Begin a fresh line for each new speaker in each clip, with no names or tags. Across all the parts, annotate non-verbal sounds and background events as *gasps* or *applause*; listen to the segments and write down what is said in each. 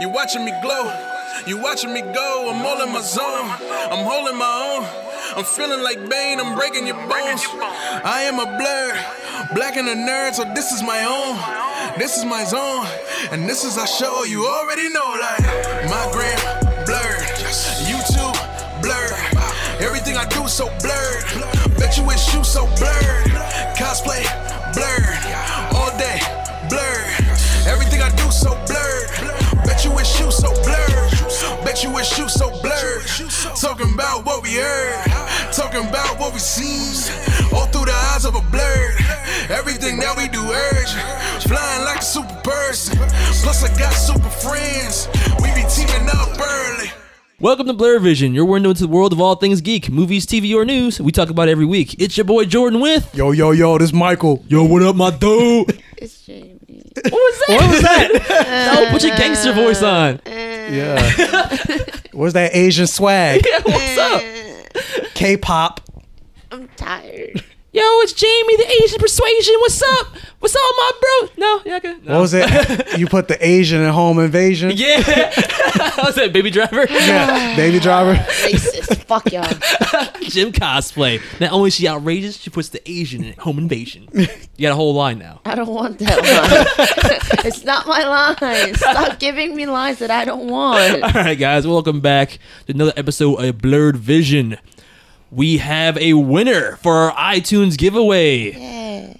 You watching me glow, you watching me go. I'm all in my zone, I'm holding my own. I'm feeling like Bane, I'm breaking your bones. I am a blur, black and a nerd, so this is my own. This is my zone, and this is our show. You already know, like my gram blurred, YouTube blurred. Everything I do so blurred. Bet you wish you so blurred. Cosplay blurred, all day blurred. Everything I do so blurred. Bet you wish you so blurred. Bet you wish you so blurred. Talking about what we heard. Talking about what we seen. All through the eyes of a blur. Everything that we do urge. Flying like a super person. Plus I got super friends. We be teaming up early.
Welcome to Blur Vision, your window into the world of all things geek, movies, TV, or news. We talk about it every week. It's your boy Jordan with.
Yo, yo, yo, this Michael. Yo, what up, my dude?
It's Jamie.
What was that? What was that? oh, put your gangster voice on. *laughs*
Eh.
yeah. *laughs* Where's that Asian swag?
What's
Uh.
up?
K pop.
I'm tired.
Yo, it's Jamie, the Asian persuasion. What's up? What's up, my bro? No, yeah, okay. No.
What
*laughs*
was it? You put the Asian in home invasion?
Yeah. *laughs* What was that Baby Driver?
Yeah. Baby driver.
Racist. Fuck y'all.
Jim cosplay. Not only is she outrageous, she puts the Asian in home
*laughs*
invasion. You got a whole line now.
I don't want that line. *laughs* it's not my line. Stop giving me lines that I don't
*laughs*
want.
*laughs* All right, guys, welcome back to another episode of Blurred Vision. We have a winner for our iTunes giveaway.
Yeah.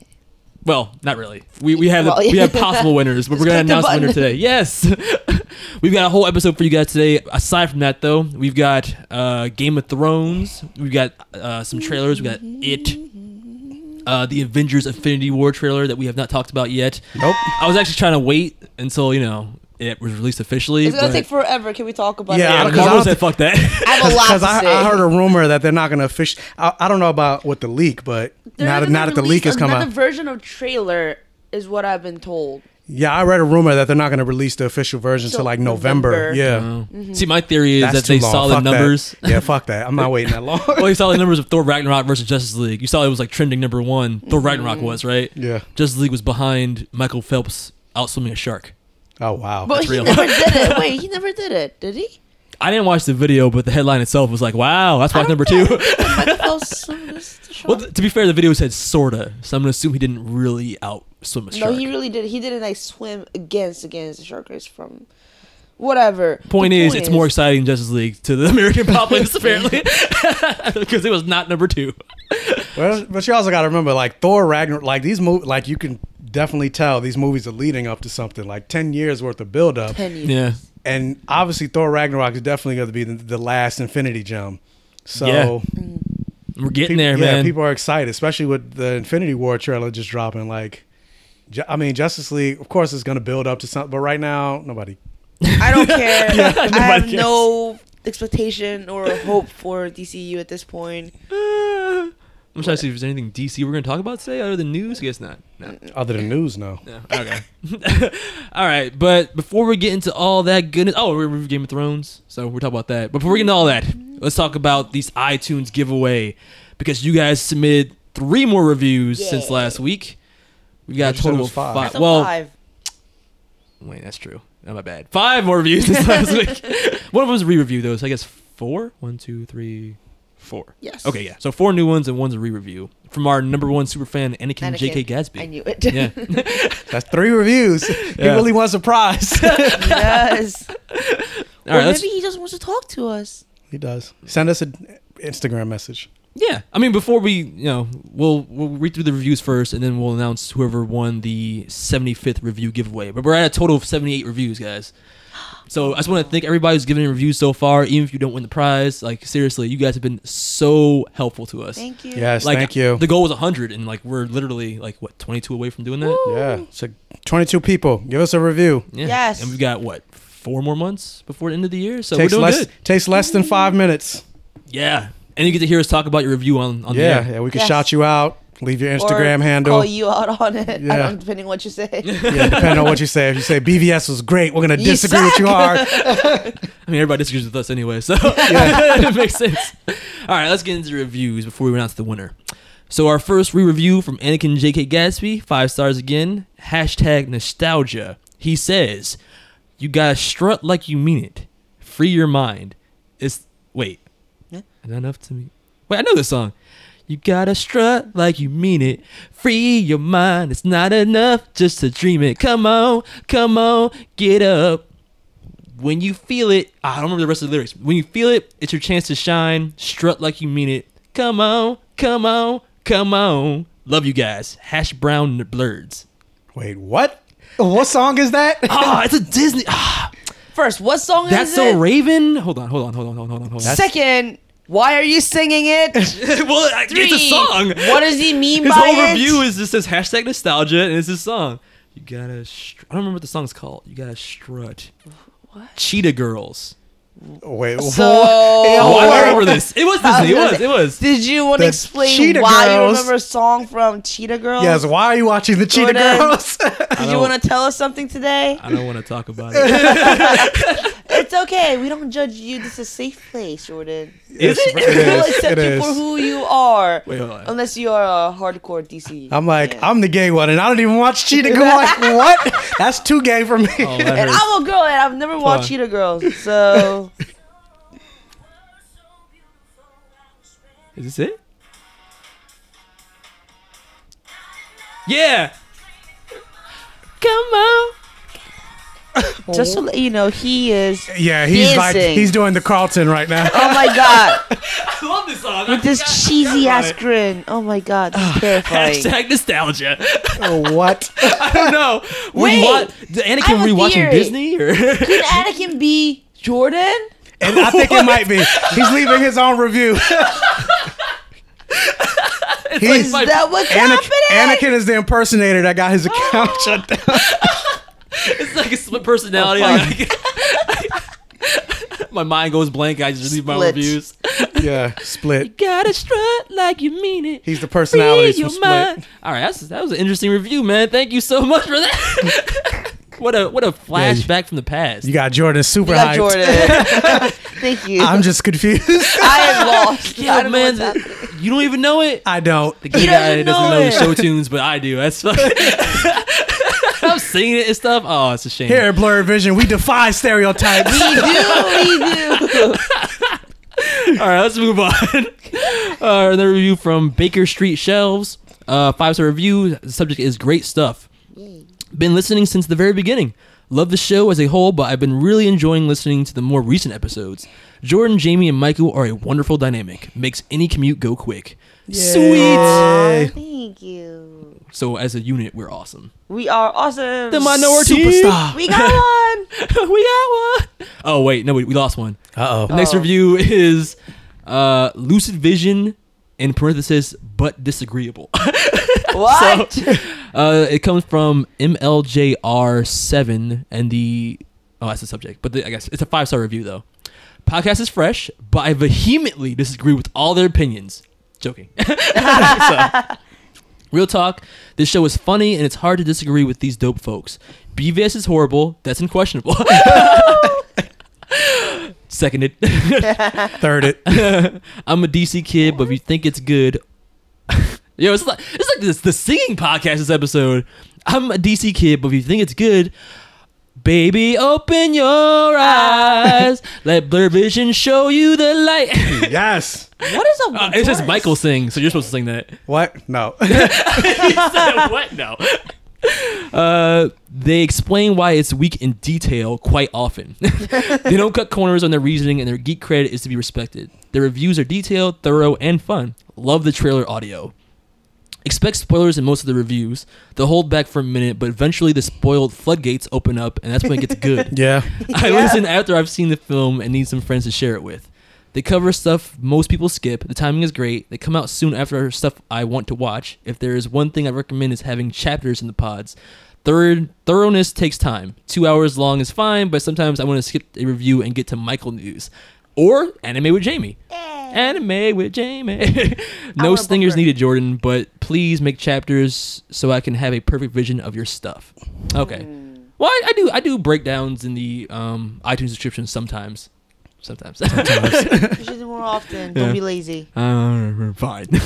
Well, not really. We, we have
Well, *laughs*
we have
yeah.
possible winners, but we're
Just
gonna
click the
announce the winner
button.
today. Yes, *laughs* we've got a whole episode for you guys today. Aside from that, though, we've got uh, Game of Thrones. We've got uh, some trailers. We got it. Uh, the Avengers Infinity War trailer that we have not talked about yet.
Nope.
I was actually trying to wait until you know it was released officially.
It's gonna
but-
take forever. Can we talk about
Yeah,
it?
yeah,
because I
Marvel
don't
said
think-
fuck that.
I
*laughs*
have a lot
Because
to
I,
say.
I heard a rumor that they're not going to fish. I, I don't know about what the leak, but
They're
now, that-
gonna
now that the
release
leak has come
another
out.
version of trailer is what I've been told.
Yeah, I read a rumor that they're not going to release the official version until
Till
like November.
November.
Yeah.
See, my theory Oh. is
That's
that they
too long.
saw the
Fuck that. *laughs*
numbers.
Yeah, fuck that. I'm not waiting that long. *laughs*
well, you saw the numbers of Thor Ragnarok versus Justice League. You saw it was like trending number one. Thor Ragnarok was right.
Yeah.
Justice League was behind Michael Phelps out swimming a shark.
Oh, wow.
But he
real.
never did it. Wait, he never did it, did he?
I didn't watch the video, but the headline itself was like, "Wow, that's why number two.
Michael Phelps swam this
*laughs*
shark.
well, th- to be fair, the video said sorta, so I'm gonna assume he didn't really out swim a shark.
no, he really did. He didn't like swim against against the shark race from whatever.
Point
The
is, it's more exciting than Justice League to the *laughs* American populace apparently, *laughs* because it was not number two.
Well, but you also got to remember, like Thor Ragnarok, like these movies, like you can definitely tell these movies are leading up to something, like ten years worth of build up,
Penny.
Yeah,
and obviously Thor Ragnarok is definitely going to be the, the last Infinity Gem. So
Yeah. we're
peop-
getting there,
yeah,
man.
people are excited, especially with the Infinity War trailer just dropping. Like, ju- I mean, Justice League, of course, is going to build up to something, but right now, nobody.
I
*laughs*
don't care. I
nobody
have
cares.
no expectation or hope for DCU at this point.
I'm trying to see if there's anything DC we're gonna talk about today other than news. I guess not. No.
Other than news, no.
No. Okay. *laughs* all right. But before we get into all that goodness, oh, we're reviewing Game of Thrones, so we're talking about that. But before we get into all that, let's talk about these iTunes giveaway because you guys submitted three more reviews since
Yeah.
last week. We got a
You said it
total
was
of
five.
five.
It's a
well,
five.
wait, that's true. Oh, my bad. Five more reviews since last week.
*laughs*
*laughs* One of them was a re-review though, so I guess four. One, two, three, four.
Yes.
Okay, yeah. So four new ones and one's a re-review from our number one super fan Anakin,
Anakin.
J.K. Gatsby.
I knew it.
*laughs*
*laughs*
Yeah.
That's
*laughs*
three reviews. He
Yeah.
really
*laughs*
was surprised.
yes.
All right.
or
let's-
maybe he just wants to talk to us.
he does. Send us an Instagram message.
Yeah, I mean, before we, you know, we'll we'll read through the reviews first, and then we'll announce whoever won the seventy fifth review giveaway. But we're at a total of seventy eight reviews,
*gasps*
guys. So I just want to thank everybody who's given reviews so far, even if you don't win the prize. Like seriously, you guys have been so helpful to us.
Thank you.
Yes,
like,
thank you.
The goal was hundred, and like we're literally like what twenty two away from doing that.
Yeah. So 22 people. Give us a review.
Yeah.
Yes.
and we've got what four more months before the end of the year, so
takes
we're doing
less
good.
takes less than five minutes.
Yeah, and you get to hear us talk about your review on on
Yeah,
the air.
yeah. We can
Yes.
shout you out. Leave your Instagram
or
handle.
Call you out on it.
Yeah.
I don't, depending what you say.
*laughs*
*laughs*
yeah, depending on what you say. If you say BVS was great, we're gonna
You
disagree with you hard.
I mean, everybody disagrees with us anyway, so *laughs* it makes sense. All right, let's get into the reviews before we announce the winner. So our first re-review from Anakin J.K. Gatsby, five stars again. Hashtag nostalgia. He says, You gotta strut like you mean it. Free your mind. It's wait. Not enough to me. Wait, I know this song. You gotta strut like you mean it. Free your mind. It's not enough just to dream it. Come on, come on, get up. When you feel it, I don't remember the rest of the lyrics. When you feel it, it's your chance to shine. Strut like you mean it. Come on, come on, come on. Love you guys. Hash brown blurs.
Wait, what? What song is that?
Ah, it's a Disney. Ah,
First, what song
that's
is it?
so Raven. Hold on, hold on, hold on, hold on, hold on. Hold on.
Second, why are you singing
*laughs*
it?
well, I- *laughs* it's a
Three.
song.
What does he
*laughs*
mean
His
by
whole
it?
review is just this hashtag nostalgia, and it's his song. You gotta. Str- I don't remember what the song's called. You gotta strut. What? Cheetah Girls.
Wait,
So-
*laughs*
Oh,
Or-
I remember this. It was Disney. It was. It was.
Did you want to
The
explain
Cheetah
why
Girls.
you remember a song from Cheetah Girls?
Yes, why are you watching the Cheetah
Jordan.
Girls? *laughs*
Did you
don't-
want to tell us something today?
I don't want to talk about
*laughs*
it.
It's okay. We don't judge you. This is a safe place, Jordan. *laughs*
Is *laughs* it?
It
we'll
is.
accept
It
you
is.
for who you are.
Wait, hold on. *laughs*
Unless you are a hardcore DC.
I'm like,
fan.
I'm the gay one, and I don't even watch Cheetah Girls. Like, what? That's too gay for me.
Oh, that
and
hurts.
I'm a girl, and I've never watched
on. *laughs*
Cheetah Girls, so
Is this it? Yeah. Come on.
just
Oh.
to let you know, he is.
*laughs* yeah, he's like,
Dancing.
he's doing the Carlton right now.
Oh my god,
*laughs* I love this song.
with this cheesy ass grin. Oh my god,
*sighs*
this is terrifying.
Hashtag nostalgia.
Oh, what?
*laughs* I don't know. Were you wa-
Wait.
did
I
Anakin
have a
rewatching
theory.
Disney or?
Can Anakin be Jordan?
*laughs* And I think it
*laughs*
might be. He's leaving his own review.
Is
He's
that what's
Anakin,
happening?
Anakin is the impersonator that
*gasps*
got his account shut down.
*laughs* it's like a split personality. like- *laughs* my mind goes blank. I just leave my
Split.
reviews.
Yeah, split.
Gotta strut like you mean it.
He's the personality
Free
from
your
Split.
mind. All right, that's, that was an interesting review, man. Thank you so much for that. *laughs* what a what a flashback from the past.
You got Jordan super
You
hyped.
got Jordan. *laughs* Thank you.
I'm just
*laughs*
confused. *laughs*
I am lost.
yeah,
I don't
man,
know what's happening.
th- you don't even know it.
I don't.
The gay
He doesn't
guy doesn't
know
know
it.
show tunes, but I do. That's fucking. *laughs* I'm singing it and stuff. Oh, it's a shame.
*laughs* Here at Blurred Vision, we defy stereotypes.
*laughs*
We do, we do.
All right, let's move on. *laughs* Uh, another review from Baker Street Shelves. Uh, Five star review. The subject is great stuff. Been listening since the very beginning. Love the show as a whole, but I've been really enjoying listening to the more recent episodes. Jordan, Jamie, and Michael are a wonderful dynamic. Makes any commute go quick. Sweet.
Hey.
Thank you.
So as a unit, we're awesome.
We are awesome.
The minority *laughs*
Superstar.
we got one.
we got one. Oh wait, no, we, we lost one.
Uh
The next review is uh, Lucid Vision in parenthesis, but disagreeable. *laughs*
What?
Uh, it comes from MLJR7 and the oh that's the subject, but the, I guess it's a five star review though. Podcast is fresh, but I vehemently disagree with all their opinions. Joking. *laughs* So, real talk. This show is funny, and it's hard to disagree with these dope folks. BVS is horrible. That's unquestionable. *laughs* Seconded. *laughs*
Third it.
I'm a DC kid, but if you think it's good, *laughs* yo, it's like it's like this the singing podcast this episode. I'm a DC kid, but if you think it's good, baby, open your eyes. Let Blur Vision show you the light.
Yes.
What is a?
Uh, *laughs* it says Michael sing, so you're supposed to sing that.
What? No.
*laughs* what? No. Uh, they explain why it's weak in detail quite often. *laughs* they don't cut corners on their reasoning, and their geek credit is to be respected. Their reviews are detailed, thorough, and fun. Love the trailer audio. Expect spoilers in most of the reviews. They'll hold back for a minute, but eventually the spoiled floodgates open up, and that's when it gets
*laughs*
good.
yeah.
I listen after I've seen the film and need some friends to share it with. They cover stuff most people skip. The timing is great. They come out soon after stuff I want to watch. If there is one thing I recommend is having chapters in the pods. Third, thoroughness takes time. Two hours long is fine, but sometimes I want to skip a review and get to Michael news or anime with Jamie. Anime with Jamie. *laughs* no
want a
stingers
booker.
needed, Jordan, but please make chapters so I can have a perfect vision of your stuff. Okay. Well, I, I do I do breakdowns in the um, iTunes description sometimes. Sometimes.
You should do more often. Don't be lazy.
*laughs* Uh, fine. *laughs*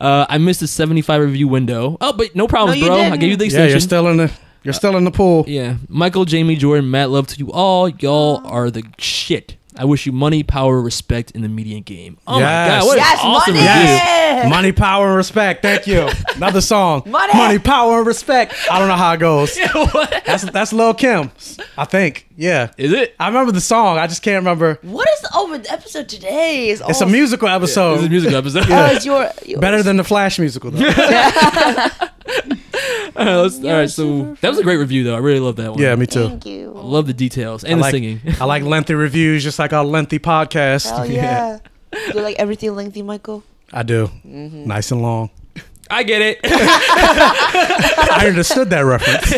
uh, I missed the 75 review window. Oh, but no problems,
No, you
bro. I
didn't.
gave you the
Yeah,
extension.
you're still in the You're still in the pool.
Yeah. Michael, Jamie, Jordan, Matt, love to you all. Y'all are the shit. I wish you money, power, respect in the media game. Oh my
Yes.
god, what
Yes,
an awesome
money!
review.
Yeah.
Money, power, and respect. Thank you. Another song.
Money.
power, and respect. I don't know how it goes.
*laughs*
That's that's Lil Kim, I think. Yeah.
Is it?
I remember the song. I just can't remember.
What is the over the episode today? Is
Oh.
It's a musical episode.
This is a music
*laughs*
episode.
Oh, it's your, your
Better than the Flash musical,
*laughs*
though.
all right, let's- all right, so that was a great review though. I really love that one.
yeah, me too.
Thank you.
love the details and
I
the
like,
singing. *laughs*
I like lengthy reviews, just like our lengthy podcast.
Hell yeah. you like everything lengthy, Michael?
I do. Nice and long.
I get it. *laughs*
I understood that reference.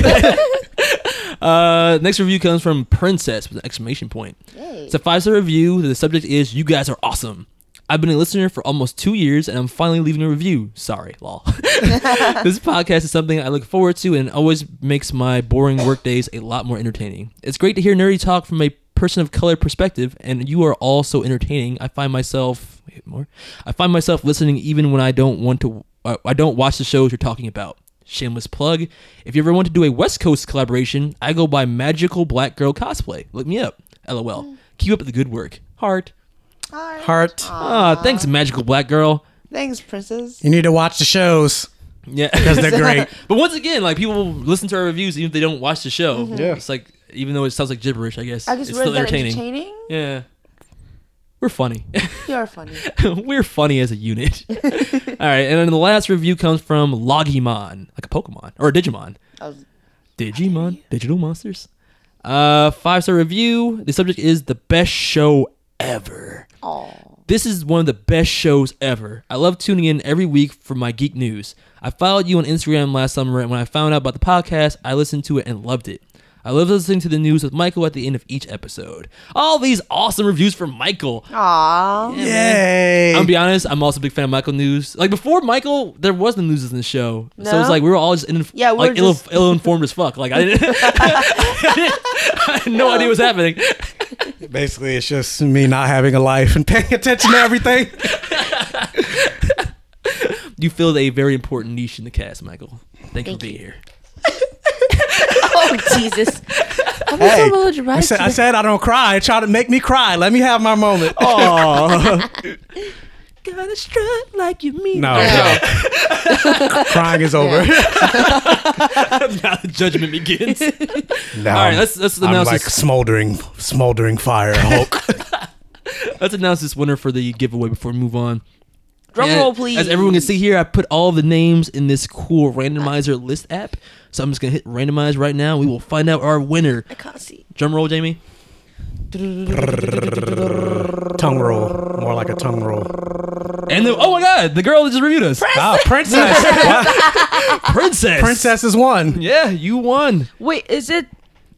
Uh, next review comes from Princess with an exclamation point. It's a five star review. The subject is "You guys are awesome." I've been a listener for almost two years, and I'm finally leaving a review. Sorry, lol. *laughs* this podcast is something I look forward to, and always makes my boring work days a lot more entertaining. It's great to hear nerdy talk from a person of color perspective, and you are all so entertaining. I find myself wait, more. I find myself listening even when I don't want to. uh, I I don't watch the shows you're talking about. Shameless plug. If you ever want to do a West Coast collaboration, I go by Magical Black Girl Cosplay. Look me up. LOL. Keep up the good work. Heart.
Heart.
Ah, thanks, Magical Black Girl.
Thanks, princess.
You need to watch the shows
Yeah.
because
*laughs*
they're great.
but once again, like people listen to our reviews even if they don't watch the show.
Yeah.
It's like even though it sounds like gibberish, I guess
Mm-hmm. I just
it's
read
still
that
entertaining.
entertaining.
Yeah. We're funny. *laughs*
You are *laughs* funny.
We're funny as a
*laughs*
unit. All right, and then the last review comes from Logimon, like a Pokemon or a Digimon.
I was-
Digimon, digital monsters. Uh, five star review. The subject is the best show ever.
Aw.
This is one of the best shows ever. I love tuning in every week for my geek news. I followed you on Instagram last summer, and when I found out about the podcast, I listened to it and loved it. I love listening to the news with Michael at the end of each episode. All these awesome reviews from Michael.
Aw. *laughs*
Yay.
I'm gonna
Oh.
be honest, I'm also a big fan of Michael News. Like before Michael, there was no news in the show, so it's
No?
like we were all just in,
Yeah, we
like
were
ill,
just-
ill informed as fuck. Like I didn't, *laughs* I had no idea what's happening.
Basically, it's just me not having a life and paying attention
*laughs*
to everything.
You filled a very important niche in the cast, Michael. Thank, you for being here. *laughs*
Oh Jesus! I'm
Hey,
so melodramatic.
I said, I said I don't cry. Try to make me cry. Let me have my moment.
*laughs* Gotta strut like you mean.
No,
*laughs*
no. crying is over.
now the judgment begins.
No,
All right, let's- let's
I'm
announce
like
this.
smoldering, smoldering fire. Hulk.
Let's announce this winner for the giveaway before we move on.
Drum
And
roll, please.
As everyone can see here, I put all the names in this cool randomizer list app. So I'm just gonna hit randomize right now. We will find out our winner.
I can't see.
Drum roll, Jamie.
tongue roll, more like a tongue roll.
And the oh my god, the girl that just reviewed us,
Ah,
*laughs*
princess, Wow,
Princess.
princess is one.
Yeah, you won.
Wait, is it?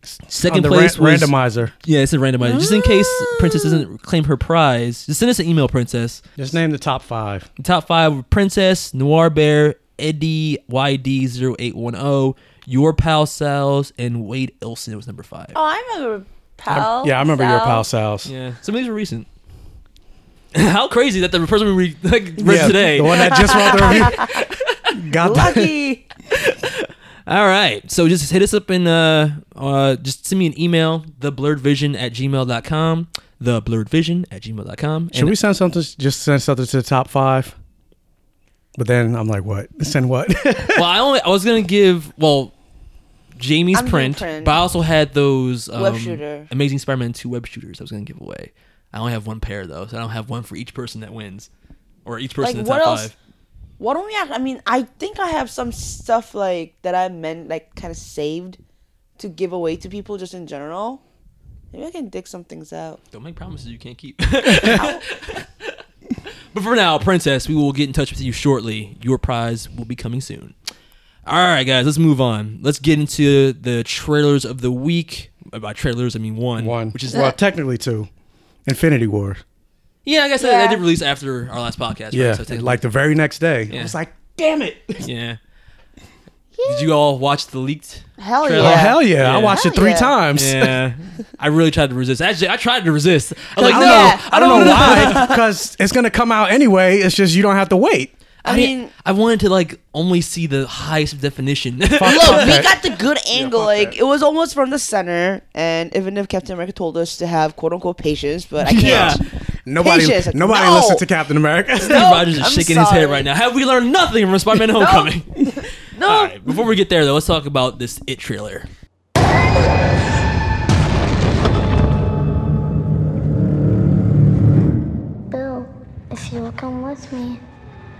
Second
On the
place
ran-
was-
randomizer.
Yeah, it's a randomizer. Just in case Princess doesn't claim her prize, just send us an email, Princess.
Just name the top five.
The top five were Princess, Noir Bear, Eddie YD0810, Your Pal Sal's, and Wade Ilson was number five.
Oh, I remember
Oh,
pal.
yeah, I remember your
Sal.
pal Sal's.
Yeah, some of these were recent. *laughs* How crazy that the person we re- like, read
Yeah,
today.
the one that just wrote the
*laughs*
review. God *laughs* damn.
Lucky.
All right. So just hit us up in uh, uh just send me an email, theblurredvision at gmail.com. The blurredvision at gmail.com.
Should we send something? Just send something to the top five. But then I'm like, what? Send what?
well I only I was gonna give well Jamie's
I'm doing
print,
print.
but I also had those um,
Web shooter.
Amazing Spider Man two web shooters I was gonna give away. I only have one pair though, so I don't have one for each person that wins. Or each person
Like,
in the
what
top
else?
five.
Why don't we act? I mean, I think I have some stuff like that I meant, like kind of saved to give away to people just in general. Maybe I can dig some things out.
Don't make promises you can't keep. but for now, Princess, we will get in touch with you shortly. Your prize will be coming soon. All right, guys, let's move on. Let's get into the trailers of the week. Uh, By trailers, I mean one. Which is
well, technically two. Infinity War.
yeah, I guess I,
Yeah.
did release after our last podcast.
Yeah,
Right? So technically-
like the very next day. It
Yeah.
was like, damn it.
yeah. Did you all watch the leaked?
Hell
Trailer.
yeah!
Oh hell yeah! I
Yeah.
watched it
Hell
three
yeah.
times.
Yeah. I really tried to resist. Actually, I tried to resist. I was like,
*laughs* I
no,
Oh, *laughs*
don't know. I don't know why. Because it's gonna come out anyway. It's just you don't have to wait.
I mean,
I wanted to like only see the highest definition.
look,
*laughs*
we
that.
got the good angle.
fuck
like
that.
it was almost from the center, and even if Captain America told us to have quote unquote patience, but I can't.
Yeah. *laughs*
Nobody,
Patience, like,
nobody
no.
listens to Captain America.
Steve
No,
Rogers is
I'm
shaking his head
sorry.
right now. Have we learned nothing from
*laughs*
Spider-Man: Homecoming?
No,
All right, before we get there though, let's talk about this It trailer.
Bill, if you will come with me,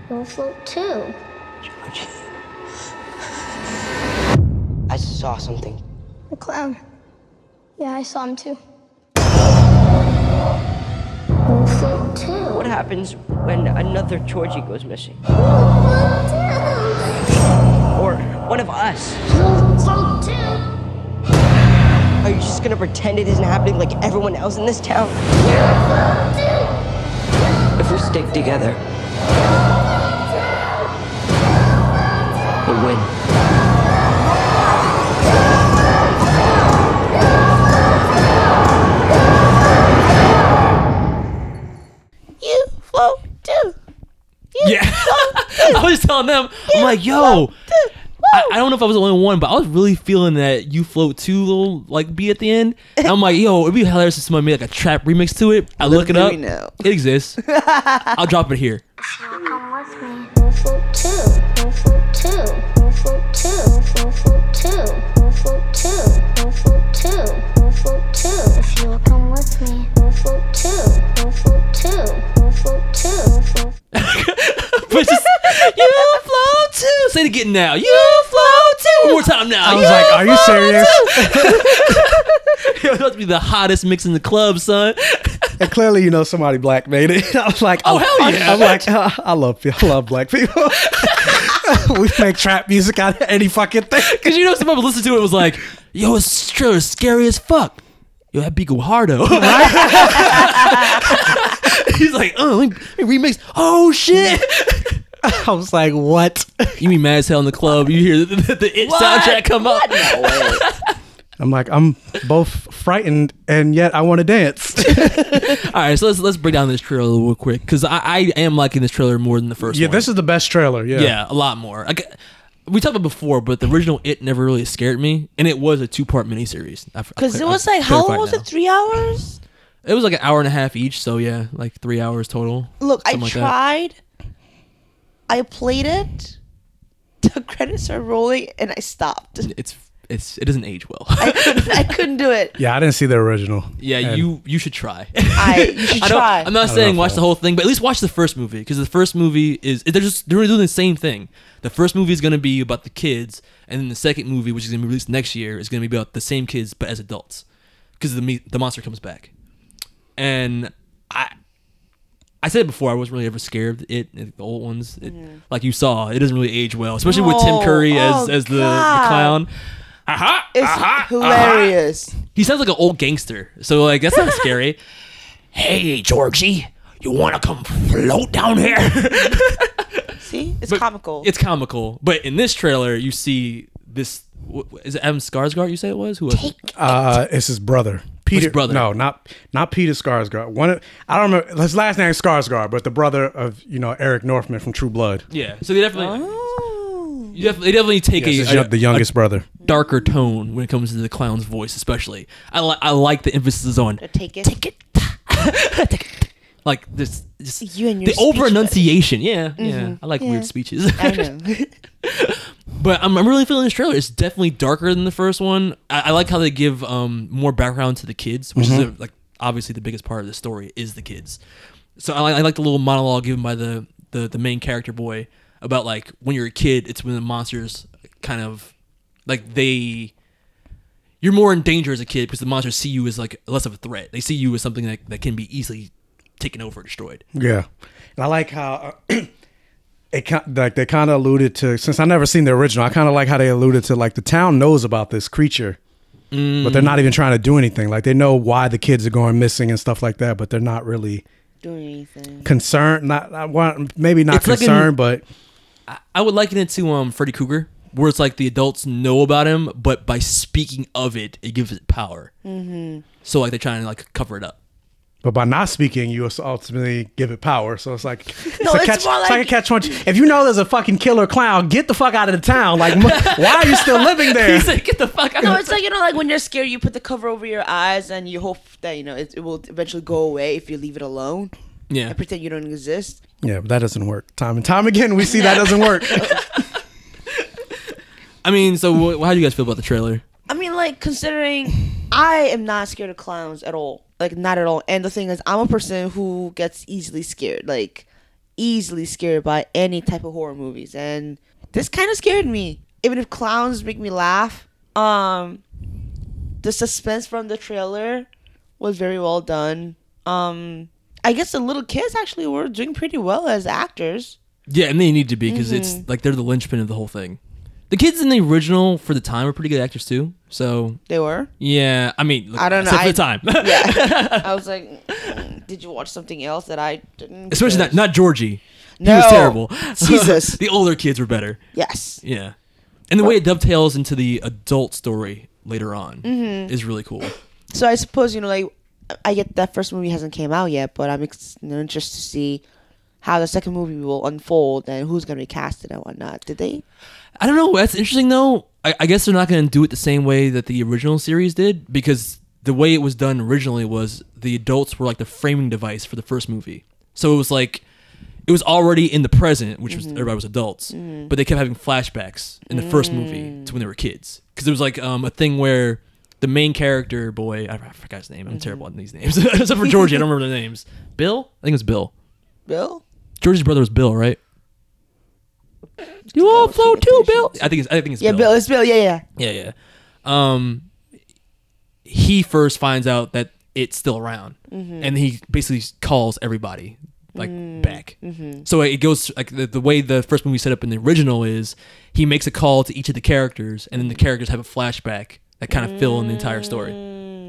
you will float too.
I saw something.
The clown. Yeah, I saw him too. You will float too.
What happens when another Georgie goes missing? Or one of us?
You will float too.
Are you just gonna pretend it isn't happening like everyone else in this town? If we stick together, we'll win.
you float too.
Yeah, *laughs* I was telling them, I'm like, yo, I, I don't know if I was the only one, but I was really feeling that you float two little like beat at the end. And I'm like, yo, it'd be hilarious if somebody made like a trap remix to it. I look it
do
up,
we know.
it
*laughs*
exists. I'll drop it here.
If you will come with me, you will float too. You will float too. You will float too. You will float too. You will float too. You will float too. You will float too. If you will come with me, you will float too. You will float too. You will float too. You will float
*laughs* But just, you float two. Say it again now. You float two. One more time now.
I was like, "Are you serious?"
*laughs*
*laughs*
It's about to be the hottest mix in the club, son. *laughs*
And clearly, you know, somebody black made it. *laughs* I was like,
Oh,
I-
hell yeah.
I, am like, I, I love, I love black people. *laughs* we make trap music out of any fucking
*laughs*
thing. *laughs*
Because you know, somebody listened to it was like, yo, this trailer's scary as fuck. Yo, that beat go hardo. *laughs* He's like, oh, let me, let me remix. Oh, shit.
*laughs* I was like, what?
you mean mad as hell in the club. You hear the, the, the it soundtrack come up.
I'm like, I'm both frightened and yet I want
*laughs*
to dance.
All right, so let's let's break down this trailer real quick because I, I am liking this trailer more than the first
yeah,
one.
this is the best trailer. Yeah.
yeah, a lot more. Like, we talked about it before, but the original It never really scared me, and it was a two part miniseries.
Because it was like how long was it? Three hours?
It was like an hour and a half each, so yeah, like three hours total.
Look,
Something
I
like that.
tried. I played it. The *laughs* credits are rolling, and I stopped. *laughs*
It's it's it doesn't age well.
I couldn't, I couldn't do it.
Yeah, I didn't see the original.
*laughs* yeah,
And
you you should try. *laughs*
I you should
I don't,
try.
I'm not
don't know
saying
if
watch
I
the whole thing, but at least watch the first movie because the first movie is they're just they're doing the same thing. The first movie is going to be about the kids, and then the second movie, which is going to be released next year, is going to be about the same kids but as adults because the me- the monster comes back. And I I said it before I wasn't really ever scared of it the old ones it, like you saw it doesn't really age well, especially with Tim
No.
Curry as
Oh,
as the, the
God.
clown. Aha!
it's
uh-huh.
hilarious.
He sounds like an old gangster. So like that's not scary.
*laughs*
Hey, Georgie, you want to come float down
*laughs*
here?
See, it's
But
comical.
it's comical, but in this trailer you see this. wh- wh- Is it Adam Skarsgård? You say it was who was? it?
Uh, it's his brother, Peter.
brother?
No, not not Peter Skarsgård. One, of, I don't remember his last name is Skarsgård, but the brother of you know Eric Northman from True Blood.
Yeah. So they definitely, you def- they definitely take
Yes, it's
a,
yo-
a-
the youngest brother.
a darker tone when it comes to the clown's voice, especially. I li- I like the emphasis on
take it. Take it.
like this. Just,
You and your
the over
speech Mm-hmm.
enunciation. Yeah, yeah. I like weird speeches.
I know. *laughs*
But I'm, I'm really feeling this trailer. It's definitely darker than the first one. I, I like how they give um, more background to the kids, which is like obviously the biggest part of the story is the kids. So I, like- I like the little monologue given by the, the the main character boy about like when you're a kid, it's when the monsters kind of like they you're more in danger as a kid because the monsters see you as like less of a threat. They see you as something that, that can be easily taken over, destroyed.
Yeah, and I like how uh, *clears throat* it ki- like they kind of alluded to. Since I never seen the original, I kind of like how they alluded to like the town knows about this creature, but they're not even trying to do anything. Like they know why the kids are going missing and stuff like that, but they're not really
Doing anything.
concerned. Not, not want- maybe not
It's like an-
concerned, but
I would liken it to um Freddy Krueger, where it's like the adults know about him, but by speaking of it, it gives it power. Mm-hmm. So like they're trying to like cover it up.
But by not speaking, you ultimately give it power. So it's like it's,
No,
a
it's
catch,
more
it's like
like-
a catch twenty. If you know there's a fucking killer clown, get the fuck out of the town. Like, mo- why are you still living there?
He's like, get the fuck out.
No, it's like you know, like when you're scared, you put the cover over your eyes and you hope that you know it, it will eventually go away if you leave it alone
Yeah.
and pretend you don't exist.
Yeah, but that doesn't work. Time and time again, we see that doesn't work.
I mean, so wh- how do you guys feel about the trailer?
I mean, like considering I am not scared of clowns at all, like not at all. And the thing is, I'm a person who gets easily scared, like easily scared by any type of horror movies, and this kind of scared me. Even if clowns make me laugh, um, the suspense from the trailer was very well done. Um, I guess the little kids actually were doing pretty well as actors.
Yeah, and they need to be because
Mm-hmm.
it's like they're the linchpin of the whole thing. The kids in the original for the time were pretty good actors too. So
They were.
yeah, I mean, look,
I don't know,
except for
I-
the
*laughs*
time,
I was like, mm, did you watch something else that I
*laughs*
didn't?
especially not
Because-
not Georgie.
No.
He was terrible.
*laughs*
*laughs*
Jesus.
the older kids were better.
Yes.
Yeah, and the way it dovetails into the adult story later on
Mm-hmm.
is really cool.
So I suppose you know, like, I get that first movie hasn't came out yet, but I'm ex- you know, interested to see how the second movie will unfold and who's gonna be casted and whatnot. Did they?
I don't know. That's interesting though. I, I guess they're not going to do it the same way that the original series did because the way it was done originally was the adults were like the framing device for the first movie. So it was like it was already in the present, which was everybody was adults, but they kept having flashbacks in the first movie to when they were kids because it was like um, a thing where the main character boy I, I forgot his name. I'm terrible on these names *laughs* except for Georgie. I don't remember their names. Bill, I think it was Bill.
Bill?
Georgie's brother was Bill, right? You all float too, Bill. I think it's I think it's
Yeah, Bill. It's Bill. Yeah, yeah.
yeah, yeah. Um, he first finds out that it's still around,
Mm-hmm.
and he basically calls everybody like back.
Mm-hmm.
So it goes like the, the way the first movie set up in the original is he makes a call to each of the characters, and then the characters have a flashback that kind of fill in the entire story, and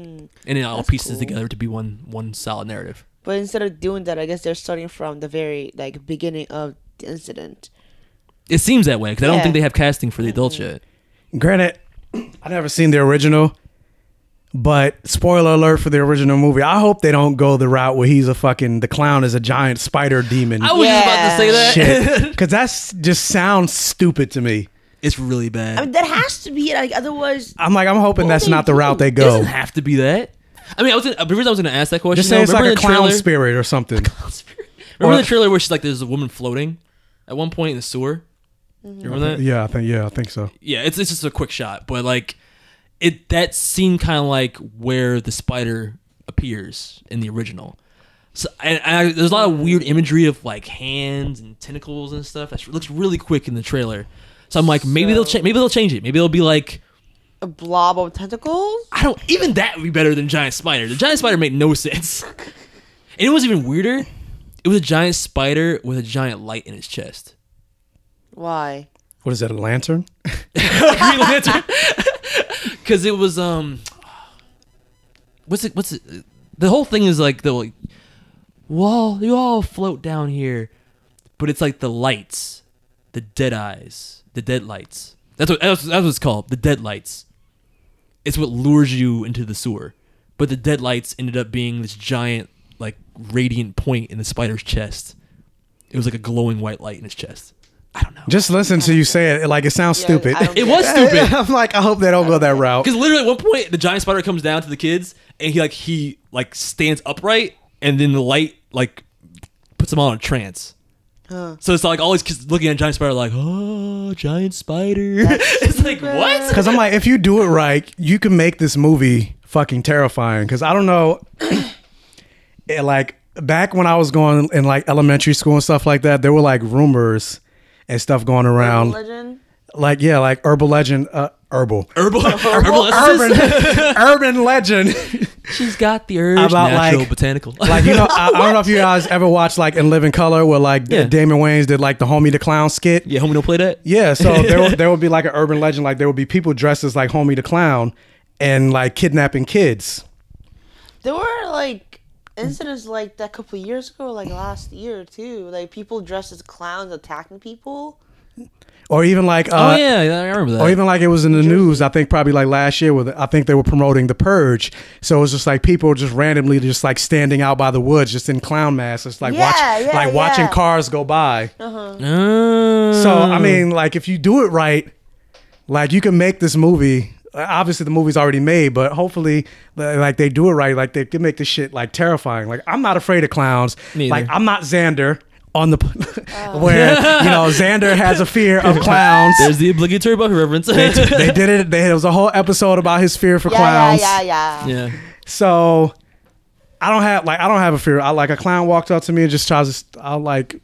Mm.
it all pieces together to be one one solid narrative.
But instead of doing that, I guess they're starting from the very like beginning of the incident.
It seems that way because I don't
Yeah. Mm-hmm.
think they have casting for the adults yet.
Granted, I never seen the original, but spoiler alert for the original movie. I hope they don't go the route where he's a fucking the clown is a giant spider demon.
I was just about to say that. *laughs*
*laughs* shit, because that's just sounds stupid to me.
It's really bad.
I mean, that has to be it. Like, otherwise,
I'm like, I'm hoping that's
they
not the
do?
route they
It
go.
doesn't have to be that. I mean, I was gonna, the reason I was going to ask that question.
Just say
though,
it's like
remember
a
the
clown
trailer?
spirit or *laughs* something.
Remember
Or-
the trailer where she's like, there's a woman floating at one point in the sewer. You remember that?
Yeah, I think. Yeah, I think so.
Yeah, it's it's just a quick shot, but like, it that seemed kind of like where the spider appears in the original. So and I, there's a lot of weird imagery of like hands and tentacles and stuff that looks really quick in the trailer. So I'm like, maybe they'll change. Maybe they'll change it. Maybe it'll be like
a blob of tentacles.
I don't. Even that would be better than giant spider. The giant spider made no sense. And it was even weirder. It was a giant spider with a giant light in its chest.
Why?
What is that? A lantern?
Green *laughs* Lantern. Because it was um, what's it? What's it? The whole thing is like the like, well, you all float down here, but it's like the lights, the dead eyes, the dead lights. That's what that's, that's what it's called. The dead lights. It's what lures you into the sewer, but the dead lights ended up being this giant like radiant point in the spider's chest. It was like a glowing white light in his chest. I don't know.
Just listen to you say it. Like *laughs* it sounds
Yeah,
stupid.
I don't
It was stupid.
I'm like, I hope they don't go that route.
Because literally at one point the giant spider comes down to the kids and he like he like stands upright and then the light like puts them all in a trance. So it's like all these kids looking at giant spider like oh giant spider. *laughs* it's like
*laughs*
what?
Because I'm like, if you do it right, you can make this movie fucking terrifying. Because I don't know, *clears throat* it, like back when I was going in like elementary school and stuff like that, there were like rumors and stuff going around.
Legend.
Like yeah, like herbal legend, uh, herbal,
Herbal, herbal
*laughs* urban,
*laughs*
urban legend.
She's got the herb
About,
natural
like-
botanical.
like you know, I, I don't know if you guys ever watched like In Living Color, where like
Yeah.
Damon Wayans did like the homie the clown
*laughs*
skit.
yeah, homie, don't play that. *laughs*
Yeah, so there would, there would be like an urban legend, like there would be people dressed as like Homie the Clown and like kidnapping kids.
There were like incidents like that a couple years ago, like last year too. Like people dressed as clowns attacking people.
Or even like,
oh
uh,
yeah, yeah, I remember that.
or even like it was in the news. I think probably like last year, with I think they were promoting the purge. So it was just like people just randomly just like standing out by the woods, just in clown masks, just like
Yeah,
watch,
yeah,
like watching
yeah.
cars go by.
Mm. Oh.
So I mean, like if you do it right, like you can make this movie. uh, Obviously, the movie's already made, but hopefully, li- like they do it right. Like they can make this shit like terrifying. Like I'm not afraid of clowns.
Me
Like
either.
I'm not Xander on the *laughs*
*laughs*
where you know Xander has a fear of clowns.
there's the obligatory Buffy reference. *laughs*
they,
*laughs*
they did it. There was a whole episode about his fear for
Yeah, yeah,
clowns.
yeah, yeah.
yeah.
So I don't have like I don't have a fear. I like a clown walked up to me and just tries to. I like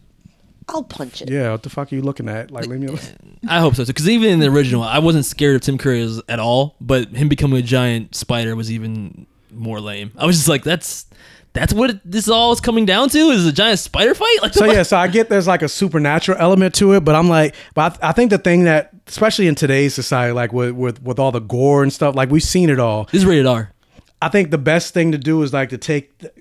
I'll punch it.
yeah. What the fuck are you looking at? Like leave me.
*laughs*
alone.
I hope so too. Because even in the original, I wasn't scared of Tim Curry as- at all. But him becoming a giant spider was even more lame. I was just like, that's that's what it- this all is coming down to is a giant spider fight. Like,
So yeah, so I get there's like a supernatural element to it, but I'm like, but I, I think the thing that especially in today's society, like with, with with all the gore and stuff, like we've seen it all.
this is rated R.
I think the best thing to do is like to take th-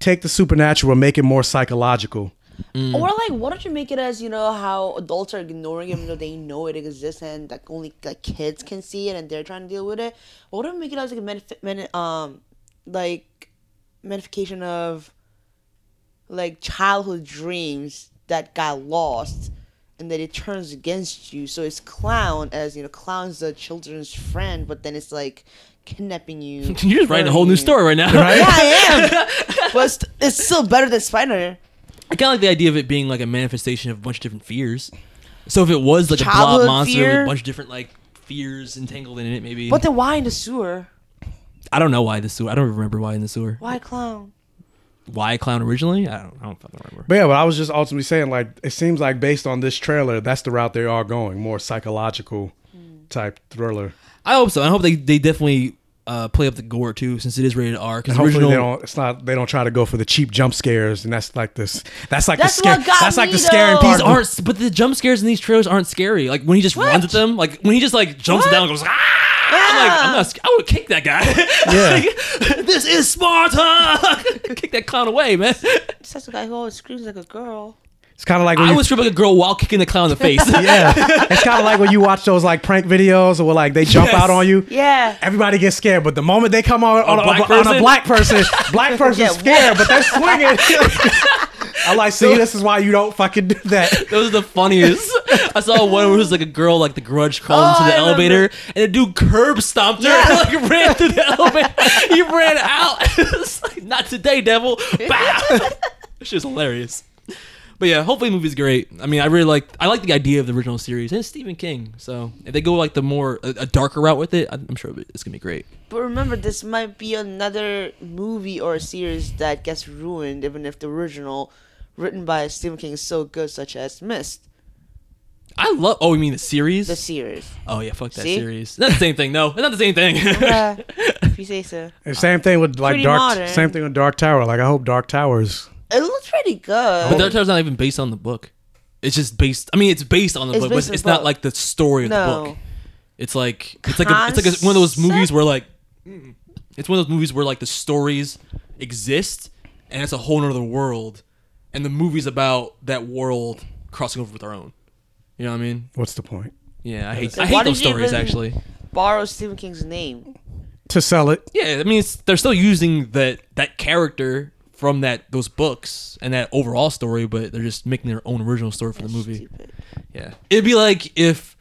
take the supernatural and make it more psychological.
Or like, why don't you make it as you know how adults are ignoring it, even though they know it exists, and like only like kids can see it, and they're trying to deal with it. What if we make it as like a manif- man- um like modification of like childhood dreams that got lost, and that it turns against you. So it's clown as you know, clown's the children's friend, but then it's like kidnapping
*laughs*
you.
*laughs* You're just writing a whole new
hurting you.
story right now.
Yeah, *laughs* I am. but it's, it's still better than Spider.
*laughs* I kind of like the idea of it being like a manifestation of a bunch of different fears. So if it was like a blob
Childhood
monster with a
fear?
bunch of different like fears entangled in it, maybe.
But then why in the sewer?
I don't know why the sewer. I don't remember why in the sewer.
Why clown?
Why a clown originally? I don't. I don't fucking remember.
But yeah, but I was just ultimately saying, like, it seems like based on this trailer, that's the route they are going, more psychological
Mm.
type thriller.
I hope so. I hope they they definitely uh, play up the gore too, since it is rated R. Because
And hopefully
original.
they don't. It's not. They don't try to go for the cheap jump scares, and that's like this. That's like
That's
the scare.
what got
That's like the
me,
scary
though.
part.
these aren't, but the jump scares in these trailers aren't scary. Like when he just runs at them, like when he just like jumps down and goes, ah! I'm like, I'm not, sc- I would kick that guy. *laughs* Yeah. this is Sparta. *laughs* kick that clown away, man.
That's the guy who always screams like a girl.
It's kind of like when
I
you,
would strip like a girl while kicking the clown in the face.
*laughs* yeah. *laughs* It's kind of like when you watch those like prank videos or like they jump
Yes.
out on you.
Yeah.
Everybody gets scared, but the moment they come on, on, a,
black
black on,
person?
a black person,
*laughs*
black person's scared, but they're swinging. *laughs* I like see. This is why you don't fucking do that.
Those are the funniest. I saw one where it was like a girl, like the grudge crawled
Oh,
into the elevator, and a dude curb stomped her and like ran through
*laughs*
the elevator. he ran out. *laughs* it's like, not today, devil. *laughs* Bah! It's just hilarious. But yeah, hopefully the movie's great. I mean, I really like I like the idea of the original series and it's Stephen King. So if they go like the more a, a darker route with it, I'm I'm sure it's gonna be great.
But remember, this might be another movie or series that gets ruined, even if the original, written by Stephen King, is so good, such as Mist,
I love. Oh, you mean the series?
the series.
oh yeah, fuck that
See?
series. Not the same thing. No, it's not the same thing.
Yeah, if you say so.
And same thing with like
Pretty
Dark.
modern.
Same thing with Dark Tower. Like I hope Dark Towers.
It looks pretty good.
But Dark Tower's not even based on the book. It's just based. I mean, it's based on the
It's
book, but
based
it's,
on the
not
book.
like the story of the book.
no.
It's like it's like a, it's like a, one of those movies where like mm, it's one of those movies where like the stories exist and it's a whole nother world, and the movie's about that world crossing over with our own. You know what I mean?
What's the point?
Yeah, I hate
So
I
why
hate those
did you
stories
even-
actually.
Borrow Stephen King's name.
To sell it.
Yeah, I mean it's, they're still using that that character from that those books and that overall story, but they're just making their own original story for the movie.
Stupid.
Yeah. It'd be like if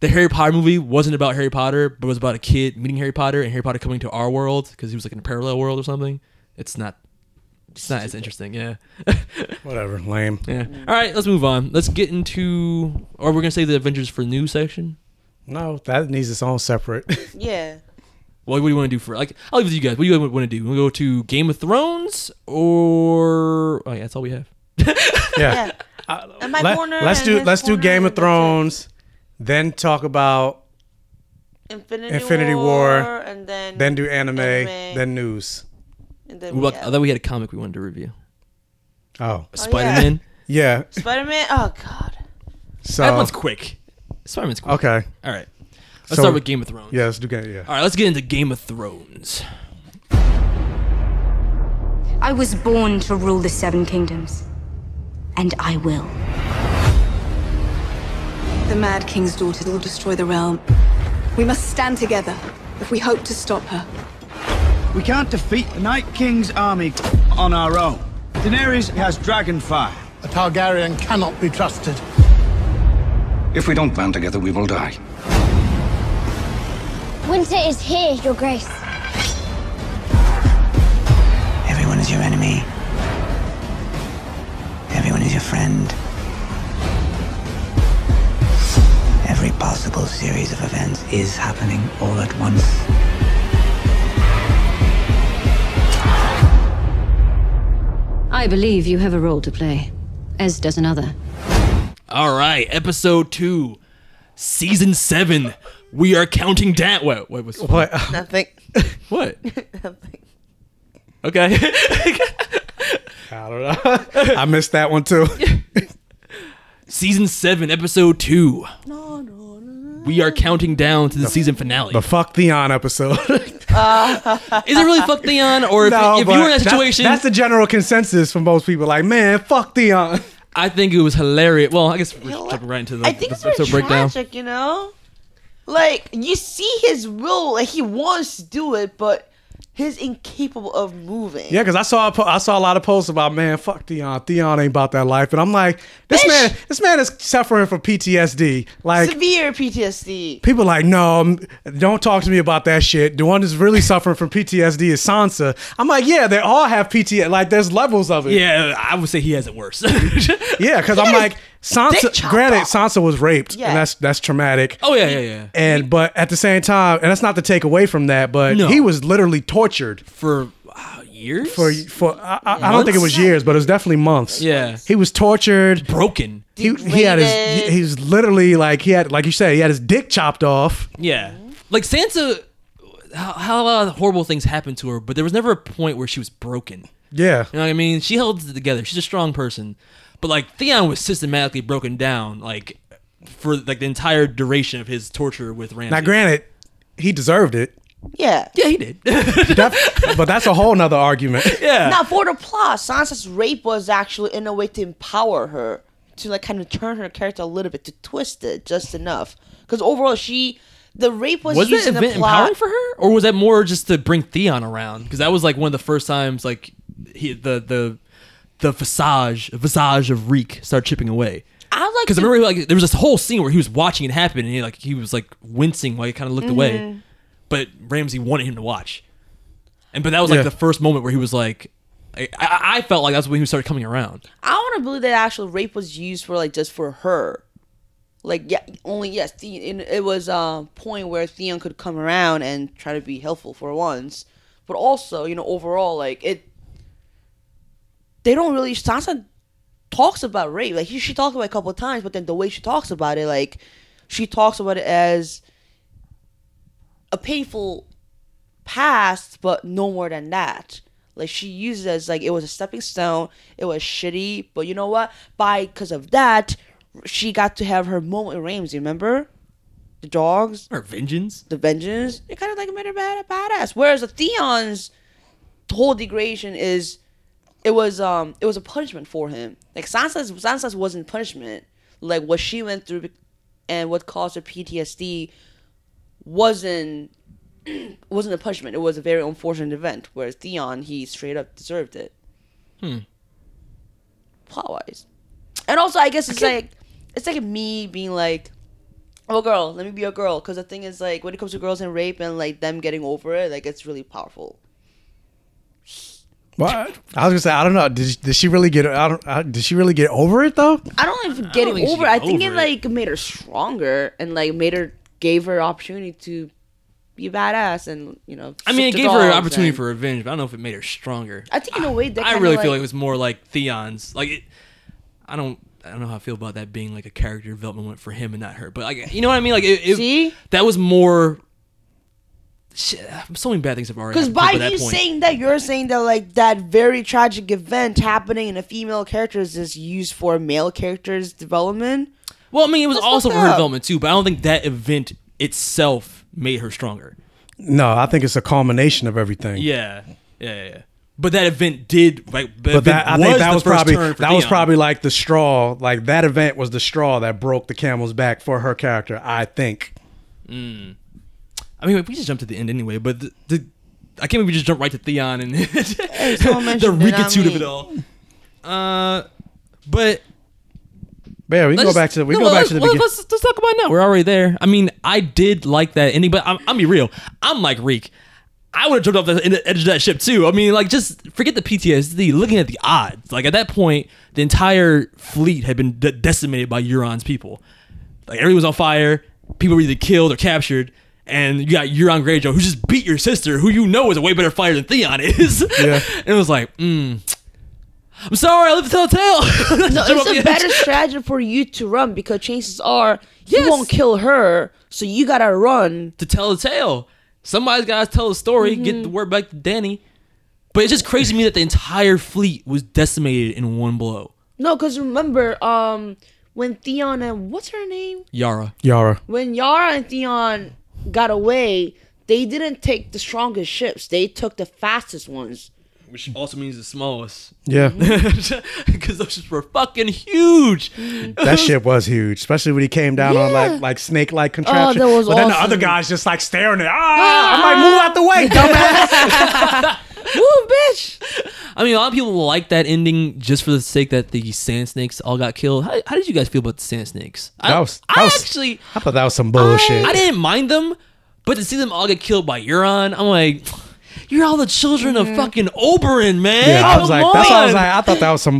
the Harry Potter movie wasn't about Harry Potter, but was about a kid meeting Harry Potter and Harry Potter coming to our world because he was like in a parallel world or something. It's not. It's not as interesting. Yeah. *laughs*
Whatever. Lame.
yeah. All right. Let's move on. Let's get into, or we're gonna say the Avengers for new section.
No, that needs its own separate. *laughs*
Yeah.
What, what do you want to do for like? I'll leave it to you guys. What do you want to do? We go to Game of Thrones or oh yeah, that's all we have.
yeah.
And my
Let,
corner.
us
and
do
his
let's do
corner,
Game
and
of
that's it.
Thrones, then talk about
Infinity,
Infinity
War,
War,
and then
then do anime,
Anime.
then news.
and then
We
we
like, I
have
thought we had a comic we wanted to review.
Oh.
Spider Man.
Yeah.
Spider-Man. Oh God.
So
That one's quick. Spider Man's quick.
Okay.
All right. Let's
So-
start with Game of Thrones.
Yeah, let's do Game yeah.
All right, let's get into Game of Thrones.
I was born to rule the Seven Kingdoms, and I will.
The Mad King's daughter will destroy the realm. We must stand together if we hope to stop her.
We can't defeat the Night King's army on our own. Daenerys has dragonfire.
A Targaryen cannot be trusted.
If we don't band together, we will die.
Winter is here, Your Grace.
Everyone is your enemy. Everyone is your friend. Every possible series of events is happening all at once.
I believe you have a role to play, as does another.
All right, episode two, season seven. We are counting down. What? What was?
What?
Nothing.
What?
Nothing.
Okay. *laughs*
I don't know. *laughs* I missed that
*laughs*
one too.
season seven, episode two. We are counting down to the season finale.
The fuck Theon episode.
Is it really fuck Theon, or if,
*laughs* No,
if you
but
were in that
that's-
situation,
that's the general consensus for most people. Like, man, fuck Theon.
I think it was hilarious. Well, I guess we're jumping right into the,
I think
the
it's very
episode
tragic,
breakdown.
you know. Like you see his will, like he wants to do it, but he's incapable of moving.
Yeah, because I saw a po- I saw a lot of posts about man, fuck Theon. Theon ain't about that life, and I'm like, this
Bitch.
man, this man is suffering from PTSD. Like,
Severe PTSD.
people like, no, m- don't talk to me about that shit. The one that's really suffering from PTSD is Sansa. I'm like, yeah, they all have PTSD. Like, there's levels of it.
Yeah, I would say he has it worse.
yeah, because
*laughs*
I'm like,
dick
Sansa.
chopped
Granted,
off.
Sansa was raped,
Yeah.
and that's that's traumatic.
oh yeah, yeah, yeah.
And but at the same time, and that's not to take away from that, but
No.
he was literally tortured
For uh, years.
for for I, I, I don't think it was
Months?
years, but it was definitely months.
Yeah.
he was tortured.
broken.
He, he had his
Degraded.
he was literally like he had like you said he had his dick chopped off.
Yeah, like Sansa. How, how a lot of horrible things happened to her, but there was never a point where she was broken.
Yeah,
You know what I mean? She held it together. She's a strong person. But like Theon was systematically broken down, like for like the entire duration of his torture with Ramsay.
now granted, he deserved it,
Yeah.
yeah, he did. *laughs*
Def- but that's a whole nother argument.
yeah,
Now for the plot, Sansa's rape was actually in a way to empower her to like kind of turn her character a little bit to twist it just enough. Because overall, she the rape was,
was
used
that
in the
event
plot.
empowering for her, or was that more just to bring Theon around? Because that was like one of the first times like he the the the visage visage of Reek started chipping away.
I like
Because I
to-
remember like there was this whole scene where he was watching it happen, and he like he was like wincing while he kind of looked
Mm-hmm.
away, but Ramsey wanted him to watch, and but that was like
Yeah.
the first moment where he was like, I, I, I felt like that's when he started coming around.
I want to believe that actual rape was used for like just for her. Like yeah, only yes, the, and it was a point where Theon could come around and try to be helpful for once, but also you know overall like it. They don't really Sansa talks about rape like he, she talked about it a couple of times, but then the way she talks about it like she talks about it as a painful past, but no more than that. Like she uses it as like it was a stepping stone. It was shitty, but you know what? By because of that, she got to have her moment with Ramsey. Remember, the dogs,
Or vengeance.
the vengeance. It kind of like made her bad a badass. Whereas the Theon's whole degradation is, it was um it was a punishment for him. Like Sansa's Sansa's wasn't punishment. Like what she went through, be- and what caused her PTSD, wasn't *clears throat* wasn't a punishment. It was a very unfortunate event. Whereas Theon, he straight up deserved it. Hmm. Plot wise, and also I guess it's like it's like me being like, "Oh, girl, let me be a girl." Because the thing is, like, when it comes to girls and rape and like them getting over it, like it's really powerful.
Well, I was gonna say I don't know. Did she, did she really get? I don't. I, did she really get over it though?
I don't know if getting
think she
over. it.
got
I think
over
it
it.
like made her stronger and like made her gave her opportunity to be badass and you know.
I mean, it
stick to
gave her an
dogs
opportunity
and-
for revenge, but I don't know if it made her stronger.
I think in a way that
I
kinda,
really feel like
like-
it was more like Theon's. Like, it, I don't, I don't know how I feel about that being like a character development moment for him and not her. But like, you know what I mean? Like, it, it,
See?
that was more. Shit, so many bad things have already.
Because
happened to people
by
at
you
that point.
saying that, you're saying that like that very tragic event happening in a female character is just used for a male character's development.
well, I mean, it was
That's
also
fucked
her
up.
development too, but I don't think that event itself made her stronger.
No, I think it's a culmination of everything.
Yeah, yeah, yeah. yeah. But that event did like.
But that I think that was probably that was
probably.
probably like the straw. Like that event was the straw that broke the camel's back for her character. I think.
Mm. I mean, we just jumped to the end anyway, but the, the I can't believe we just jumped right to Theon and *laughs* the
someone mentioned it, not
rickitude of it
me.
all. Uh, but
yeah, we can go
let's-
back to we can
no,
go back
let's-
to the
let's-
beginning.
Let's, let's talk about it now. We're already there. I mean, I did like that ending, but I'm, I'm be real. I'm like Reek. I would have jumped off the end- edge of that ship too. I mean, like just forget the PTSD. Looking at the odds, like at that point, the entire fleet had been de- decimated by Euron's people. Like everyone's on fire. People were either killed or captured. And you got Euron Greyjoy, who just beat your sister, who you know is a way better fighter than Theon is. Yeah. *laughs* and it was like, mm, I'm sorry, I live to tell the tale. *laughs*
No,
Jump off the
it's a
edge.
better strategy for you to run because chances are you won't kill her, so you gotta run.
to tell the tale. Somebody's got to tell the story, get the word back to Danny. But it's just crazy to me that the entire fleet was decimated in one blow.
No, because remember, um, when Theon and what's her name?
Yara.
Yara.
When Yara and Theon got away, they didn't take the strongest ships. They took the fastest ones.
Which also means the smallest. *laughs*
Yeah.
Because those ships were fucking huge.
that shit was huge, especially when he came down on like like snake like contraption.
Oh, that was
but then the
awesome.
other guy's just like staring at. Ah, I'm like move out
*laughs*
the way, dumbass.
Move, bitch.
*laughs* I mean, a lot of people like that ending just for the sake that the sand snakes all got killed. How, how did you guys feel about the sand snakes?
That
I,
was-
I actually,
I thought that was some bullshit.
I didn't mind them, but to see them all get killed by Euron, I'm like, you're all the children of fucking Oberon, man.
yeah, I was
Come
like, that's why I was
on."
like, I thought that was some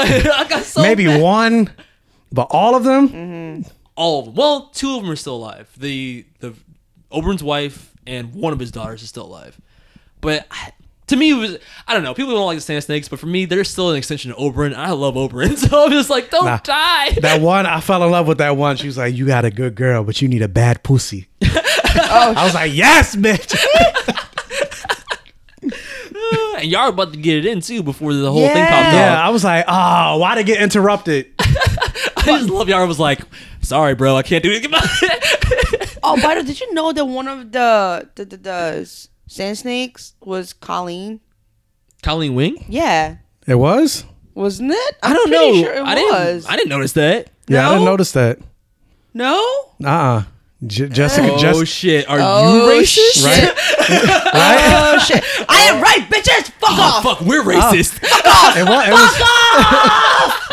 *laughs* I got so
Maybe
mad.
one, but all of them.
Mm-hmm. all of them. Well, two of them are still alive. The the Oberon's wife and one of his daughters is still alive. But I, to me, it was I don't know. People don't like the sand snakes, but for me, they're still an extension of Oberon. and I love Oberon, *laughs* so I'm just like, don't
Nah.
die.
That one, I fell in love with that one. She was like, "You got a good girl, but you need a
*laughs*
bad pussy."
Oh,
I was like, "Yes, bitch."
*laughs* and y'all about to get it in too before the whole thing popped
Yeah,
off. *laughs*
I was like, "Oh, why did it get interrupted?"
I just love y'all was like, sorry, bro, I can't do it. *laughs*
Oh, by the way, did you know that one of the the, the, the s- sand snakes was Colleen?
Colleen Wing,
Yeah,
It was.
wasn't it?
I don't
pretty
know.
Sure it
I didn't.
was.
I didn't notice that.
Yeah, I didn't notice that.
No.
Uh uh J- Jessica.
Oh
Jess-
shit! Are
Oh,
you racist?
*laughs*
Right?
Oh shit! I am right, bitches. Fuck off.
Oh, Fuck, we're
Ah.
racist. *laughs*
Oh,
It wa- it was-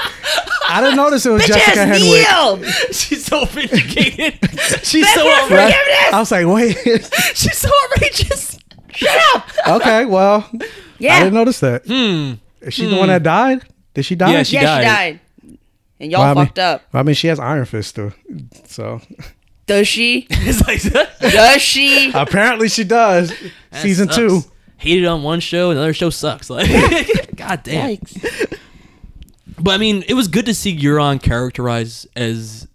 I didn't notice it was Jessica
Bitches,
Henwick.
kneel. *laughs*
She's so vindicated. *laughs* She's
Beg
so
for
outrageous.
I was like, wait. *laughs*
She's so outrageous.
Shut up.
okay, well,
Yeah.
I didn't notice that. Hmm. Is she the one that died? Did she die?
yeah, she died. And y'all
Well, I mean-
fucked up.
well, I mean, she has Iron Fist too, so
Does she?
It's like *laughs*
Does she?
apparently she does.
That
Season
sucks.
two.
Hated on one show, another show sucks. *laughs* Like, god damn. But I mean, it was good to see Euron characterized as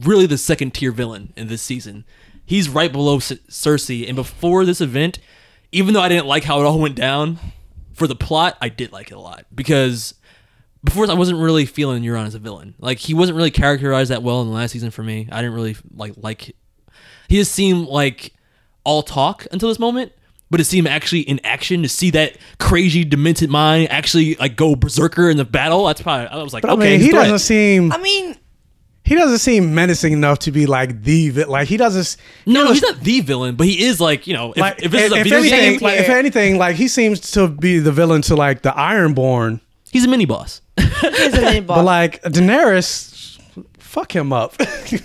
really the second tier villain in this season. He's right below Cer- Cersei, and before this event, even though I didn't like how it all went down, for the plot, I did like it a lot because before I wasn't really feeling Euron as a villain. Like he wasn't really characterized that well in the last season for me. I didn't really like like. He just seemed like all talk until this moment, but to see him actually in action, to see that crazy demented mind actually like go berserker in the battle, that's probably I was like,
But
okay,
I mean,
he's
he
a threat.
doesn't seem.
I mean,
he doesn't seem menacing enough to be like the vi- like he doesn't. s-
No, no, he's not the villain, but he is like you know, if,
Like
if this is a
if
video
anything,
game,
like, if anything, like he seems to be the villain to like the Ironborn.
he's a mini boss.
Here's
*laughs*
a name,
But
boss.
like Daenerys, fuck him up.
*laughs*
*laughs*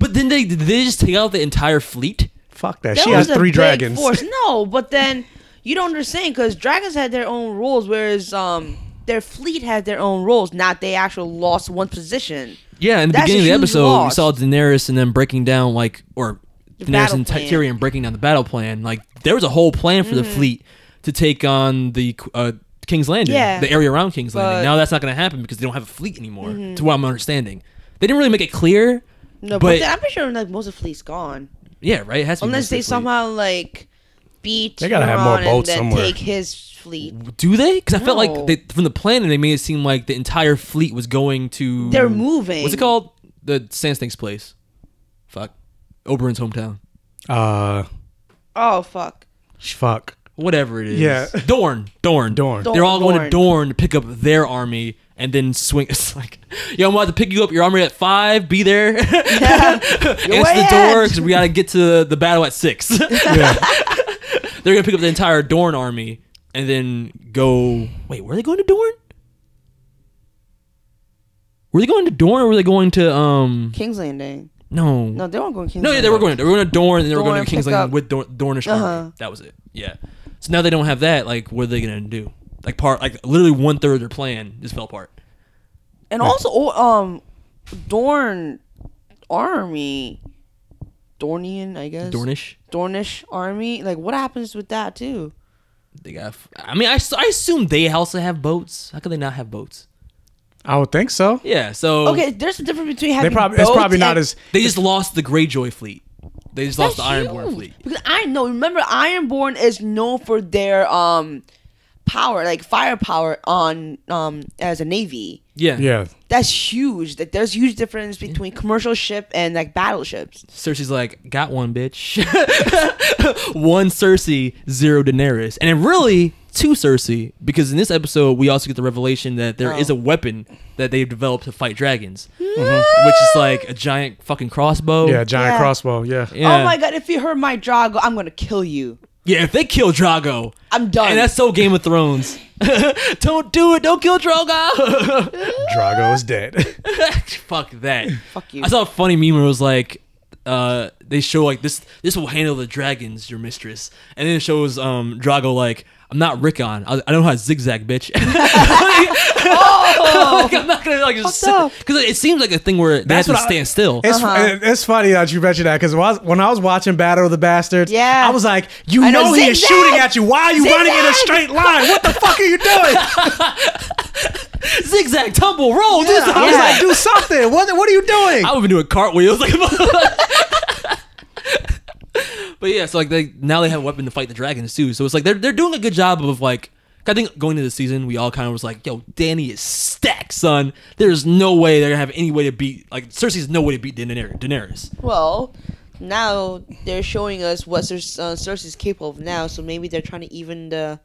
But then they did they just take out the entire fleet.
fuck that.
That
she
was
has
a
three
big
dragons. *laughs*
force. No, but then you don't understand because dragons had their own rules, whereas um their fleet had their own rules. Not they actually lost one position.
Yeah, in the
That's a
beginning of the
huge
episode,
loss.
we saw Daenerys and them breaking down like or Daenerys
battle
and Ty-
plan. Mm-hmm.
Tyrion breaking down the battle plan. Like there was a whole plan for the fleet to take on the uh, King's Landing,
Yeah.
the area around King's
But- Mm-hmm.
Landing. Now that's not going to happen because they don't have a fleet anymore, to what I'm understanding. They didn't really make it clear.
No, but,
but,
then I'm pretty sure like most of the fleet's gone,
yeah, right. It has to be
unless
mostly
they
fleet.
somehow like beat.
They gotta have more
Euron
boats
and then
somewhere.
Take his fleet.
Do they? Because I felt
No.
like they, from the planning, they made it seem like the entire fleet was going to.
They're moving.
What's it called? The Sand Snake's place. Fuck. Oberon's hometown.
Uh,
Oh fuck.
sh- fuck.
whatever it is.
Yeah.
Dorn, Dorn, Dorn. They're all going to Dorn to pick up their army and then swing. *laughs* It's like, yo, I'm about to pick you up. Your army at five. Be there. *laughs* Answer the door because we got to get to the battle at six. *laughs* They're gonna pick up the entire Dorn army and then go. Wait, were they going to Dorn? Were they going to Dorn or were they going to um?
King's Landing.
No.
No, they weren't going to King's
No, yeah,
Landing.
they were going. They were going to Dorne, and they were
Dorne,
going to King's
pick
Landing
up-
with Dorn, Dornish
Uh-huh.
army. That was it. Yeah. So now they don't have that. Like, what are they gonna do? Like part, like literally one third of their plan just fell apart.
And also, oh, um, Dorn army, Dornian, I guess.
Dornish?
Dornish army. Like, what happens with that too?
They got. f- I mean, I, s- I assume they also have boats. How could they not have boats?
I would think so.
Yeah. So
okay, there's a difference between having.
They probably it's
boats
probably not
and-
as
They just lost the Greyjoy fleet. They just lost the
That's
Ironborn
huge.
fleet.
Because I know, remember, Ironborn is known for their um power, like firepower on um as a navy.
Yeah.
Yeah.
That's huge. That there's huge difference between commercial ship and like battleships.
Cersei's like, got one, bitch. *laughs* one Cersei, zero Daenerys, and then really two Cersei because in this episode we also get the revelation that there is
Oh.
a weapon that they've developed to fight dragons, Mhm. which is like a giant fucking crossbow.
Yeah, giant Yeah. crossbow, yeah.
Yeah.
Oh my god! If you hurt my Drago, I'm gonna kill you.
Yeah, if they kill Drago,
I'm done.
and that's so Game of Thrones. *laughs* don't do it. Don't kill Drogo. *laughs*
Drago is dead. *laughs*
Fuck that. Fuck you. I saw a funny meme where it was like, uh, they show like this. This will handle the dragons, your mistress, and then it shows um Drago like. I'm not Rickon. I, I know how to zigzag, bitch. *laughs* Like, I'm not gonna like just because it seems like a thing where they have
That's
to
what I-
stand still.
It's, it- it's funny that you mentioned that because when I was watching Battle of the Bastards, yeah. I was like, you
I
know,
know,
he is
zigzag!
shooting at you. Why are you running in a
Zigzag!
straight line? What the fuck are you doing?
zigzag, tumble, roll. do *laughs*
Yeah, I was
something.
like, do something. What, what are you doing?
I would be doing cartwheels. *laughs* Like, but yeah, so like they now they have a weapon to fight the dragons too. So it's like they're they're doing a good job of like I think going into the season we all kind of was like, yo, Danny is stacked, son. There's no way they're gonna have any way to beat like Cersei's no way to beat Daener- Daenerys.
Well, now they're showing us what Cer- uh, Cersei's capable of now, so maybe they're trying to even the.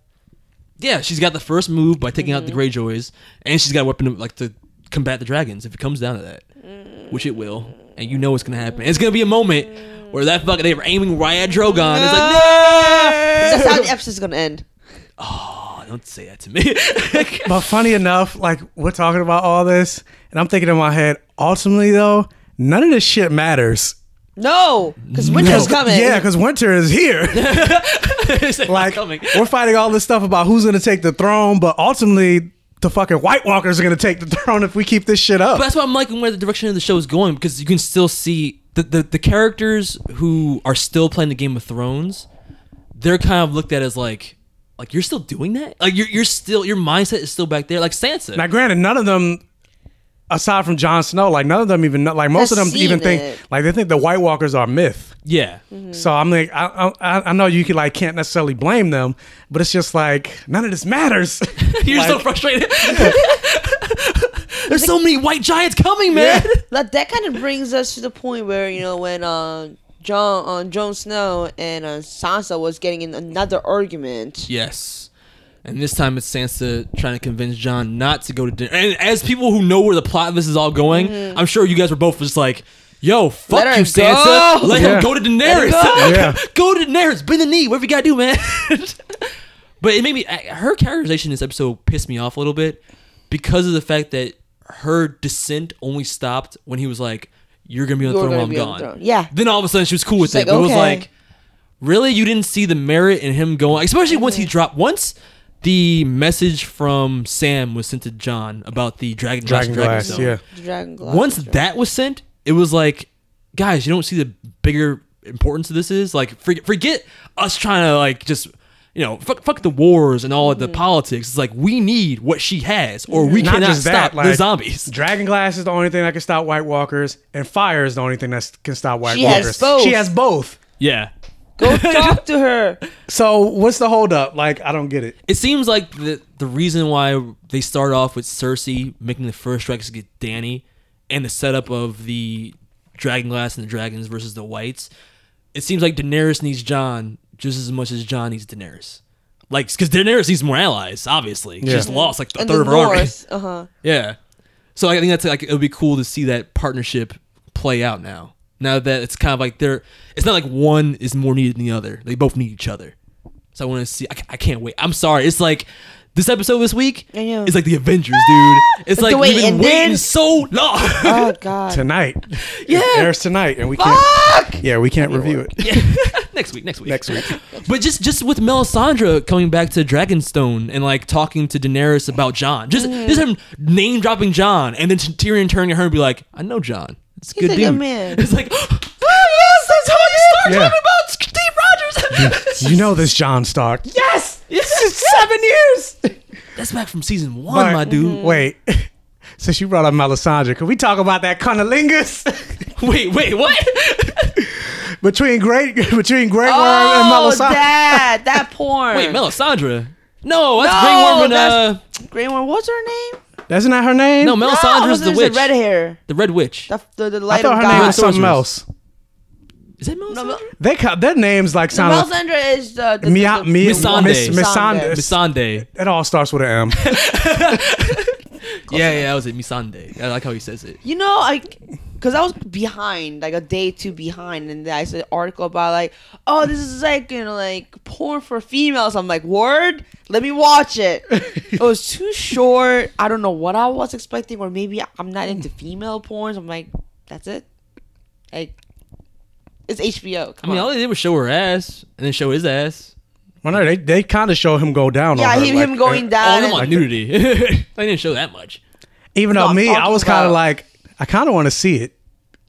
Yeah, she's got the first move by taking out the Greyjoys, and she's got a weapon to, like to combat the dragons if it comes down to that, which it will, and you know it's gonna happen. And it's gonna be a moment where that fucker they were aiming right at Drogon. It's like no.
That's how the episode's gonna end.
Oh, don't say that to me. *laughs*
but funny enough, like we're talking about all this, and I'm thinking in my head, ultimately though, none of this shit matters.
No, because winter's coming.
Yeah, because winter is here.
*laughs*
*laughs*
like
we're fighting all this stuff about who's gonna take the throne, but ultimately the fucking White Walkers are gonna take the *laughs* throne if we keep this shit up.
But that's why I'm liking where the direction of the show is going because you can still see the, the, the characters who are still playing the Game of Thrones. They're kind of looked at as like, like you're still doing that. Like you're you're still your mindset is still back there. Like Sansa.
Now, granted, none of them, aside from Jon Snow, like none of them even know, like most of
Has
them even
seen
think
it. Mm.
like they think the White Walkers are a myth.
yeah.
So I'm like, I, I I know you could like can't necessarily blame them, but it's just like none of this matters. *laughs*
You're so frustrated. *laughs* There's so many white giants coming, man.
Like, that kind of brings us to the point where you know when uh, John, uh, Jon Snow and uh, Sansa was getting in another argument.
Yes. And this time it's Sansa trying to convince John not to go to dinner. And as people who know where the plot of this is all going,
Mhm.
I'm sure you guys were both just like, yo, fuck
Let her
you, Sansa.
go.
Let
Yeah.
him go to
Let her
Daenerys.
go.
Yeah.
*laughs* go to Daenerys. Bend the knee. Whatever you got to do, man. *laughs* but it made me, I- her characterization in this episode pissed me off a little bit because of the fact that her descent only stopped when he was like, you're going to be on the
You're
throne
gonna
while I'm
be on the
gone.
throne. Yeah.
Then all of a sudden she was cool with
She's
it. but
like,
it was
okay.
like, really you didn't see the merit in him going especially once he dropped once the message from Sam was sent to John about the dragon glass,
Dragon
and dragon
glass,
stone.
yeah.
Dragon glass
Once that was sent, it was like, guys, you don't see the bigger importance of this is like forget, forget us trying to like just you know fuck, fuck the wars and all of the
Mm-hmm.
politics. It's like we need what she has, or we
Not
cannot
just
stop
that, like,
the zombies.
Dragon glass is the only thing that can stop White Walkers, and fire is the only thing that can stop White
She has
Walkers.
both.
She has both.
Yeah.
*laughs*
Go talk to her.
So what's the holdup? Like I don't get it.
It seems like the the reason why they start off with Cersei making the first strikes to get Danny, and the setup of the Dragon Glass and the dragons versus the Whites. It seems like Daenerys needs John just as much as John needs Daenerys. Like, because Daenerys needs more allies, obviously.
Yeah.
She's lost like a
And
third
the
of her army.
North,
*laughs*
uh-huh.
Yeah. So I think that's like it would be cool to see that partnership play out now. Now that it's kind of like they're, it's not like one is more needed than the other. They both need each other. So I want to see. I, ca- I can't wait. I'm sorry. It's like this episode this week
I know.
is like the Avengers,
*laughs*
dude. It's like
Wait,
we've been
and
waiting
then-
so long. *laughs*
Oh God.
*laughs*
*laughs*
tonight.
Yeah.
It airs tonight, and we can't. Yeah, we can't review it.
*laughs* next week, next week, next week. But just just with Melisandre coming back to Dragonstone and like talking to Daenerys about John, just
Mm.
just him name dropping John, and then Tyrion turning to her and be like, "I know John. It's a
He's
good
a
dude."
good man. *gasps*
It's like, *gasps* oh, yes, that's how you start
Yeah.
talking about Steve Rogers.
*laughs* you know this John Stark.
*laughs* yes,
seven years.
That's back from season one,
But-
my dude.
*laughs* Wait. Since you brought up Melisandre, can we talk about that
Mm-hmm.
cunnilingus?
*laughs*
*laughs*
wait, wait, what?
between great *laughs* between Great Worm and
Oh,
Melisandre.
that
*laughs*
that porn.
Wait, Melisandre. No, that's
No,
Grey Worm and
that's-
uh,
Grey Worm. What's her name?
That's not her name.
no, Melisandre's the
there's a
witch,
red hair.
the Red Witch.
The, the, the
I
light
thought
of
her
God.
name was something
Sorceress.
else.
Is it Melisandre?
They ca- their names like sound like
Melisandre is the. the,
Mia,
the, the
Mia,
Missandei.
Miss, Missandei.
Missandei.
It all starts with an M.
Yeah, yeah, that was it. Missandei. I like how he says it.
You know, I because I was behind, like a day two behind, and I saw an article about like, oh, this is like you know, like porn for females. I'm like, word, let me watch
*laughs*
it. it was too short. I don't know what I was expecting, or maybe I'm not into female porns. I'm like, that's it. Like, it's HBO.
I
Come
mean,
on.
all they did was show her ass and then show his ass.
well, no, they, they kind of show him go down
yeah,
on her.
him,
like,
him going
uh,
All of
down.
them
and-
on *laughs* nudity. they didn't show that much.
Even though
No,
me, I
talking
was kind of
about-
like, I kind of want to see it.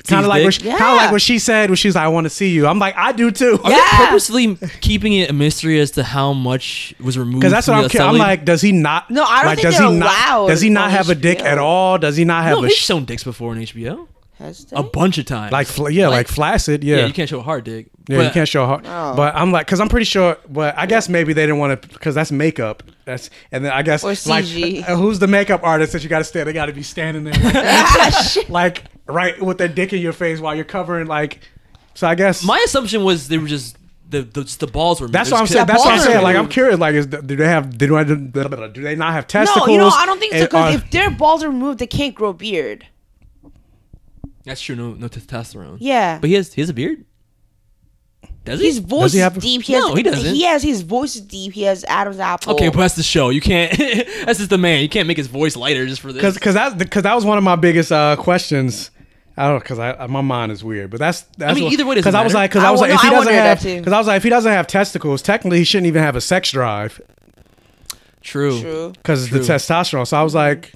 See
Kind
his
of like,
dick?
what she, kind of like what she said when she's like, "I want to see you." I'm like, I do too.
Are
*laughs*
they purposely keeping it a mystery as to how much was removed?
Because that's
from
what
the
I'm. Curious. I'm
assembly?
like, does he not?
No, I don't
like,
think
does
they're
he
allowed
Not, does he not
on
have a dick
HBO.
at all? Does he not have
no,
a?
they've
Sh-
shown dicks before on HBO
Has
a
*laughs* they?
bunch of times.
like, fl- yeah, like, flaccid. Yeah,
yeah, you can't show a hard dick.
Yeah, you
But-
can't show hard.
No.
But I'm like, because I'm pretty sure. But I guess maybe they didn't want to, because that's makeup. That's and then I guess
Or
like,
CG.
uh, who's the makeup artist that you got to stand? They got to be standing there,
*laughs*
like,
Ah,
like, right with their dick in your face while you're covering like. So I guess
My assumption was they were just the the, just the balls were.
that's
they
what I'm
just
saying.
kept-
That's what I'm
balls
saying.
are
Like I'm
moved.
curious. Like, is, do they have? Do, I, do they not have testicles?
No, you know, I don't think so.
And uh,
Because
are-
if their balls are moved, they can't grow beard.
That's true. No, no testosterone.
Yeah.
but he has he has a beard. Does he?
His voice
he
is
have-
deep. He has,
No, he doesn't.
He has his voice is deep. He has Adam's apple.
Okay, but that's the show. You can't. *laughs* that's just the man. You can't make his voice lighter just for this.
because because that because that was one of my biggest uh, questions. I don't know because I my mind is weird, but that's that's
mean, either way doesn't
because I was
matter.
like because I,
I
was like
wonder-
if he
I
doesn't
wondered that
have
too.
because I was like if he doesn't have testicles, technically he shouldn't even have a sex drive
True.
True.
because the
True.
testosterone. So I was like,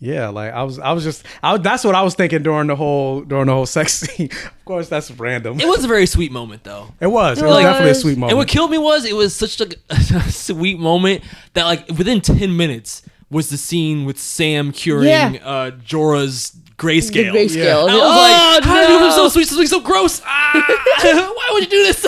yeah, like I was I was just I, was- that's what I was thinking during the whole during the whole sex *laughs* scene. of course, that's random.
It was a very sweet moment, though.
It was. It was
Like-
definitely a sweet moment.
And what killed me was it was such a, *laughs* a sweet moment that like within ten minutes was the scene with Sam curing
Yeah.
uh, Jorah's grayscale.
The grayscale. Yeah.
And I was
Oh,
like, how did you
no.
do so sweet, so sweet, so gross? Ah, *laughs* why would you do this?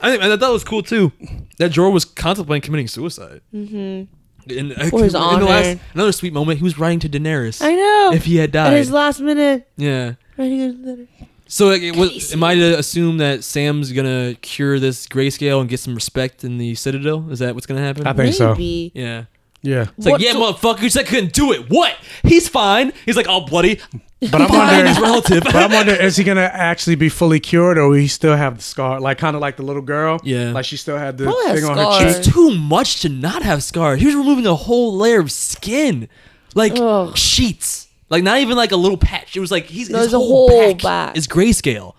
I think and I thought it was cool too that Jorah was contemplating committing suicide. Mm-hmm. And, uh,
For his
in the
honor.
last- another sweet moment, he was writing to Daenerys.
I know.
If he had died.
At his last minute,
yeah.
writing a letter.
So like, it was, am I to assume that Sam's gonna cure this grayscale and get some respect in the Citadel? Is that what's gonna happen?
I think so.
Maybe.
Yeah.
Yeah,
It's like,
What-
yeah,
so-
motherfucker, you said I couldn't do it. What? He's fine. He's like all bloody.
but I'm
Fine,
wondering.
his relative.
*laughs* But I'm wondering, is he gonna actually be fully cured, or will he still have the scar? Like kind of like the little girl.
Yeah.
Like she still had the
Probably has
thing on her
scars.
*laughs*
cheek.
it's too much to not have scars. He was removing a whole layer of skin, like
Ugh.
sheets, like not even like a little patch. It was like he's his
it's a
whole,
whole
back,
back.
is grayscale.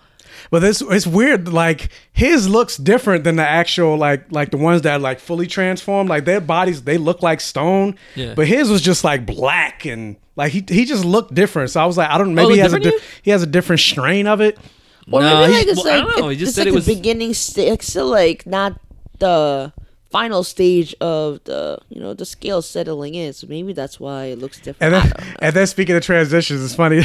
But this it's weird. Like his looks different than the actual like like the ones that are, like fully transformed. Like their bodies they look like stone.
Yeah.
But his was just like black and like he he just looked different. So I was like, I don't maybe
Oh,
look
he has a
different
di-
to
he has a different strain of it.
Or
Nah,
maybe
he-
like it's
well, I
like
don't know,
it-
he just
it's
said
like
it
the
was-
beginning stage, it's still like not the final stage of the you know the scale settling in. So maybe that's why it looks
And
different.
then,
I don't know.
and then speaking of *laughs* transitions, it's funny,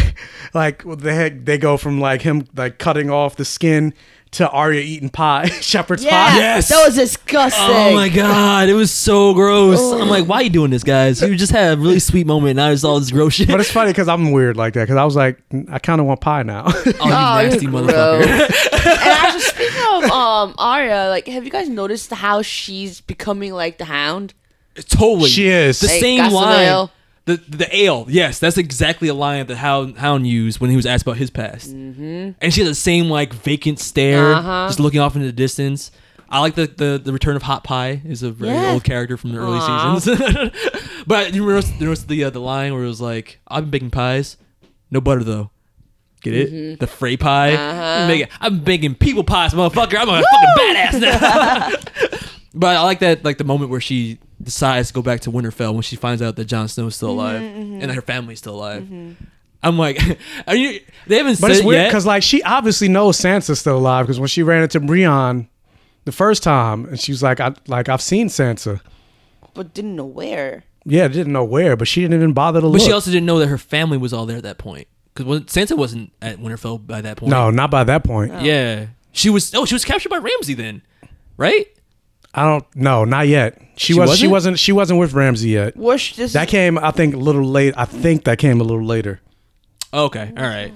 like what the heck they go from like him like cutting off the skin to Arya eating pie, *laughs* shepherd's
Yeah,
pie.
that was disgusting.
Oh my god, it was so gross.
Oh.
I'm like, why are you doing this, guys? You just had a really sweet moment, now it's all this gross shit.
But
*laughs*
it's funny because I'm weird like that. Because I was like, "Mm, I kind of want pie now. *laughs* oh, you
nasty motherfucker.
Speaking
*laughs*
of um Arya, like, have you guys noticed how she's becoming like the Hound?
Totally.
She is.
The
Hey, got
same
some
line.
ale?
The, the ale, yes, that's exactly a line that Hound, Hound used when he was asked about his past.
Mm-hmm.
And she had the same like vacant stare,
Uh-huh.
just looking off into the distance. I like the, the, the return of Hot Pie is a very
Yeah.
old character from the early
Aw.
seasons. *laughs* but you notice, you notice the uh, the line where it was like, "I've been baking pies, no butter though." Get it?
Mhm.
The fray pie.
Uh-huh.
I'm, making, I'm baking people pies, motherfucker. I'm a fucking badass now.
*laughs*
*laughs* but I like that like the moment where she decides to go back to Winterfell when she finds out that Jon Snow is still
Mm-hmm,
alive
mhm.
and her family's still alive. I'm like, *laughs* are you? They haven't
But
said
it's weird
yet.
because like she obviously knows Sansa's still alive because when she ran into Brienne the first time and she was like, I like I've seen Sansa.
But didn't know where.
Yeah, didn't know where, but she didn't even bother to
But
look.
she also didn't know that her family was all there at that point. Because Sansa wasn't at Winterfell by that point.
no, not by that point.
Yeah. She was. Oh, she was captured by Ramsey then, right?
I don't. No, not yet.
She
She, was. She
wasn't?
wasn't. She wasn't with Ramsey yet.
Was she- this
that came, I think, a little late. I think that came a little later.
Oh, Okay. All right.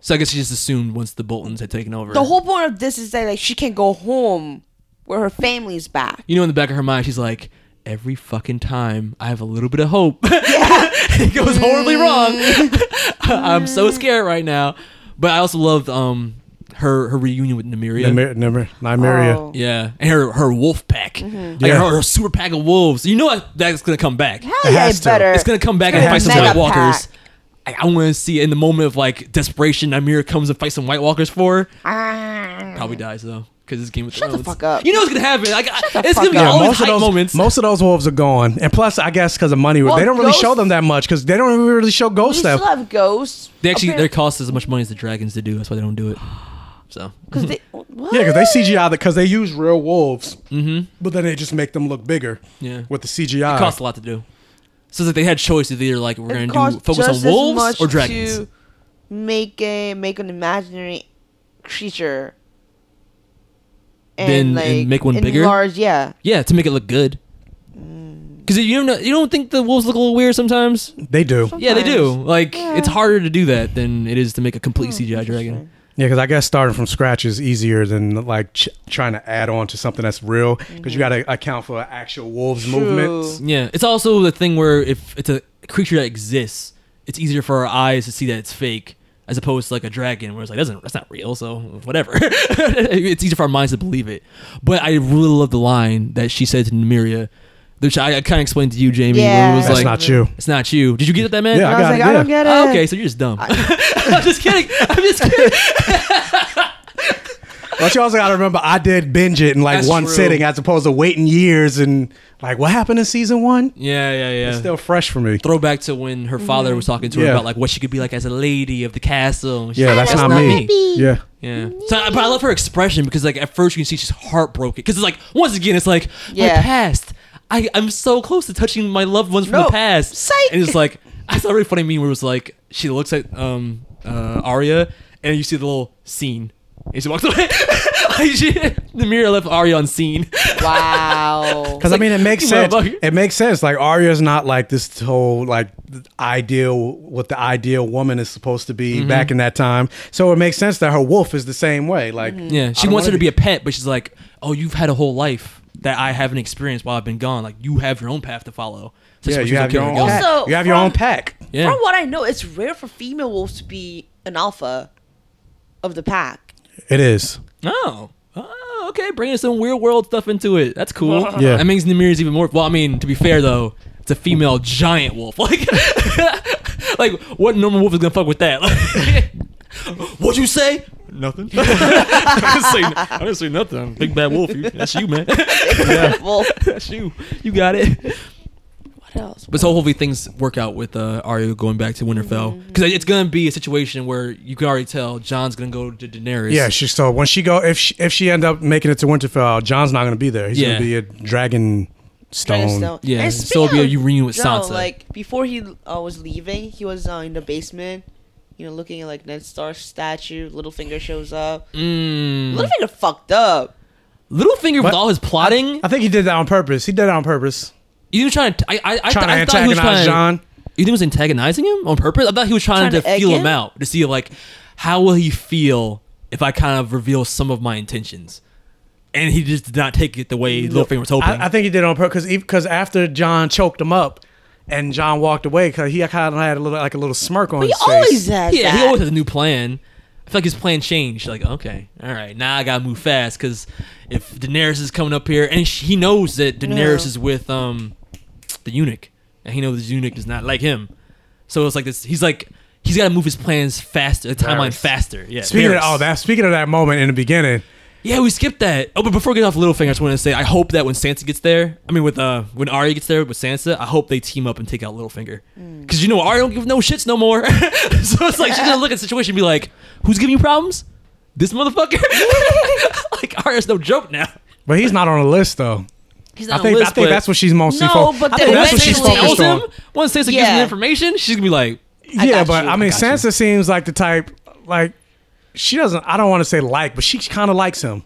So I guess she just assumed once the Boltons had taken over.
Mm-hmm. The whole point of this is that like she can go home where her family's back.
you know, in the back of her mind, she's like, every fucking time I have a little bit of hope, *laughs* it goes horribly wrong. *laughs* I'm so scared right now. But I also loved um her her reunion with Nymeria.
Nymer- Nymer- Nymeria. Oh.
Yeah, and her her wolf pack, like
Yeah.
her, her super pack of wolves. You know what? That's gonna come back. Hell
It yeah, has it to. better.
It's gonna come back
It
and fight
has
some
to.
White
Mega
Walkers. I, I want to see it in the moment of like desperation. Nymeria comes and fights some White Walkers for her. Probably dies though, because it's Game of Shut Thrones. Shut the fuck
up.
You know what's gonna happen. Like,
the
it's gonna
fuck
be
up.
Yeah,
all these
most
hype
of those
moments.
most of those wolves are gone, and plus, I guess because of money,
Well,
they don't really show
ghosts-
them that much because they don't really show
We
ghost
still
stuff.
have ghosts.
They actually they cost as much money as the dragons to do. That's why they don't
*sighs*
do it. So *laughs*
because they
Yeah, because they CGI because they use real wolves, mm-hmm. but then they just make them look bigger.
Yeah.
with the CGI,
it costs a lot to do. So it's like they had choices either like we're gonna
It
do
costs
focus on
just as
wolves
much
or dragons.
to make a make an imaginary creature.
Then- and make one bigger? *laughs*
enlarge- yeah.
Yeah, to make it look good.
Mm.
Because you don't know, you don't think the wolves look a little weird sometimes.
They do.
Yeah, they do.
Sometimes.
Like
Yeah.
it's harder to do that than it is to make a complete
Hmm,
CGI dragon.
Yeah, because I guess starting from scratch is easier than like ch- trying to add on to something that's real because you got to account for actual wolves' movements.
Yeah, it's also the thing where if it's a creature that exists, it's easier for our eyes to see that it's fake, as opposed to like a dragon, where it's like doesn't that's not real, so whatever. *laughs* it's easier for our minds to believe it. But I really love the line that she said to Nymeria, which I, I kind of explained to you, Jamie. where it
Yeah.
was
That's
like,
not you.
It's not you. Did you get it, that man?
Yeah, I I was got like, it, I don't yeah. get
Oh,
it.
okay, so you're just dumb. *laughs* I'm just kidding. I'm just
*laughs*
kidding.
But you also got to remember, I did binge it in like
That's
one
true.
sitting as opposed to waiting years and like what happened in season one.
Yeah, yeah, yeah.
It's still fresh for me.
Throwback to when her father
Mhm.
was talking to her
Yeah.
about like what she could be like as a lady of the castle. And she's
Yeah,
like,
that's not me. Yeah.
Yeah.
Mm,
So, but I love her expression because, like, at first you can see she's heartbroken because it's like once again it's like
Yeah.
my past. I I'm so close to touching my loved ones from
No.
the past.
Psych.
And it's like *laughs* I saw a really funny meme where it was like she looks at um uh Arya and you see the little scene and she walks *laughs* away. like she, the mirror left Arya on scene. *laughs*
Wow.
Because I mean, it makes
you know,
sense.
like-
It makes sense. Like Arya's not like this whole like ideal what the ideal woman is supposed to be
Mhm.
back in that time. So it makes sense that her wolf is the same way. Like
Yeah, she
I don't
wants her
wanna
to be a pet, but she's like, "Oh, you've had a whole life that I haven't experienced while I've been gone. Like, you have your own path to follow." So
Yeah,
she's
you have your
okay
own
with it.
path. Also, You have your from- own pack.
Yeah,
From what I know, it's rare for female wolves to be an alpha of the pack.
It is.
Oh. Oh, okay. Bringing some weird world stuff into it. That's *laughs* cool.
Yeah.
That makes Namir is even more. Well, I mean, to be fair though, it's a female giant wolf. *laughs* Like, like what normal wolf is gonna fuck with that? *laughs* What'd you say? *laughs* Nothing. I, didn't say, I didn't say nothing. I'm a big bad wolf. You- That's you, man. *laughs*
*laughs* Wolf.
That's you. You got it.
What else?
But so hopefully things work out with uh, Arya going back to Winterfell because it's gonna be a situation where you can already tell John's gonna go to Daenerys.
Yeah, she, so when she go, if she, if she end up making it to Winterfell, John's not going to be there. He's
Yeah.
going to be a dragon stone.
Stone.
Yeah,
And
so it'll be a
speaking of
reunion with
John,
Sansa.
Like before he uh, was leaving, he was uh, in the basement. you know, looking at like Ned Stark's statue. Littlefinger shows up.
Mm.
Littlefinger fucked up.
Littlefinger with all his plotting.
I think he did that on purpose. He did it on purpose.
You were trying to. I, I, I,
Trying to
I thought he was trying.
antagonize John.
You think he was antagonizing him on purpose? I thought he was trying, to,
Trying to egg
feel him?
him?
out to see like how will he feel if I kind of reveal some of my intentions. And he just did not take it the way Littlefinger was hoping.
I, I think he did it on purpose because after John choked him up, and John walked away because he kind of had a little like a little smirk on his face.
yeah, he always has a new plan. I feel like his plan changed. Like, okay, all right, now I gotta move fast because if Daenerys is coming up here, and she, he knows that Daenerys
Yeah.
is with um the eunuch, and he knows the eunuch does not like him, so it's like this. He's like he's gotta move his plans faster, the timeline faster. Yeah,
Speaking
Varys.
of all that, speaking of that moment in the beginning,
Yeah, we skipped that. Oh, but before we get off Littlefinger, I just want to say I hope that when Sansa gets there, I mean, with uh, when Arya gets there with Sansa, I hope they team up and take out Littlefinger, because you know Arya don't give no shits no more. *laughs* so it's like she's gonna look at the situation and be like, "Who's giving you problems? This motherfucker." *laughs* like Arya's no joke now.
but he's not on the list though.
He's not
I think
on the list,
I think
but-
that's what she's mostly
No,
focused.
but
I think
then
that's what she's
eventually
focused
tells
on.
him, once Sansa gives him
Yeah.
the information, she's gonna be like,
yeah,
got
but
you,
I
I
mean,
got
Sansa seems like the type like she doesn't. I don't want to say like, but she kind of likes him.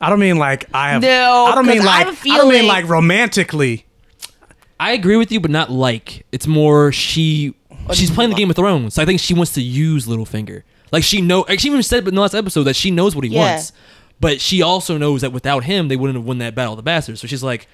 I don't mean like I have.
No,
I don't mean
'cause I
like
have a
I don't mean
feeling-
like romantically.
I agree with you, but not like. It's more she she's playing the Game of Thrones. I think she wants to use Littlefinger. Like she know, like she even said in the last episode that she knows what he
Yeah.
wants, but she also knows that without him they wouldn't have won that battle of the bastards. So she's like,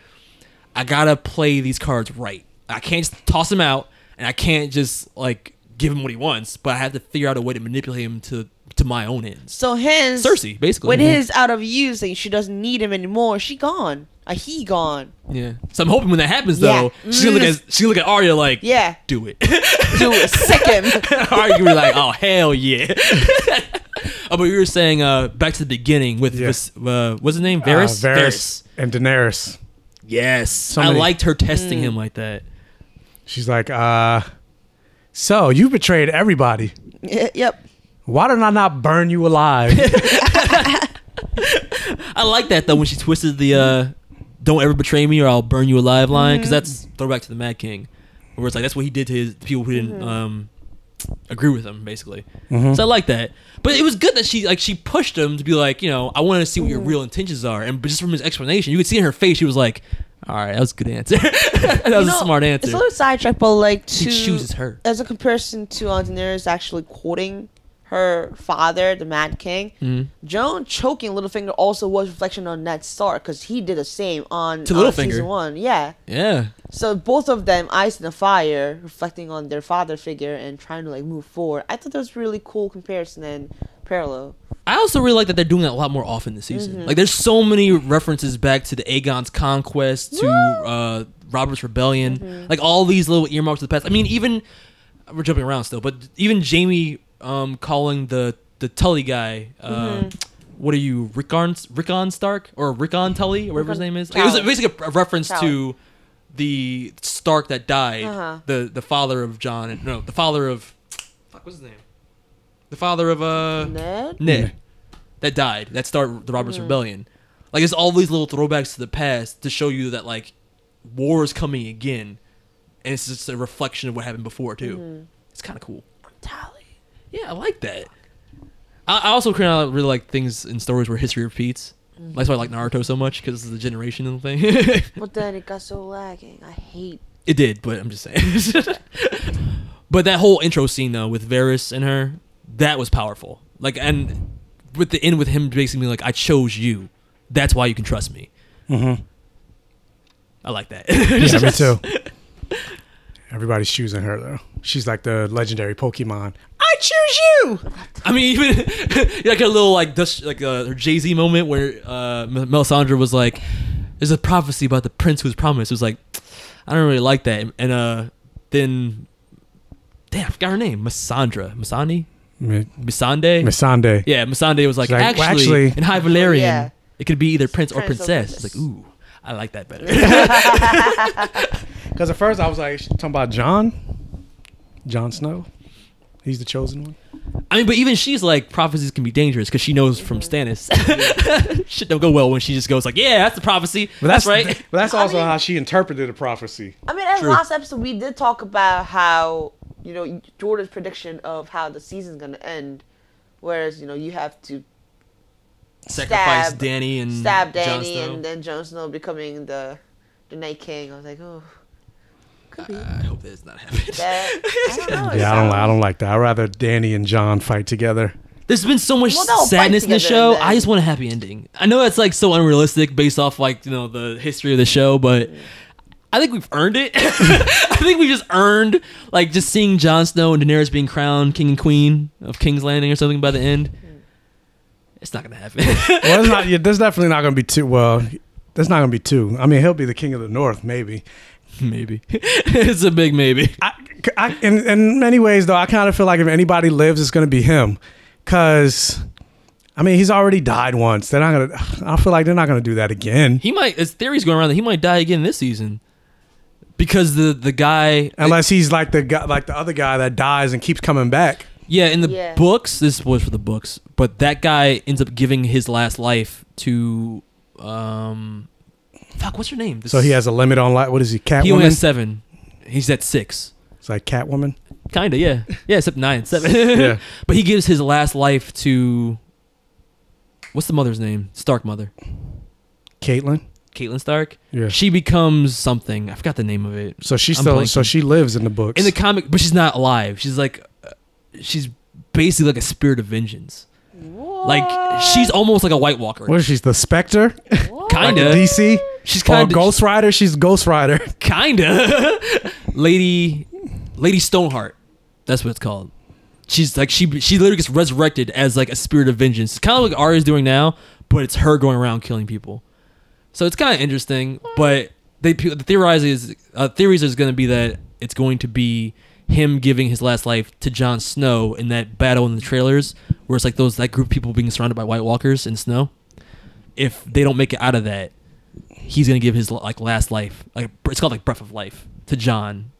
I gotta play these cards right. I can't just toss him out, and I can't just like give him what he wants. But I have to figure out a way to manipulate him to to my own ends.
So hence
Cersei, basically. Mm-hmm.
When
Yeah.
his out of using, she doesn't need him anymore. She gone. Uh,
*laughs*
he gone.
Yeah. So I'm hoping when that happens
Yeah. Mm.
though, she's gonna look at she's gonna look at Arya like,
Yeah.
do it. *laughs*
Do it. Sick him.
Arya, you were like, oh hell yeah. *laughs* oh, but you were saying uh, back to the beginning with Vis- uh, what's his name? Varys.
Uh, Varys and Daenerys.
Yes, I
many-
liked her testing
Mm.
him like that.
She's like, uh, so you betrayed everybody.
*laughs* yep.
Why did I not burn you *laughs* alive?
I like that though when she twisted the uh, "Don't ever betray me or I'll burn you alive" line because
Mhm.
that's throwback to the Mad King, where it's like that's what he did to his people who didn't
Mhm.
um, agree with him, basically.
Mhm.
So I like that, but it was good that she like she pushed him to be like, you know, I want to see what your real intentions are, and but just from his explanation, you could see in her face she was like, "All right, that was a good answer. *laughs* that was a smart answer."
It's a little sidetrack, but like to
She chooses her.
as a comparison to uh, Daenerys actually quoting her father, the Mad King.
Mhm.
Joan choking Littlefinger also was reflection on Ned Stark because he did the same on
To
on
Littlefinger.
season one. Yeah.
Yeah.
So both of them, ice in the fire, reflecting on their father figure and trying to like move forward. I thought that was really cool comparison and parallel.
I also really like that they're doing that a lot more often this season.
Mhm.
Like, there's so many references back to the Aegon's conquest, to uh, Robert's rebellion,
Mm-hmm.
like all these little earmarks of the past. I mean, even we're jumping around still, but even Jamie um, calling the the Tully guy. Uh,
Mhm.
What are you, Rickon, Rickon Stark or Rickon Tully, or whatever his name is?
Rickon
It was
Tully.
basically a, a reference
Tully.
to the Stark that died,
Uh-huh.
the the father of John, and no, the father of fuck, what's his name? The father of uh
Ned?
Ned that died. That started the Robert's
Mhm.
Rebellion. Like it's all these little throwbacks to the past to show you that like war is coming again, and it's just a reflection of what happened before too.
Mhm.
It's kind of cool. Yeah, I like that. I, I also kind of really like things in stories where history repeats. That's why I like Naruto so much because it's the generational thing. *laughs*
But then it got so lagging. I hate.
It did, but I'm just saying. *laughs* but that whole intro scene though with Varys and her, that was powerful. Like and with the end with him basically being like, I chose you. That's why you can trust me.
Mhm.
I like that. *laughs*
yeah, me too. Everybody's choosing her though. She's like the legendary Pokemon. I choose you.
I mean, *laughs* even like a little like dust, like uh, her Jay Z moment where uh, Mel- Melisandre was like, "There's a prophecy about the prince who's promised." It was like, I don't really like that. And uh, then, damn, I forgot her name, Melisandre, Masani,
Mi-
Misande,
Missandei.
Yeah, Masande was like,
She's like,
actually,
well, actually-
in High Valerian,
Yeah.
it could be either prince, or
Prince or
princess. It's like, ooh, I like that better.
Because at first I was like, she talking about John, John Snow. He's the chosen one.
I mean, but even she's like, prophecies can be dangerous because she knows from Stannis. *laughs* Shit don't go well when she just goes like, yeah, that's the prophecy.
But
that's,
that's,
right.
But that's also how she interpreted the prophecy.
I mean, as
True.
last episode we did talk about how you know Jordan's prediction of how the season's gonna end, whereas you know you have to
Sacrifice
stab-
Danny and
stab
Jon
Danny
Snow.
and then Jon Snow becoming the the Night King. I was like, oh, could be.
I hope that's not happening.
That,
*laughs*
I don't know. it
yeah, I don't.
sounds-
I don't like that. I'd rather Danny and John fight together.
There's been so much
Well, they'll fight
sadness in the
together
show.
then.
I just want a happy ending. I know that's like so unrealistic based off like you know the history of the show, but I think we've earned it. *laughs* I think we just earned like just seeing Jon Snow and Daenerys being crowned king and queen of King's Landing or something by the end. It's not gonna happen. *laughs*
well, it's not, yeah, there's definitely not going to be two. Well, there's not going to be two. I mean, he'll be the king of the north, maybe.
*laughs* Maybe it's a big maybe.
I, I, in, in many ways, though, I kind of feel like if anybody lives, it's going to be him, because I mean, he's already died once. They're not going to. I feel like they're not going to do that again,
He might. His theories going around that he might die again this season because the the guy
unless he's like the guy, like the other guy that dies and keeps coming back.
Yeah, in the
Yeah.
books, this was for the books, but that guy ends up giving his last life to um fuck, what's her name? This-
So he has a limit on life. What is he? Catwoman.
he only has seven. He's at six.
It's
*laughs*
like Catwoman.
Kinda, yeah. Yeah, except nine and seven. *laughs*
Yeah.
But he gives his last life to what's the mother's name? Stark mother.
Caitlin.
Caitlin Stark.
Yeah.
She becomes something. I forgot the name of it.
So she
I'm
still. So
blanking.
she lives in the books.
in the comic, but she's not alive. She's like, uh, she's basically like a spirit of vengeance. Like she's almost like a White Walker.
what is she? The Spectre.
Kinda.
Like DC.
She's
Or
kinda-
Ghost Rider. She's
*laughs*
Ghost Rider.
Kinda. *laughs* Lady, Lady Stoneheart. That's what it's called. She's like she she literally gets resurrected as like a spirit of vengeance. It's kind of like Arya's doing now, but it's her going around killing people. So it's kind of interesting, but they pe- the theorize is uh, theories is going to be that it's going to be him giving his last life to Jon Snow in that battle in the trailers, where it's like those that group of people being surrounded by White Walkers and Snow. If they don't make it out of that, he's going to give his like last life, like it's called like breath of life to Jon.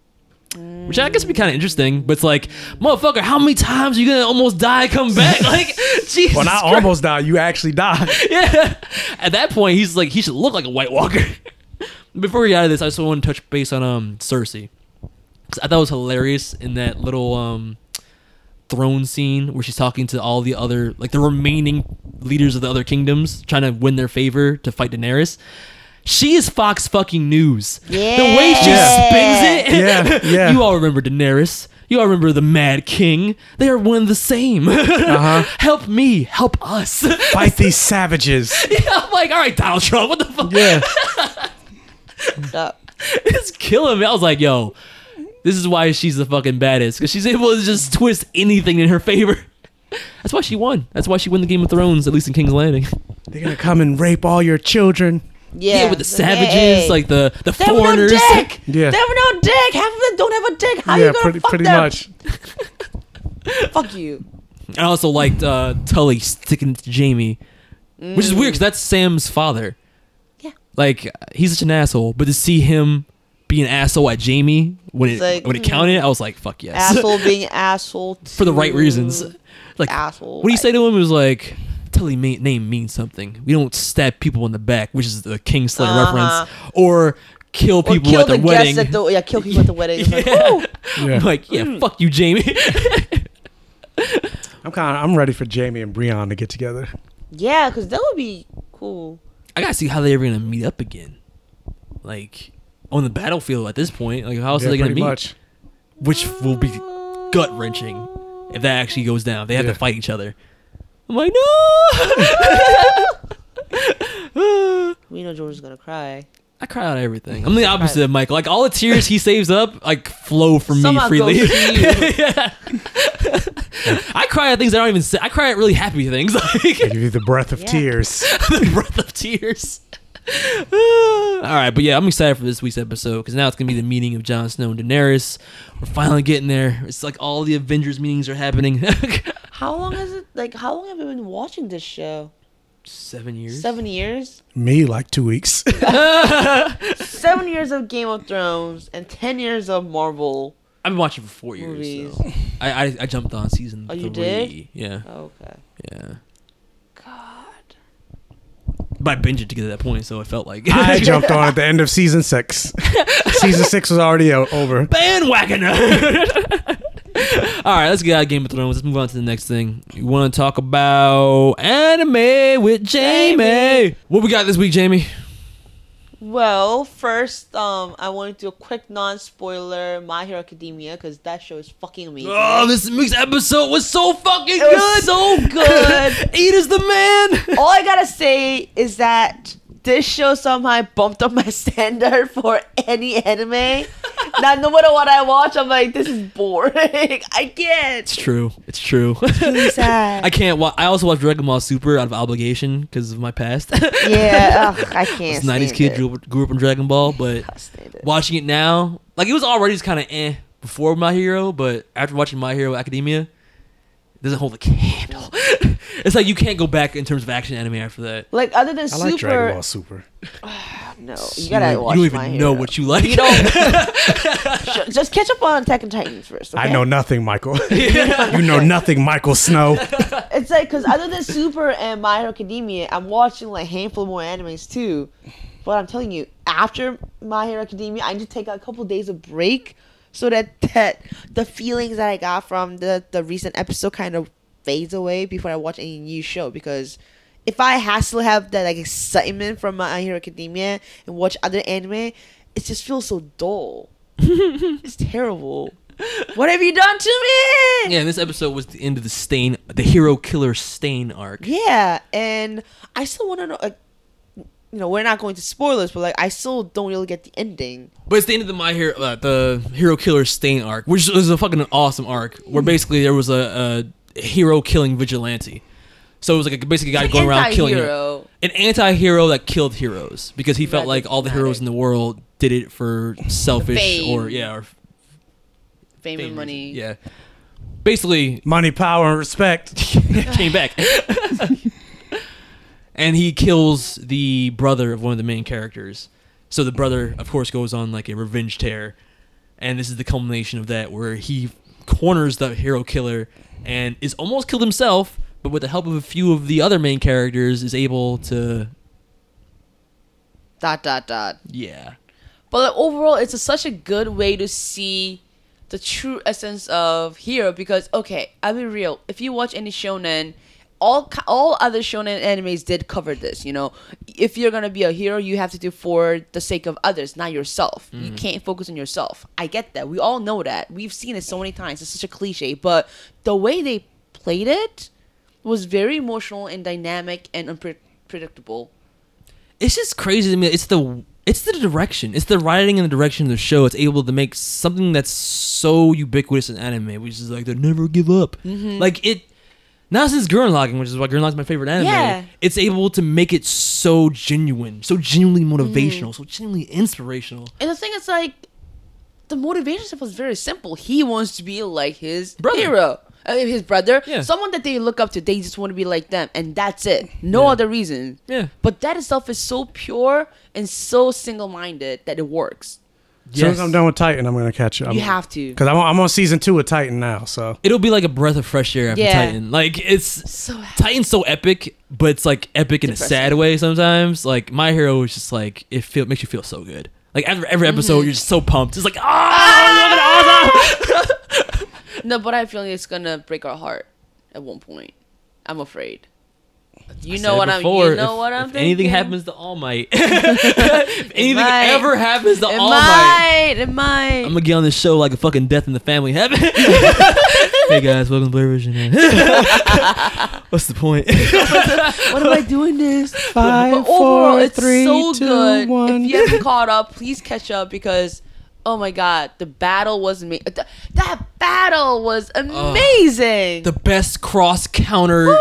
Which I guess would be kind of interesting, but it's like, motherfucker, how many times are you gonna almost die, come back? *laughs* Like, Jesus.
Well, not
Christ.
almost die. You
*laughs*
actually die.
yeah. At that point, he's like, he should look like a White Walker. *laughs* Before we get out of this, I just want to touch base on um Cersei. 'Cause I thought it was hilarious in that little um throne scene where she's talking to all the other like the remaining leaders of the other kingdoms, trying to win their favor to fight Daenerys. She is Fox fucking news. The way she
Yeah.
spins it.
Yeah, yeah.
*laughs* you all remember Daenerys. You all remember the Mad King. They are one and the same. *laughs* Help me. Help us.
Uh-huh. Fight these savages.
Yeah, *laughs* I'm like, all right, Donald Trump, what the fuck?
Yeah.
*laughs* it's killing me. I was like, yo, this is why she's the fucking baddest because she's able to just twist anything in her favor. *laughs* That's why she won. That's why she won the Game of Thrones, at least in King's Landing. *laughs*
They're gonna come and rape all your children.
Yeah, with the savages, like the the
They have no
foreigners. *laughs*
dick.
Yeah.
They have no dick. Half of them don't have a dick. How
Yeah,
you gonna
pretty-
fuck
pretty
them?
much.
fuck
*laughs*
you.
I also liked uh, Tully sticking to Jamie, which is weird because that's Sam's father.
Yeah.
Like he's such an asshole, but to see him be an asshole at Jamie when it
It's like,
when it
hmm.
counted, I was like, fuck yes.
Asshole being asshole
*laughs*
to
for the right reasons. Like
asshole.
What do you say to him? It was like Tully ma- name means something. We don't stab people in the back, which is the Kingslayer
Uh-huh.
reference, or kill
Or
people
kill
at the,
guests
wedding. *laughs*
At the, yeah, kill people at the wedding. It's like, Mm. oh,
I'm like, yeah, fuck you, Jamie. *laughs*
I'm kind of I'm ready for Jamie and Breon to get together.
Oh,
yeah, because that would be cool.
I gotta see how they're ever gonna meet up again, like on the battlefield at this point. Like how else
Yeah,
are they gonna
pretty
meet?
much.
Which will be gut wrenching if that actually goes down. If They have
Yeah.
to fight each other. I'm like, no.
We know Jordan's gonna cry.
*laughs* I cry out everything. I'm the opposite of Michael. Like all the tears he saves up, like flow from me
Somehow go
freely. *laughs*
to you.
I cry at things I don't even say. I cry at really happy things, *laughs* like
Give you the breath of
*laughs*
tears.
the breath of tears. *sighs* all right, but yeah, I'm excited for this week's episode because now it's gonna be the meeting of Jon Snow and Daenerys. We're finally getting there. It's like all the Avengers meetings are happening. *laughs*
How long is it? Like, how long have you been watching this show?
Seven years.
Seven years.
Me like two weeks.
Seven years of Game of Thrones and ten years of Marvel.
I've been watching for four years.
Movies.
So. I, I I jumped on season.
Oh,
three.
you did?
Yeah.
Okay.
Yeah. God. But I binged it to get to that point, so I felt like *laughs*
I *laughs* jumped on at the end
*laughs*
of
*laughs*
season six. season six was already o- over.
bandwagoner. All right, let's get out of Game of Thrones. Let's move on to the next thing. You want to talk about anime with Jamie? What we got this week, Jamie?
Well, first, um, I want to do a quick non-spoiler My Hero Academia because that show is fucking amazing.
Oh, this week's episode was so fucking
It
good.
was so
*laughs*
good.
Eat is the man.
All I gotta say is that this show somehow bumped up my *laughs* standard for any anime. now, no matter what I watch, I'm like, this is boring. *laughs* I
It's
can't.
true. It's true. *laughs*
sad.
I can't. Wa- I also watched Dragon Ball Super out of obligation because of my past. *laughs*
yeah, ugh, I can't.
This 90s
stand
kid
it.
grew, up- grew up on Dragon Ball,
*laughs*
but watching it now, like it was already just kind of eh before My Hero, but after watching My Hero Academia, it doesn't hold a candle. *laughs* it's like you can't go back in terms of action anime after that.
Like other than Super,
Super.
no, you gotta
you
watch.
don't even
My
know
Hero.
what you like.
You don't. Ju- Just catch up on Attack on Titan first.
I
okay?
know nothing,
*laughs*
Michael. you know nothing, Michael Snow.
It's like because other than Super and My Hero Academia, I'm watching like handful more animes too. But I'm telling you, after My Hero Academia, I need to take a couple days of break so that that the feelings that I got from the the recent episode kind of fades away before I watch any new show because. If I has to have that like excitement from My Hero Academia and watch other anime, it just feels so *laughs* dull. it's terrible. What have you done to
*laughs*
me?
Yeah, and this episode was the end of the stain, the hero killer stain arc.
Yeah, and I still want to know. Like, you know, we're not going to spoilers, but like, I still don't really get the ending.
But it's the end of the my hero, uh, the hero killer stain arc, which is a fucking awesome arc where
Mm-hmm.
basically there was a, a hero killing vigilante. So it was like a, basically a guy
It's an
going around killing
anti-hero.
an anti-hero that killed heroes because he felt like all the heroes in the world did it for selfish
Fame.
or yeah, or
Fame, and money.
yeah. Basically,
money, power, and
*laughs*
respect
came back, and he kills the brother of one of the main characters. So the brother, of course, goes on like a revenge tear, and this is the culmination of that, where he corners the hero killer and is almost killed himself, but with the help of a few of the other main characters, is able to
Dot dot dot.
yeah.
But like, overall, it's a, such a good way to see the true essence of hero because okay, I'll be real. If you watch any shonen, all ki- all other shonen animes did cover this. You know, if you're gonna be a hero, you have to do for the sake of others, not yourself. You
Mhm.
can't focus on yourself. I get that. We all know that. We've seen it so many times. It's such a cliche, but the way they played it was very emotional and dynamic and unpredictable.
it's just crazy to me. It's the it's the direction. It's the writing and the direction of the show. It's able to make something that's so ubiquitous in anime, which is like the never give up.
Mhm.
Like it, not since Gurren Lagann, which is why Gurren Lagann's my favorite anime.
Yeah.
It's able to make it so genuine, so genuinely motivational, so genuinely inspirational.
And the thing is, like, the motivation stuff was very simple. He wants to be like his hero, I mean, his brother, someone that they look up to. They just want to be like them, and that's it. No other reason.
Yeah.
But that itself is so pure and so single-minded that it works.
As soon as I'm done with Titan, I'm gonna catch up.
You have to.
because I'm, on- I'm on season two of Titan now. So
It'll be like a breath of fresh air after
Yeah.
Titan. Like it's Titan's so epic, but it's like epic in
Depressing.
a sad way sometimes. Like My Hero is just like it feel makes you feel so good. Like after every
Mm-hmm.
episode, you're just so pumped. It's like "Ah,
No, but I have a feeling it's gonna break our heart at one point. I'm afraid. Ah, You
I
know
said
what I'm.
before,
You know
if-
what I'm.
if anything
thinking?
happens to All Might, *laughs*
*laughs*
if anything
might.
ever happens to
It
All Might,
might. It might.
I'm gonna get on this show like a fucking death in the
*laughs*
family heaven. hey guys, welcome to Blair Vision. *laughs* What's the
*laughs*
point? *laughs*
what am I doing this?
Five,
overall,
four,
it's
three,
so
two,
good.
one.
If you haven't caught up, please catch up because, oh my god, the battle was ama- th- that battle was amazing.
the best cross counter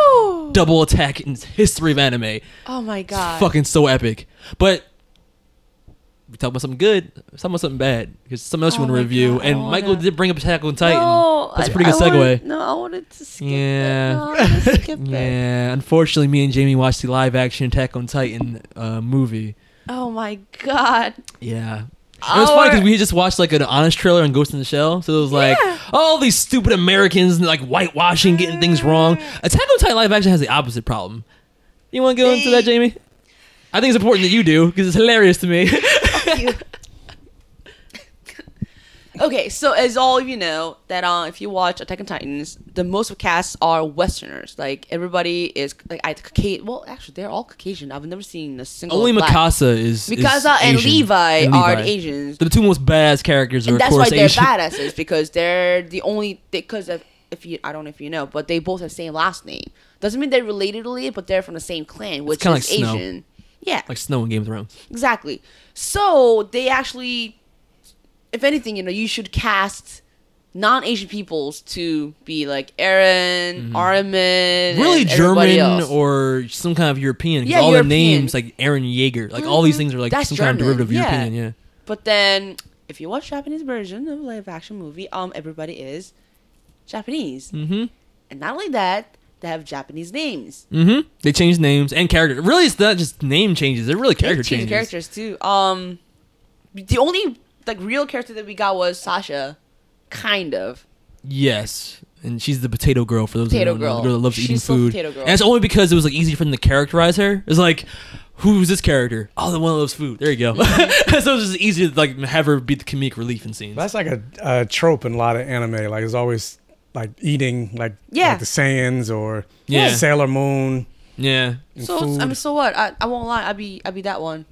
double attack in history of anime.
oh my god,
Fucking so epic. But we talk about something good, we talk about something bad because something else you
Oh
want to
my
review.
God, I
and
wanna-
Michael did bring up Attack on Titan.
No,
That's a
I-
pretty good
I
segue.
wanted- no, I wanted to skip
yeah.
No,
*laughs*
I wanted to skip it.
yeah. Unfortunately, me and Jamie watched the live action Attack on Titan uh, movie.
Oh my god.
Yeah. And it was funny because we had just watched like an honest trailer on Ghost in the Shell, so it was like all these stupid Americans like whitewashing, getting
Mm.
things wrong. Attack on Titan live action has the opposite problem. You want to go into that, Jamie? I think it's
*laughs*
important that you do because it's hilarious to me.
Okay, so as all of you know, that uh, if you watch Attack on Titans, the most casts are Westerners. Like everybody is like I Caucasian. Well, actually, they're all Caucasian. I've never seen a single.
*laughs* Only
black.
Mikasa is is
Mikasa and
Asian.
Levi
And
are the Asians.
They're the two most badass characters, are
and
of
that's
course
why they're
Asian.
badasses because they're the only because of if you I don't know if you know, but they both have the same last name. Doesn't mean they're related, related, but they're from the same clan, which
It's
is
kind of like snow.
Asian. Yeah,
*laughs* Like snow in Game of Thrones.
exactly. So they actually, if anything, you know, you should cast non-Asian peoples to be like Aaron, Armin, and
Mm-hmm. Really
everybody
German
else.
or some kind of European. 'cause
Yeah,
all
European. Mm-hmm.
their names like Aaron Yeager. Like all these things are like
That's
some kind of
German,
derivative
yeah.
European. Yeah.
But then, if you watch Japanese version of live action movie, um, everybody is Japanese,
Mm-hmm.
and not only that, they have Japanese names.
Mm-hmm. They changed names and character. Really, it's not just name changes. They're really character
They change
changes.
characters too. Um, the only like real character that we got was Sasha, kind of.
Yes, and she's the potato girl for those
Potato
who don't know. The
girl.
girl that loves
She's
eating
still
food.
potato girl.
And it's only because it was like easy for them to characterize her. It's like, who's this character? Oh, the one that loves food. There you go.
Mm-hmm.
*laughs* so it's just easy to like have her be the comedic relief in scenes.
That's like a, a trope in a lot of anime. Like it's always like eating, like
Yeah.
like the Saiyans or
Yeah.
Sailor Moon.
Yeah.
So
food.
I mean, so what? I, I won't lie. I be I be
*laughs*
that one.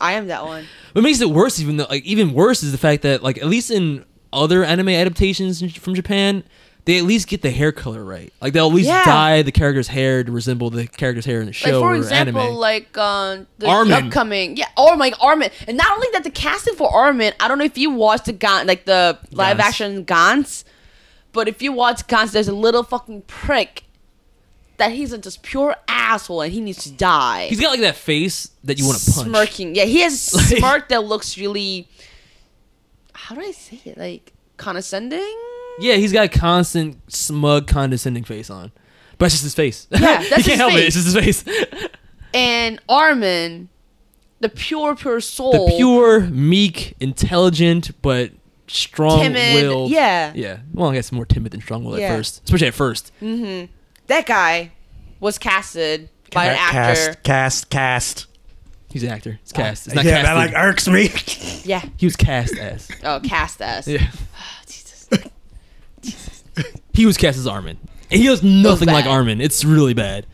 I am that one.
What makes it worse, even though, like, even worse is the fact that, like, at least in other anime adaptations in- from Japan, they at least get the hair color right. Like, they'll at least
Yeah.
dye the character's hair to resemble the character's hair in the
Like
show
for
or
example,
anime.
like um, the, the
Armin.
upcoming, yeah. Oh my Armin, and not only that, the casting for Armin. I don't know if you watched the Gan, like the live
Gantz.
action Gantz, but if you watch Gantz, there's a little fucking prick that he's a just pure asshole, and he needs to die.
He's got, like, that face that you want to punch.
smirking. Yeah,
*laughs*
he has a smirk that looks really. How do I say it? Like condescending.
Yeah, he's got a constant, smug, condescending face on. But that's just his face. Yeah,
that's
*laughs* You can't
his
help it.
face.
It's just his face.
And Armin, the pure, pure soul.
The pure, meek, intelligent, but strong-willed.
Timid, yeah.
Yeah. Well, I guess more timid than strong-willed
Yeah.
at first. Especially at first.
hmm That guy was casted by an actor.
Cast, cast, cast.
He's an actor. It's cast. It's not
Uh, yeah, that
casted.
like uh, irks me.
Yeah.
He was cast as.
Oh, cast
*laughs*
us.
Yeah. Ah, *laughs* He was cast as Armin. And he looks nothing like Armin. It's really bad.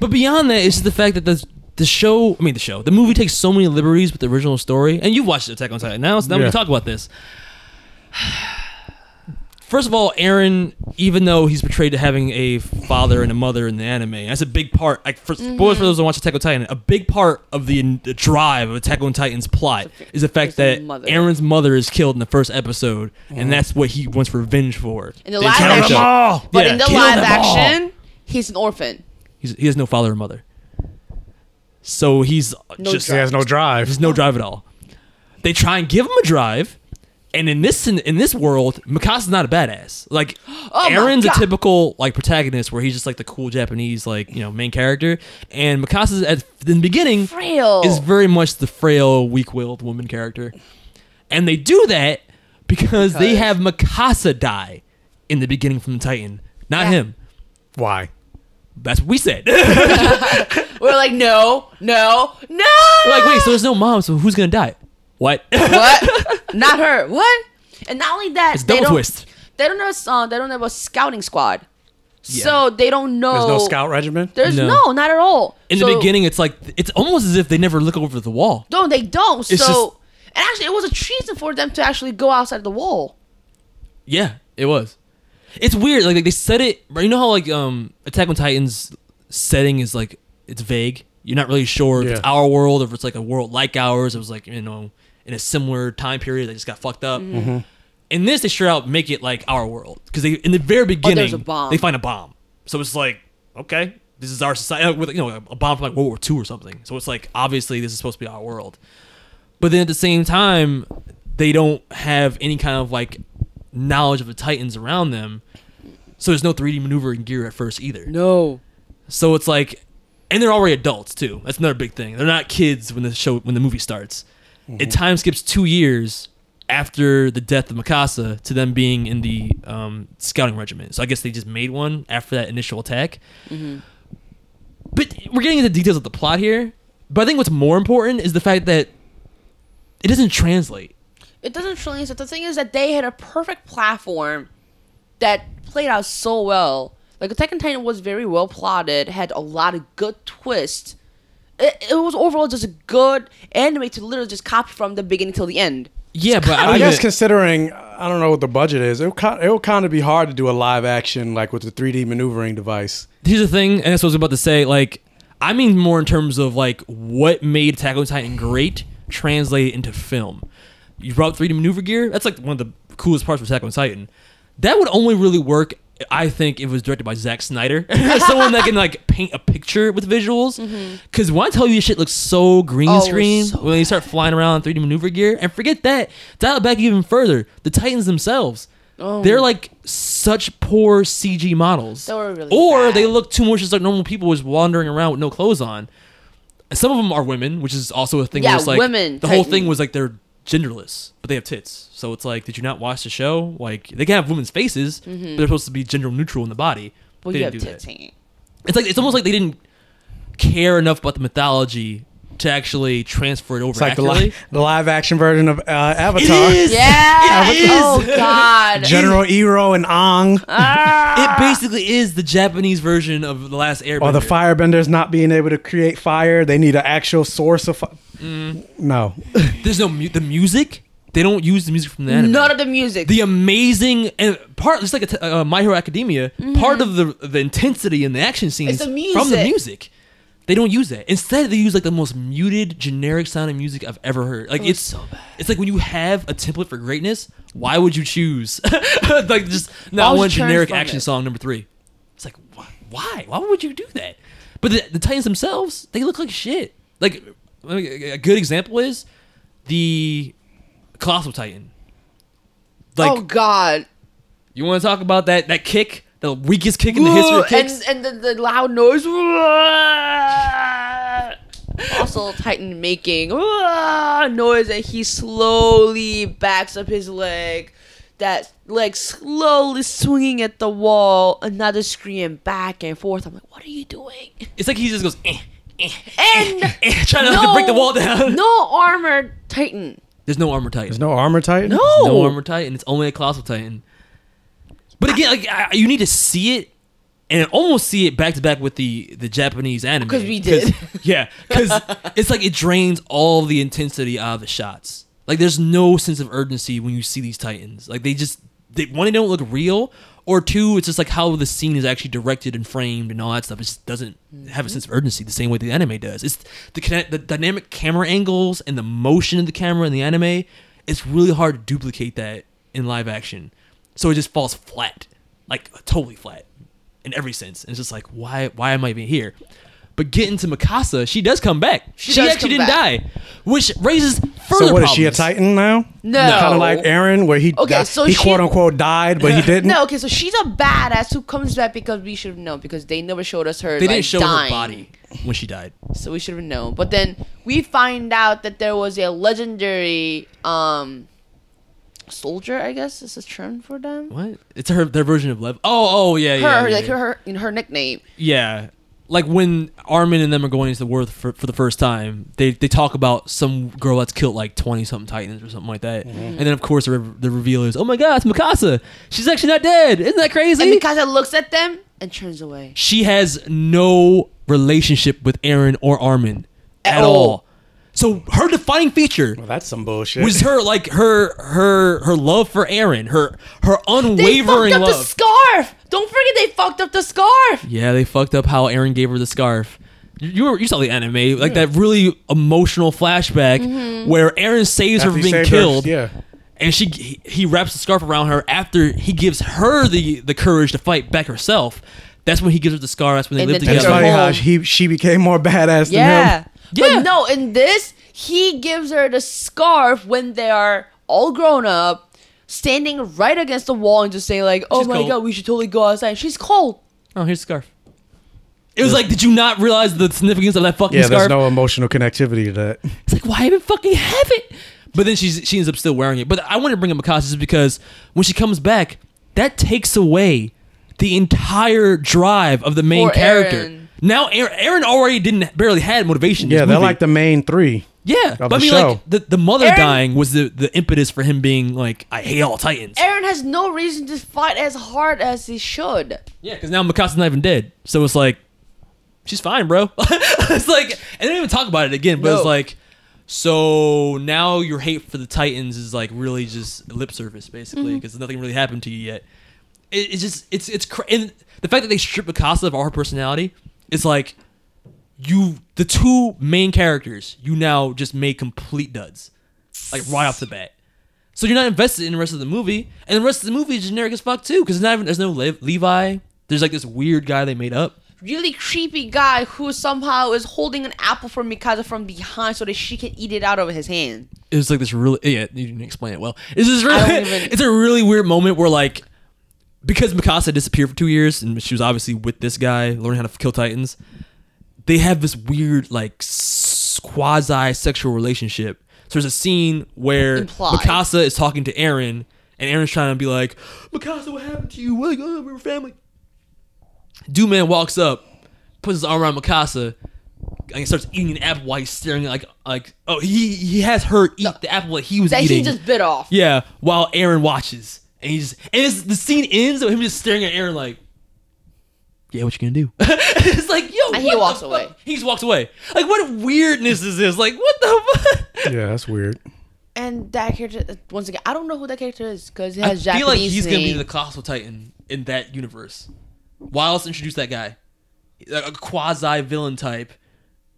But beyond that, it's just the fact that the the show, I mean the show, the movie takes so many liberties with the original story. And you've watched Attack on Titan now, so now we
Yeah.
can talk about this. *sighs* First of all, Aaron, even though he's portrayed to having a father and a mother in the anime, that's a big part. Like for spoilers for those who watch Attack on Titan, a big part of the, the drive of Attack on Titan's plot is the fact that Aaron's mother is killed in the first episode,
Mhm.
and that's what he wants revenge for.
In the
They
live
tell him
action,
so.
but
Yeah,
in the
kill
live
them all.
action, he's an orphan.
He's, he has no father or mother. So he's
No
*laughs* just
drive. He has
no drive. There's no drive at all. They try and give him a drive, and in this in, this world, Mikasa's not a badass.
*gasps*
Like
Oh my
Aaron's a
God.
typical like protagonist where he's just like the cool Japanese like you know main character, and Mikasa's at in the beginning
Frail.
is very much the frail, weak-willed woman character, and they do that because, they
Because.
have Mikasa die in the beginning from the Titan, not him.
Why?
That's what we said. *laughs*
We're like, no, no, no.
We're like, wait, so there's no mom, so who's gonna die? What? *laughs*
what? *laughs* Not her. What? And not only that,
It's
they
double
don't-
twist.
They don't know. Uh, they don't know about scouting squad,
Yeah.
so they don't know.
There's no scout regiment.
There's no, not at all.
In the
So-
beginning, it's like it's almost as if they never look over the wall.
No, they don't.
It's
so, and actually, it was a treason for them to actually go outside the wall.
Yeah, it was. It's weird. Like, like, they said it. You know how like um Attack on Titan's setting is like it's vague. You're not really sure if it's
Yeah.
our world or if it's like a world like ours. It was like you know in a similar time period they just got fucked up.
Mhm. Mhm.
In this, they sure out make it like our world because they in the very beginning
a bomb.
they find a bomb. So it's like okay, this is our society. uh, With you know a bomb from like World War II or something. So it's like obviously this is supposed to be our world. But then at the same time, they don't have any kind of like knowledge of the Titans around them. So there's no 3D maneuvering gear at first either.
No.
So it's like, and they're already adults too. That's another big thing. They're not kids when the show when the movie starts.
Mm-hmm.
It time skips two years after the death of Mikasa to them being in the um, scouting regiment. So I guess they just made one after that initial attack. But we're getting into details of the plot here. But I think what's more important is the fact that it doesn't translate.
it doesn't truly answer. The thing is that they had a perfect platform that played out so well. Like Attack on Titan was very well plotted, had a lot of good twists. It, it was overall just a good anime to literally just copy from the beginning till the end.
Yeah, but
I
I,
don't
guess
even-
considering I don't know what the budget is, it it will kind of be hard to do a live action like with the 3D maneuvering device.
here's the thing, and that's what I was about to say. Like, I mean more in terms of like what made Attack on Titan great translated into film. You brought 3D maneuver gear. That's like one of the coolest parts of Attack on Titan. That would only really work, I think, if it was directed by Zack Snyder, *laughs* someone that can like paint a picture with visuals. Because when I tell you, this shit looks so green
Mm-hmm. Oh, it was
screen
so
when you start flying around in 3D maneuver gear, and forget that, dial it back even further. The Titans themselves.
Oh.
They're like such poor CG models,
They were really
or they look too much just like normal people, just wandering around with no clothes on. Some of them are women, which is also a thing.
Yeah,
where it's like
women,
The whole
Titan.
thing was like they're genderless, but they have tits. So it's like, did you not watch the show? Like they can have women's faces,
Mhm.
but they're supposed to be gender neutral in the body.
Well,
they
you
didn't
have
do
tits
that.
hanging.
It's like it's almost like they didn't care enough about the mythology to actually transfer it over.
It's like the, *laughs*
accurately.
li- the live action version of uh, Avatar.
is.
Yeah.
*laughs* It is.
Oh
*laughs*
God.
General Ero and Ang,
Uh,
It basically is the Japanese version of the last Airbender.
or the Firebenders not being able to create fire. They need an actual source of. Fi-
Mm.
no,
There's no mu- the music. They don't use the music from the anime.
None of the music.
The amazing and part, it's like a t- uh, My Hero Academia. Part of the the intensity in the action scenes
Mm-hmm. the
from the
music.
music. They don't use that. Instead, they use like the most muted, generic sounding music I've ever heard. Like
It was
it's so bad. It's like when you have a template for greatness, why would you choose *laughs* like just not
would
one
you turn
generic
from
action
it?
song number three? It's like wh- why? Why would you do that? But the, the Titans themselves, they look like shit. Like a good example is the Colossal Titan. Like
oh God.
you want to talk about that that kick, the weakest kick in the history
Ooh,
of kicks.
And, and the, the loud noise. *laughs* uh, also, Titan making ah, noise, and he slowly backs up his leg. That leg slowly swinging at the wall. Another scream back and forth. I'm like, what are you doing?
it's like he just goes eh, *laughs*
And
trying to
no,
break the wall down.
no armored Titan.
*laughs* There's no armor titan. There's
no armor titan.
No.
There's no armor titan. It's only a colossal titan. But again, like I, you need to see it and almost see it back to back with the the Japanese anime
'Cause we did.
*laughs* yeah, because it's like it drains all the intensity out of the shots. Like there's no sense of urgency when you see these titans. Like they just they one they don't look real. Or two, it's just like how the scene is actually directed and framed and all that stuff. It just doesn't
Mm-hmm.
have a sense of urgency the same way the anime does. It's the kine- the dynamic camera angles and the motion of the camera in the anime. It's really hard to duplicate that in live action, so it just falls flat, like totally flat in every sense. And it's just like, why why am I even here? But getting to Mikasa, she does come back. She,
does
actually
come
didn't
back.
die, which raises further
So what
problems.
is she a Titan now?
No.
kind of like Aaron, where he
Okay,
di-
so
he
she-
quote unquote died, but he didn't.
*laughs* No, okay, so she's a badass who comes back because we should have known because they never showed us her.
They
like,
didn't show
dying.
her body when she died.
so we should have known. But then we find out that there was a legendary um soldier, I guess is a term for them.
What? It's her their version of Lev. Oh, oh yeah,
Her,
yeah,
her
yeah,
like
yeah.
her, her in her nickname.
Yeah. Like when Armin and them are going into the war for, for the first time, they, they talk about some girl that's killed like 20 something Titans or something like that.
Mm-hmm.
And then, of course, the, re- the reveal is, oh my god, it's Mikasa. She's actually not dead. Isn't that crazy?
And Mikasa looks at them and turns away.
she has no relationship with Aaron or Armin at,
all.
all. So her defining feature well,
that's some bullshit.
was her like her her her love for Aaron, her her
They
unwavering
fucked up the
love.
scarf. Don't forget they fucked up the scarf.
yeah, they fucked up how Aaron gave her the scarf. You- You were, you saw the anime like that really emotional flashback
Mm-hmm.
Mhm.
where Aaron saves her
After
from
he
being
saved her,
killed.
yeah.
And she he, he wraps the scarf around her after he gives her the the courage to fight back herself. That's when he gives her the scar. That's when they
And
live
then
It's
takes
together.
her
funny how he she became more badass than
Yeah.
him.
But no, in this, he gives her the scarf when they are all grown up, standing right against the wall and just saying like, "Oh
She's
my
cold.
god, we should totally go outside." She's cold.
Oh, here's the scarf. It was like, did you not realize the significance of that fucking
Yeah,
scarf?
there's no emotional connectivity to that.
it's like, why even fucking have it? But then she's she ends up still wearing it. But I want to bring up Mikasa just because when she comes back, that takes away the entire drive of the main
For
character.
Eren.
Now Aaron, Aaron already didn't barely had motivation. in this
Yeah, they're
movie.
like the main three.
yeah.
of
But
the
I mean,
show.
like the, the mother
Aaron-
dying was the the impetus for him being like, I hate all Titans
Aaron has no reason to fight as hard as he should.
Yeah, because now Mikasa's not even dead. So it's like, she's fine, bro. *laughs* it's like, and they didn't even talk about it again. But
No.
it's like, so now your hate for the Titans is like really just lip service,
Mhm.
basically, because nothing really happened to you yet. It, it's just it's it's cra- and the fact that they strip Mikasa of all her personality, it's like you the two main characters you now just made complete duds, like right off the bat. So you're not invested in the rest of the movie, and the rest of the movie is generic as fuck too, because not even there's no Le- Levi. There's like this weird guy they made up.
Really creepy guy who somehow is holding an apple for Mikasa from behind so that she can eat it out of his hand.
It was like this really yeah. You didn't explain it well. It's this really,
I don't even-
It's a really weird moment where like because Mikasa disappeared for two years and she was obviously with this guy learning how to kill titans. They have this weird like quasi sexual relationship. So there's a scene where
Implied.
Mikasa is talking to Aaron and Aaron's trying to be like,
Mikasa, what happened to you? Like, oh,
uh,
we were family.
Dude Man walks up, puts his arm around Mikasa, and he starts eating an apple while he's staring at like like oh he he has her eat the apple that he was
that
eating.
he just bit off.
Yeah, while Aaron watches, and he's and it's, the scene ends with him just staring at Aaron like Yeah, what you gonna do? *laughs* it's like yo,
and he walks away.
he just walks away. Like what weirdness is this? Like what the *laughs* fuck?
Yeah, that's weird.
And that character, uh, once again, I don't know who that character is because he
I
has Japanese
feel like he's
name.
gonna be the colossal titan in that universe. Why else introduce that guy, like a quasi villain type,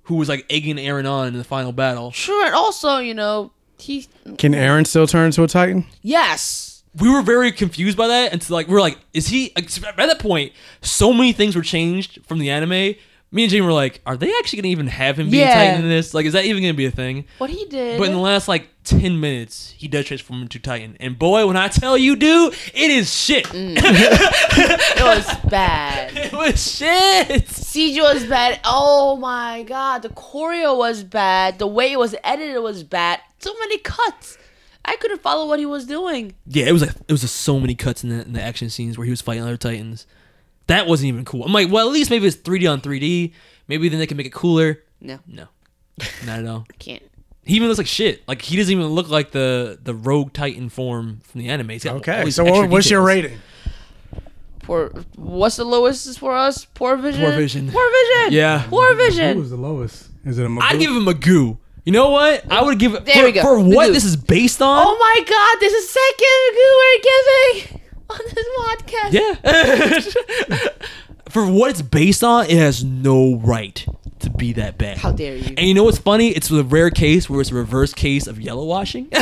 who was like egging Aaron on in the final battle?
Sure, and also, you know, he.
Can Aaron still turn into a Titan?
Yes.
We were very confused by that, and so like we were like, is he? Like, by that point, so many things were changed from the anime. Me and Jane were like, are they actually gonna even have him be a
Yeah. Mhm.
titan in this? Like, is that even gonna be a thing?
What he did.
But in the last like ten minutes, he does transform into Titan, and boy, when I tell you, dude, it is shit.
Mm. it *laughs* was
*laughs*
bad.
it was shit.
CG was bad. Oh my god. The choreo was bad. The way it was edited was bad. So many cuts. I couldn't follow what he was doing.
Yeah, it was like it was just so many cuts in the, in the action scenes where he was fighting other titans. That wasn't even cool. I'm like, well, at least maybe it's 3D on 3D. Maybe then they can make it cooler.
No.
*laughs*
No, not at all.
Can't.
He even looks like shit. Like he doesn't even look like the the rogue titan form from the anime. He's got all
Okay,
these
so
extra
what, what's your
details.
rating?
Poor. What's the lowest for us? Poor vision.
Poor vision.
Poor vision.
Yeah.
Poor
Who
vision.
was the lowest? Is it a
I'd give him a goo. You know what? I would give it
There
for,
we go.
for
The
what
goo.
this is based on.
Oh my god. There's a second *laughs* goo we're giving on this podcast.
Yeah. *laughs* for what it's based on, it has no right to be that bad. How
dare you?
And you know what's funny? It's a rare case where it's a reverse case of yellow washing. *laughs*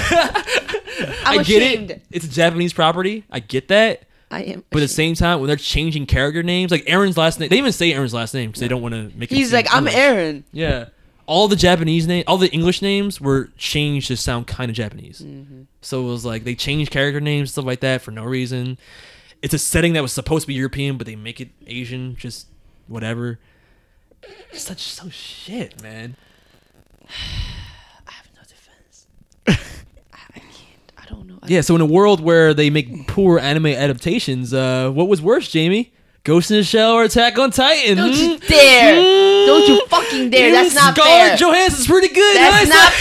I'm
I get
ashamed.
it. It's a Japanese property. I get that.
I am.
But at the same time, when they're changing character names, like Aaron's last name, they even say Aaron's last name because they don't want to make it.
He's
seem
like, I'm
English.
Aaron.
Yeah. All the Japanese name, all the English names were changed to sound kind of Japanese. So it was like they changed character names, stuff like that, for no reason. It's a setting that was supposed to be European, but they make it Asian, just whatever. Such so shit, man. *laughs* Yeah, so in a world where they make poor anime adaptations, uh, what was worse, Jamie? Ghost in the Shell or Attack on Titan?
Don't
hmm?
you dare! Don't you fucking dare! That's
Even
not
Scarlett
fair.
Johansson's pretty good. guys.
That's not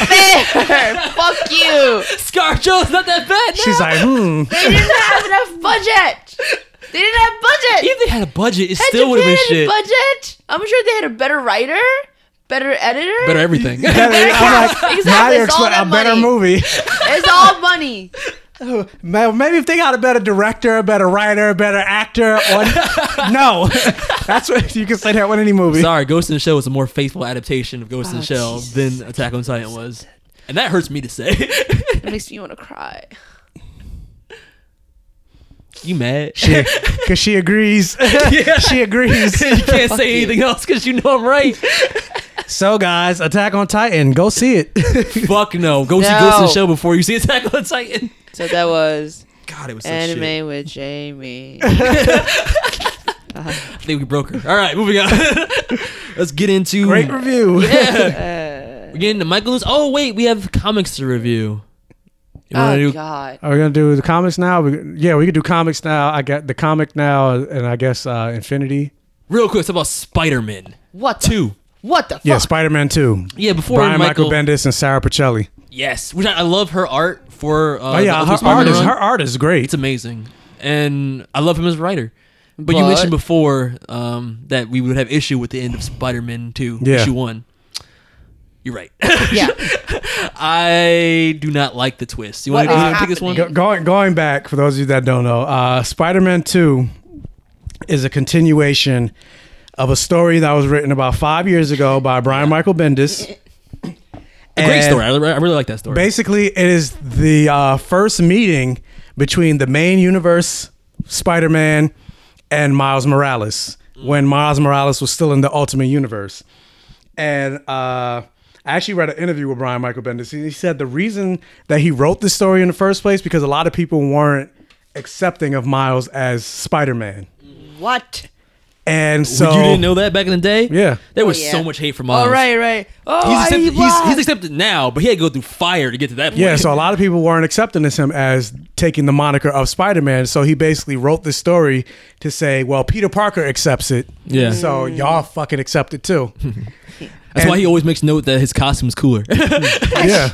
fair. *laughs* Fuck you.
*laughs* Scarlett Johansson's not that bad. No.
She's like, hmm.
They didn't have enough budget. They didn't have budget.
If they had a budget, it still would have been shit.
budget. I'm sure they had a better writer, better editor,
Better everything.
Better- I'm like,
Exactly,
now you're
it's all
expla-
that
a better
money.
movie. *laughs*
It's
*laughs*
all money.
Oh, ma- Maybe if they got a better director, a better writer, a better actor, or no, *laughs* that's what you can say that with any
*laughs*
movie.
Sorry, Ghost in the Shell was a more faithful adaptation of Ghost in
Oh,
the Shell than Attack on Titan was, and that hurts me to say. *laughs*
It makes me want to cry.
you *laughs* mad?
She, Cause she agrees. *laughs* she agrees.
you can't say anything else because you know I'm right.
So guys, Attack on Titan, go see it.
Fuck no, go see Ghost in
No.
the Shell before you see Attack on Titan.
So that was
God, it was such
anime
shit. *laughs*
with Jamie.
I think we broke her. All right, moving on. *laughs* Let's get into
*laughs* Great review.
Yeah. We're getting to Michael Lewis. Oh wait, we have comics to review. You wanna do-
Oh, God.
Are we gonna do the comics now? We, yeah, we could do comics now. I got the comic now, and I guess uh, Infinity
Real quick, it's about Spider Man.
What the-
two?
What the?
Yeah, Spider Man Two.
Yeah, before
Brian
Michael-
Michael, Bendis and Sarah Pacelli.
Yes, which I, I love her art for. Uh,
Oh, yeah,
the Ultimate
her art is-
Spider-Man
her art is great.
It's amazing, and I love him as a writer. But, you
But-
mentioned before um, that we would have issue with the end of Spider-Man Two,
Yeah.
issue one. You're right. yeah, *laughs* I do not like the twist. You want to take this one?
Go- going going back for those of you that don't know, uh, Spider Man Two is a continuation of a story that was written about five years ago by Brian Michael Bendis.
A great
And
story. I, I really like that story.
Basically, it is the uh, first meeting between the main universe Spider Man and Miles Morales when Miles Morales was still in the Ultimate Universe. And uh, I actually read an interview with Brian Michael Bendis. and He said the reason that he wrote this story in the first place because a lot of people weren't accepting of Miles as Spider Man.
What?
And so
you didn't know that back in the day?
Yeah,
There was
Oh,
so much hate from Miles.
All right, right. Oh,
he's,
I
accepted, he's,
lied.
he's accepted now, but he had to go through fire to get to that point.
Yeah, so a lot of people weren't accepting this him as taking the moniker of Spider Man. So he basically wrote this story to say, well, Peter Parker accepts it.
Yeah.
So y'all fucking accept it
*laughs*
too.
That's why he always makes note that his costume's cooler.
yeah.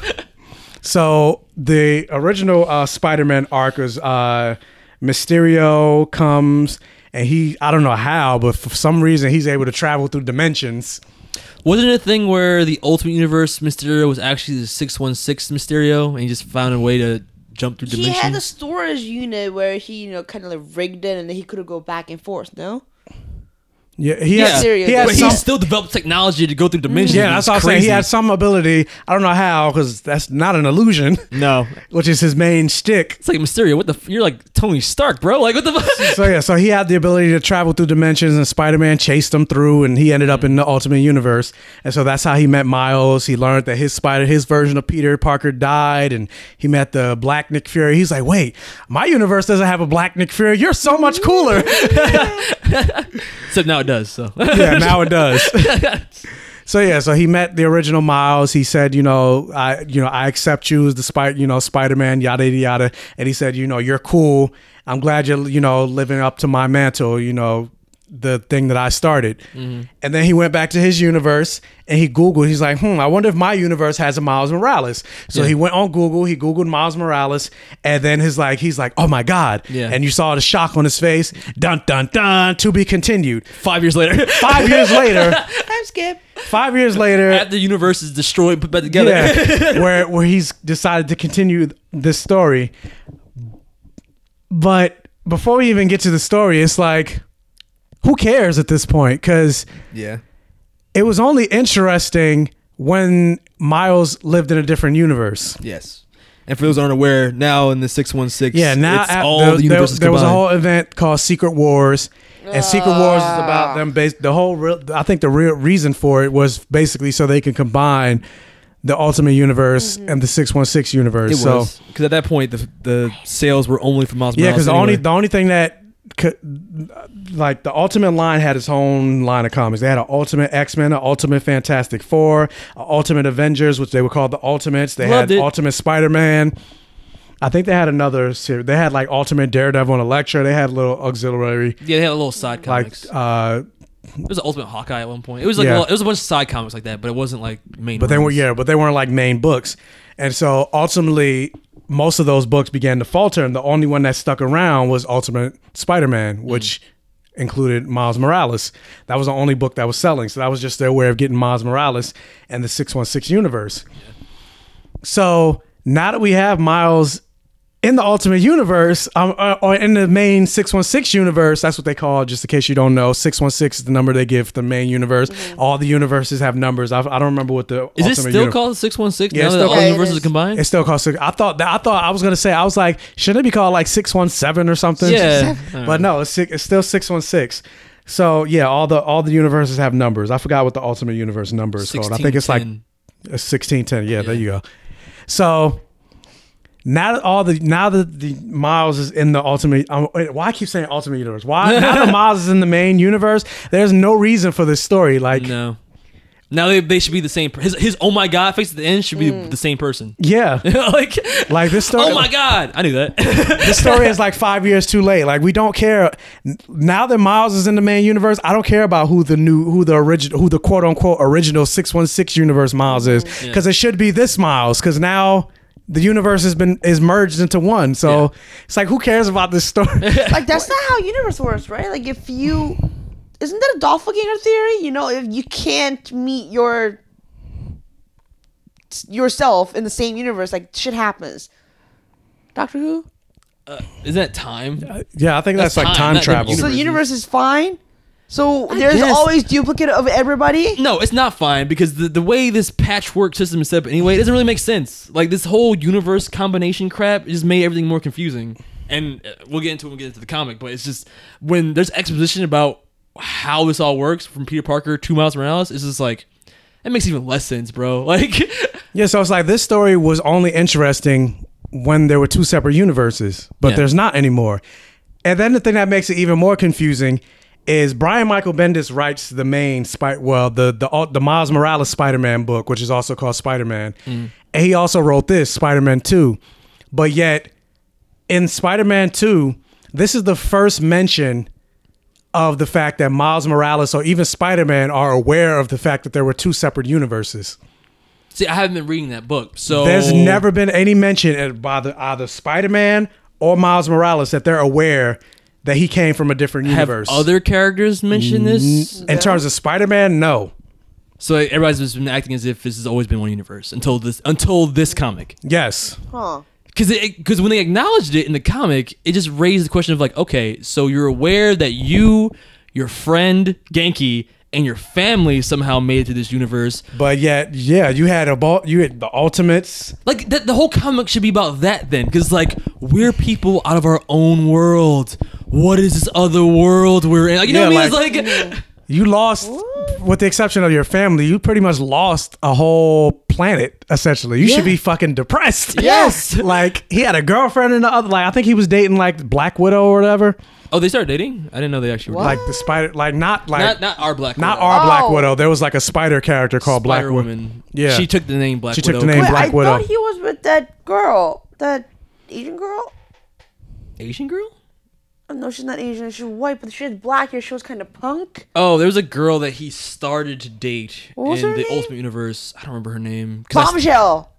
So the original uh, Spider Man arc is uh, Mysterio comes and he, I don't know how, but for some reason he's able to travel through dimensions.
Wasn't it a thing where the Ultimate Universe Mysterio was actually the 616 Mysterio and he just found a way to jump through
He had a
dimensions?
storage unit where he, you know, kind of like rigged it, and then he could go back and forth. No,
Yeah, he
yeah.
has, he has
but
some,
he still developed technology to go through dimensions.
Yeah, that's
It's
what I'm saying. He
crazy.
had some ability. I don't know how, because that's not an illusion.
No,
*laughs* which is his main stick.
It's like Mysterio. What the? F- you're like Tony Stark, bro. Like what the? Fuck?
*laughs* so yeah, so he had the ability to travel through dimensions, and Spider-Man chased him through, and he ended up in the Ultimate Universe. And so that's how he met Miles. He learned that his Spider, his version of Peter Parker died, and he met the Black Nick Fury. He's like, wait, my universe doesn't have a Black Nick Fury. You're so much cooler.
Except now it does. So *laughs*
*laughs* yeah, now it
*laughs*
does. So yeah, so he met the original Miles. He said, you know, I, you know, I accept you as the spider, you know, Spider Man, yada yada yada. And he said, you know, you're cool. I'm glad you're, you know, living up to my mantle. You know, the thing that I started.
Mhm.
And then he went back to his universe and he Googled. He's like, hmm, I wonder if my universe has a Miles Morales. So
Yeah.
he went on Google. He Googled Miles Morales, and then his like, he's like, oh my god.
Yeah.
And you saw the shock on his face. Dun dun dun. To be continued.
Five years later.
Five years later.
time skip.
Five years
*laughs*
later,
after the universe is destroyed, put back together. *laughs*
yeah, where where he's decided to continue this story. But before we even get to the story, it's like, who cares at this point? Because
yeah.
it was only interesting when Miles lived in a different universe.
Yes. And for those who aren't aware, now in the 616,
Yeah, now
it's
at-
all
there,
the
there,
universes
there was a
combined.
whole event called Secret Wars, and Secret Wars is about them. Based the whole, real, I think the real reason for it was basically so they can combine the Ultimate Universe and the Six One Six Universe.
It
so
was because at that point the the sales were only for Miles
Yeah,
Morales.
because the only
anyway.
the only thing that could, like the Ultimate line had its own line of comics. They had an Ultimate X Men, an Ultimate Fantastic Four, a Ultimate Avengers, which they were called the Ultimates. They
Loved
had
it.
Ultimate Spider Man. I think they had another series. They had like Ultimate Daredevil and Electra. They had little auxiliary
yeah, they had a little side
like
comics.
uh,
it was an Ultimate Hawkeye at one point. It was like
Yeah.
a, it was a bunch of side comics like that, but it wasn't like main.
But they were
runs.
yeah, but they weren't like main books. And so ultimately most of those books began to falter and the only one that stuck around was Ultimate
Hmm.
Spider-Man, which included Miles Morales. That was the only book that was selling. So that was just their way of getting Miles Morales and the 616 universe. So now that we have Miles in the Ultimate Universe, um, uh, or in the main 616 universe, that's what they call, just in case you don't know, 616 is the number they give the main universe. All the universes have numbers. I, I don't remember what the
Mm-hmm. Is it
Ultimate
still
Universe-
called 616 now
it's
that
still
all
called-
universes are combined?
It still costs. I thought that I thought I was gonna say I was like, shouldn't it be called like six one seven or something?
Yeah. All
but no, it's, si- it's still six one six. So yeah, all the all the universes have numbers. I forgot what the ultimate universe number is called. I think it's like
1610.
a sixteen ten. Yeah, there you go. So now that all the now that the Miles is in the ultimate, um, wait, why I keep saying ultimate *laughs* universe? Why now that Miles is in the main universe? There's no reason for this story. Like
no, Now they, they should be the same. per- His his oh my god face at the end should be the same person. *laughs*
*laughs* Yeah,
like
like uh, this story.
Oh my god, I knew that. *laughs*
this story is like five years too late. Like we don't care now that Miles is in the main universe. I don't care about who the new, who the original, who the quote unquote original six one six universe Miles is,
Yeah.
because it should be this Miles. Because now the universe has been is merged into one. So it's like who cares about this *laughs* story?
like that's not how universe works, right? Like if you isn't that a doppelganger theory? You know, if you can't meet your yourself in the same universe, like shit happens. Doctor Who?
Is that time?
yeah, I think that's, like time,
not the
travel.
So the universe is fine. So
I
there's
guess.
always duplicate of everybody.
No, it's not fine because the, the way this patchwork system is set up anyway, it doesn't really make sense. Like this whole universe combination crap just made everything more confusing. And uh, we'll get into it when we get into the comic, but it's just when there's exposition about how this all works from Peter Parker to Miles Morales, it's just like that makes even less sense, bro. *laughs* Like
Yeah, so it's like this story was only interesting when there were two separate universes, but
Yeah.
there's not anymore. And then the thing that makes it even more confusing is Brian Michael Bendis writes the main spy well the the al- the Miles Morales Spider-Man book, which is also called Spider-Man. And he also wrote this Spider-Man 2. But yet in Spider-Man 2, this is the first mention of the fact that Miles Morales or even Spider-Man are aware of the fact that there were two separate universes.
See, I haven't been reading that book. So
There's never been any mention at- by the, either Spider Man or Miles Morales that they're aware that he came from a different
have
universe.
other characters mention this?
in terms of Spider Man, no.
So everybody's just been acting as if this has always been one universe until this until this comic.
Yes.
Huh.
Because because when they acknowledged it in the comic, it just raised the question of like, okay, so you're aware that you, your friend Genki, and your family somehow made it to this universe.
But yet, yeah, you had a ball, you had the Ultimates.
Like that, the whole comic should be about that then, because like we're people out of our own world. What is this other world we're in? Like you know
Yeah,
what I mean? it's like *laughs*
You lost, with the exception of your family, you pretty much lost a whole planet, essentially. You should
Yeah.
be fucking
*laughs*
depressed.
Yes.
like, he had a girlfriend and the other, like, I think he was dating, like, Black Widow or whatever.
oh, they started dating. I didn't know they actually were
Like, the spider, like, not like.
not not our black
Not
Widow.
our Black Widow. There was like a spider character called Black
Spider
Wi-
Woman.
Yeah,
She took the name Black
She took the
Widow.
name
Wait,
Black
I
Widow.
thought he was with that girl, that Asian girl.
Asian girl.
Oh, no, she's not Asian. She's white, but she has black hair. She was kind of punk.
Oh, there was a girl that he started to date
What was
in
her
the
name?
Ultimate Universe. I don't remember her name. 'Cause I s-
Bombshell.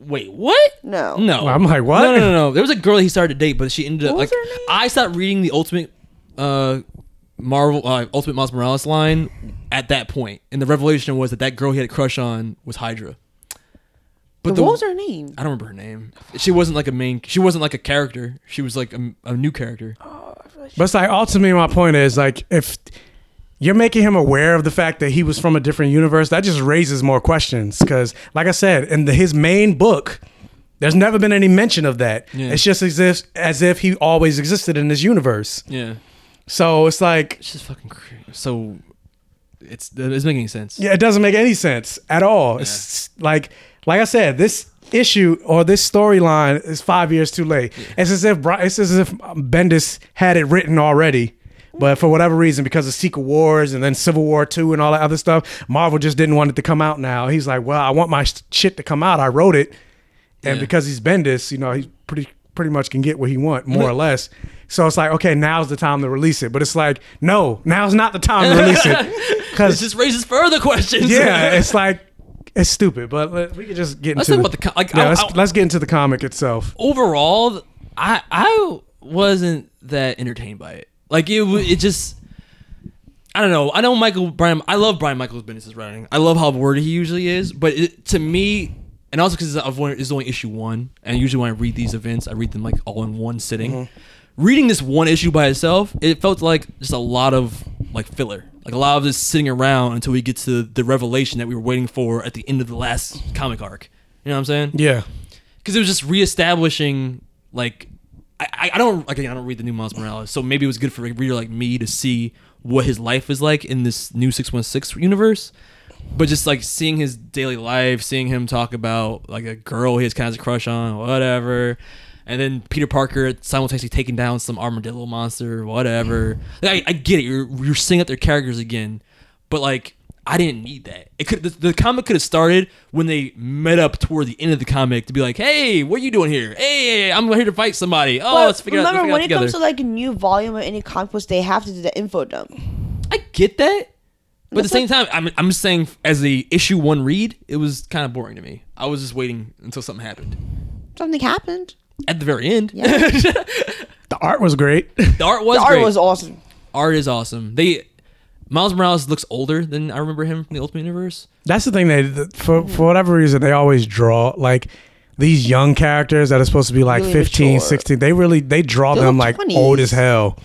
Wait, what?
No.
No.
I'm like, what?
No, no, no, no. There was a girl that he started to date, but she ended up like I stopped reading the Ultimate uh Marvel uh, Ultimate Miles Morales line at that point, and the revelation was that that girl he had a crush on was Hydra.
But what was her name?
I don't remember her name. She wasn't like a main. She wasn't like a character. She was like a, a new character.
Oh.
But it's like ultimately, my point is like if you're making him aware of the fact that he was from a different universe, that just raises more questions. Because, like I said, in the, his main book, there's never been any mention of that.
Yeah.
It's just as if as if he always existed in this universe.
Yeah.
So it's like
it's just fucking crazy. So it's it's making sense.
Yeah, it doesn't make any sense at all. It's like like I said, this issue or this storyline is five years too late. It's as if Bri- it's as if Bendis had it written already. But for whatever reason, because of Secret Wars and then Civil War Two and all that other stuff, Marvel just didn't want it to come out. Now he's like, "Well, I want my sh- shit to come out. I wrote it," and
Yeah.
because he's Bendis, you know, he pretty pretty much can get what he want, more or
Mhm.
less. So it's like, okay, now's the time to release it. But it's like, no, now's not the time to
*laughs*
release it
This
because
just raises further questions. *laughs*
yeah, it's like it's stupid, but let- we could just get into
Let's talk about the co- like, Oh.
yeah,
I'll-
let's,
I'll-
let's get into the comic itself.
overall, th- I I wasn't that entertained by it. Like it w- it just I don't know. I know Michael Brian. I love Brian Michael Bendis' writing. I love how wordy he usually is. But it, to me, and also because I've only, it's only issue one, and usually when I read these events, I read them like all in one sitting. Reading this one issue by itself, it felt like just a lot of like filler, like a lot of just sitting around until we get to the revelation that we were waiting for at the end of the last comic arc. You know what I'm saying?
Yeah.
because it was just reestablishing like I- I, I don't like I don't read the new Miles Morales, so maybe it was good for a reader like me to see what his life is like in this new six one six universe. But just like seeing his daily life, seeing him talk about like a girl he has kind of a crush on, whatever. And then Peter Parker simultaneously taking down some armadillo
Mm-hmm.
monster, whatever. Like, I, I get it. You're you're seeing up their characters again, but like I didn't need that. It could the, the comic could have started when they met up toward the end of the comic to be like, "Hey, what are you doing here? Hey, I'm here to fight somebody. Oh,
But
let's figure
remember
out. Let's
when it
figure out
comes to
together."
like a new volume or any comic books, they have to do the info dump.
I get that, but at the same time, I'm I'm just saying as the issue one read, it was kind of boring to me. I was just waiting until something happened
Something happened.
at the very end. *laughs*
The art was great. *laughs*
The art was
The art
great.
was awesome.
Art is awesome. They Miles Morales looks older than I remember him from the Ultimate Universe.
That's the thing they th- for for whatever reason they always draw like these young characters that are supposed to be like
Really
15,
mature.
16. They really they draw
They
them
look
like
20s.
old as hell.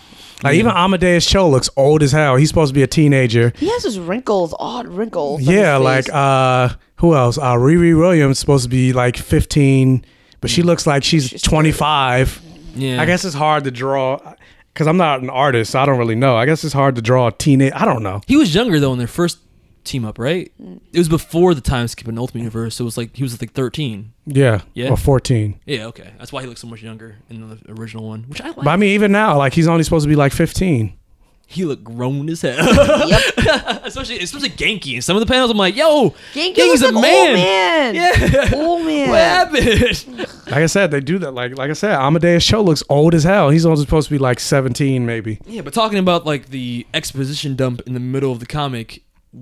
Like
Yeah.
even Amadeus Cho looks old as hell. He's supposed to be a teenager.
He has his wrinkles, odd wrinkles. on
Yeah,
his
like
face.
uh who else? Uh Riri Williams supposed to be like 15, but she looks like she's 25.
Yeah.
I guess it's hard to draw cuz I'm not an artist, so I don't really know. I guess it's hard to draw a teenage I don't know.
He was younger though in their first team up, right?
Mm.
It was before the time skip in Ultimate Universe. So it was like he was like 13.
Yeah,
Yeah.
or 14.
Yeah. Okay. That's why he looks so much younger in the original one, which I like.
But I mean even now like he's only supposed to be like 15.
He looked grown as hell. *laughs* especially especially Genki. In some of the panels, I'm like, yo,
Genki
Genki's
looks
a
like
man.
old man.
Yeah.
Old Oh, man.
What happened? *laughs*
Like I said, they do that. Like like I said, Amadeus Cho looks old as hell. He's only supposed to be like seventeen, maybe.
Yeah, but talking about like the exposition dump in the middle of the comic,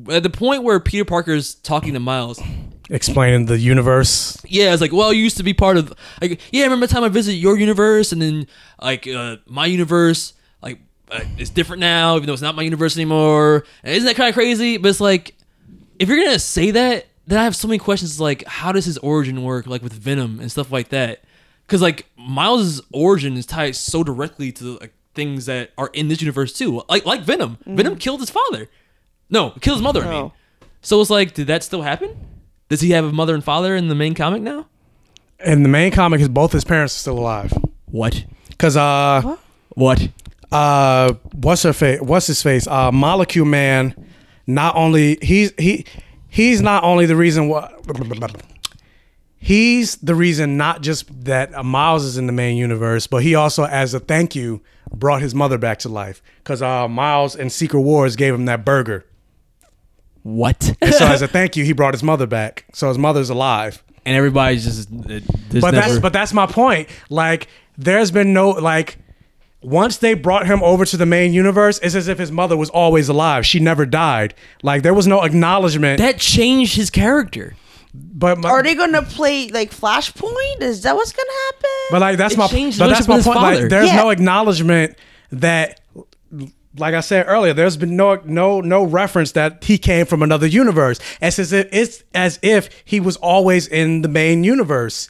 at the point where Peter Parker's talking to Miles,
Explaining the universe.
yeah, it's like, well, you used to be part of, like, yeah, remember the time I visited your universe, and then like uh, my universe, like uh, it's different now, even though it's not my universe anymore. And isn't that kind of crazy? But it's like, if you're gonna say that, then I have so many questions. Like, how does his origin work? Like with Venom and stuff like that, because like Miles' origin is tied so directly to like things that are in this universe too. Like like Venom, Venom killed his father. No, killed his mother. I mean, so it's like, did that still happen? Does he have a mother and father in the main comic now?
And the main comic is both his parents are still alive.
What?
Cause uh,
what?
Uh, what's her face? What's his face? Uh, Molecule Man. Not only he's he he's not only the reason why. He's the reason not just that uh, Miles is in the main universe, but he also, as a thank you, brought his mother back to life. Cause uh, Miles and Secret Wars gave him that burger.
What?
And so as a thank you, he brought his mother back. So his mother's alive.
*laughs* And everybody's just.
but that's
never-
but that's my point. Like there's been no like once they brought him over to the main universe, it's as if his mother was always alive. She never died. Like there was no acknowledgement.
That changed his character.
But my,
Are they gonna play like Flashpoint? Is that what's gonna happen?
But like that's
It
my
changed
but
the
that's
relationship
my
with his
point. Like
father.
there's
Yeah.
no acknowledgement that like I said earlier, there's been no no no reference that he came from another universe. It's as if it's as if he was always in the main universe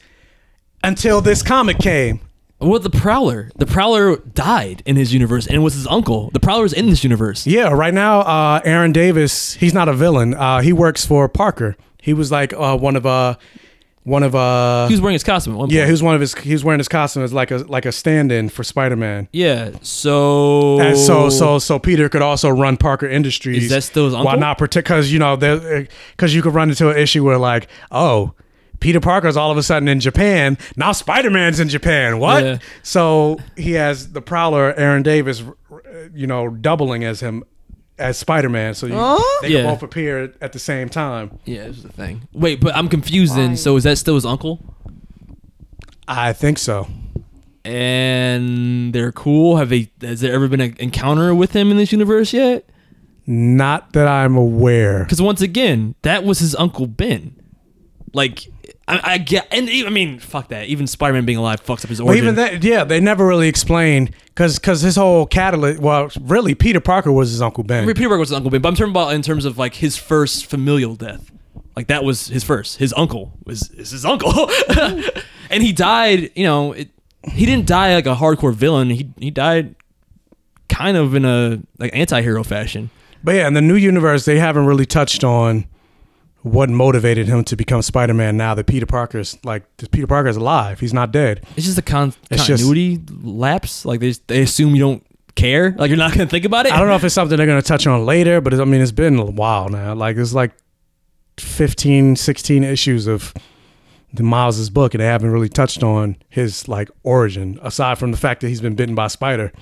until this comic came.
Well, the Prowler, the Prowler died in his universe, and was his uncle. The Prowler's in this universe.
Yeah, right now, uh, Aaron Davis, he's not a villain. Uh, he works for Parker. He was like uh, one of uh, one of uh,
He was wearing his costume. At one
yeah,
point.
he was one of his. He was wearing his costume as like a like a stand-in for Spider Man.
Yeah. So.
And Uh, so so so Peter could also run Parker Industries.
Is that still his
Why
uncle?
not protect? Because you know, because you could run into an issue where like, oh, Peter Parker's all of a sudden in Japan. Now Spider Man's in Japan. What?
Yeah.
So he has the Prowler, Aaron Davis, r- you know, doubling as him as Spider Man. So you,
Huh?
they can
Yeah.
both appear at the same time.
Yeah, this is the thing. Wait, but I'm confused. Then, so is that still his uncle?
I think so.
And they're cool. Have they? Has there ever been an encounter with him in this universe yet?
Not that I'm aware.
Because once again, that was his uncle Ben. Like, I, I get, and even, I mean, fuck that. Even Spider-Man being alive fucks up his
But
origin.
even that, yeah, they never really explained because because his whole catalyst. Well, really, Peter Parker was his uncle Ben.
Peter Parker was his uncle Ben, but I'm talking about in terms of like his first familial death. Like that was his first. His uncle was is his uncle, *laughs* and he died. You know, it, he didn't die like a hardcore villain. He he died kind of in a like anti-hero fashion.
But yeah, in the new universe, they haven't really touched on what motivated him to become Spider Man. Now that Peter Parker's like that Peter Parker's alive, he's not dead.
It's just a con-
It's just-
continuity lapse. Like they just- they assume you don't care. Like you're not gonna think about it.
I don't know if it's something they're going to touch on later, but it's, I mean, it's been a while now. Like it's like 15, 16 issues of the Miles's book, and they haven't really touched on his like origin aside from the fact that he's been bitten by a spider.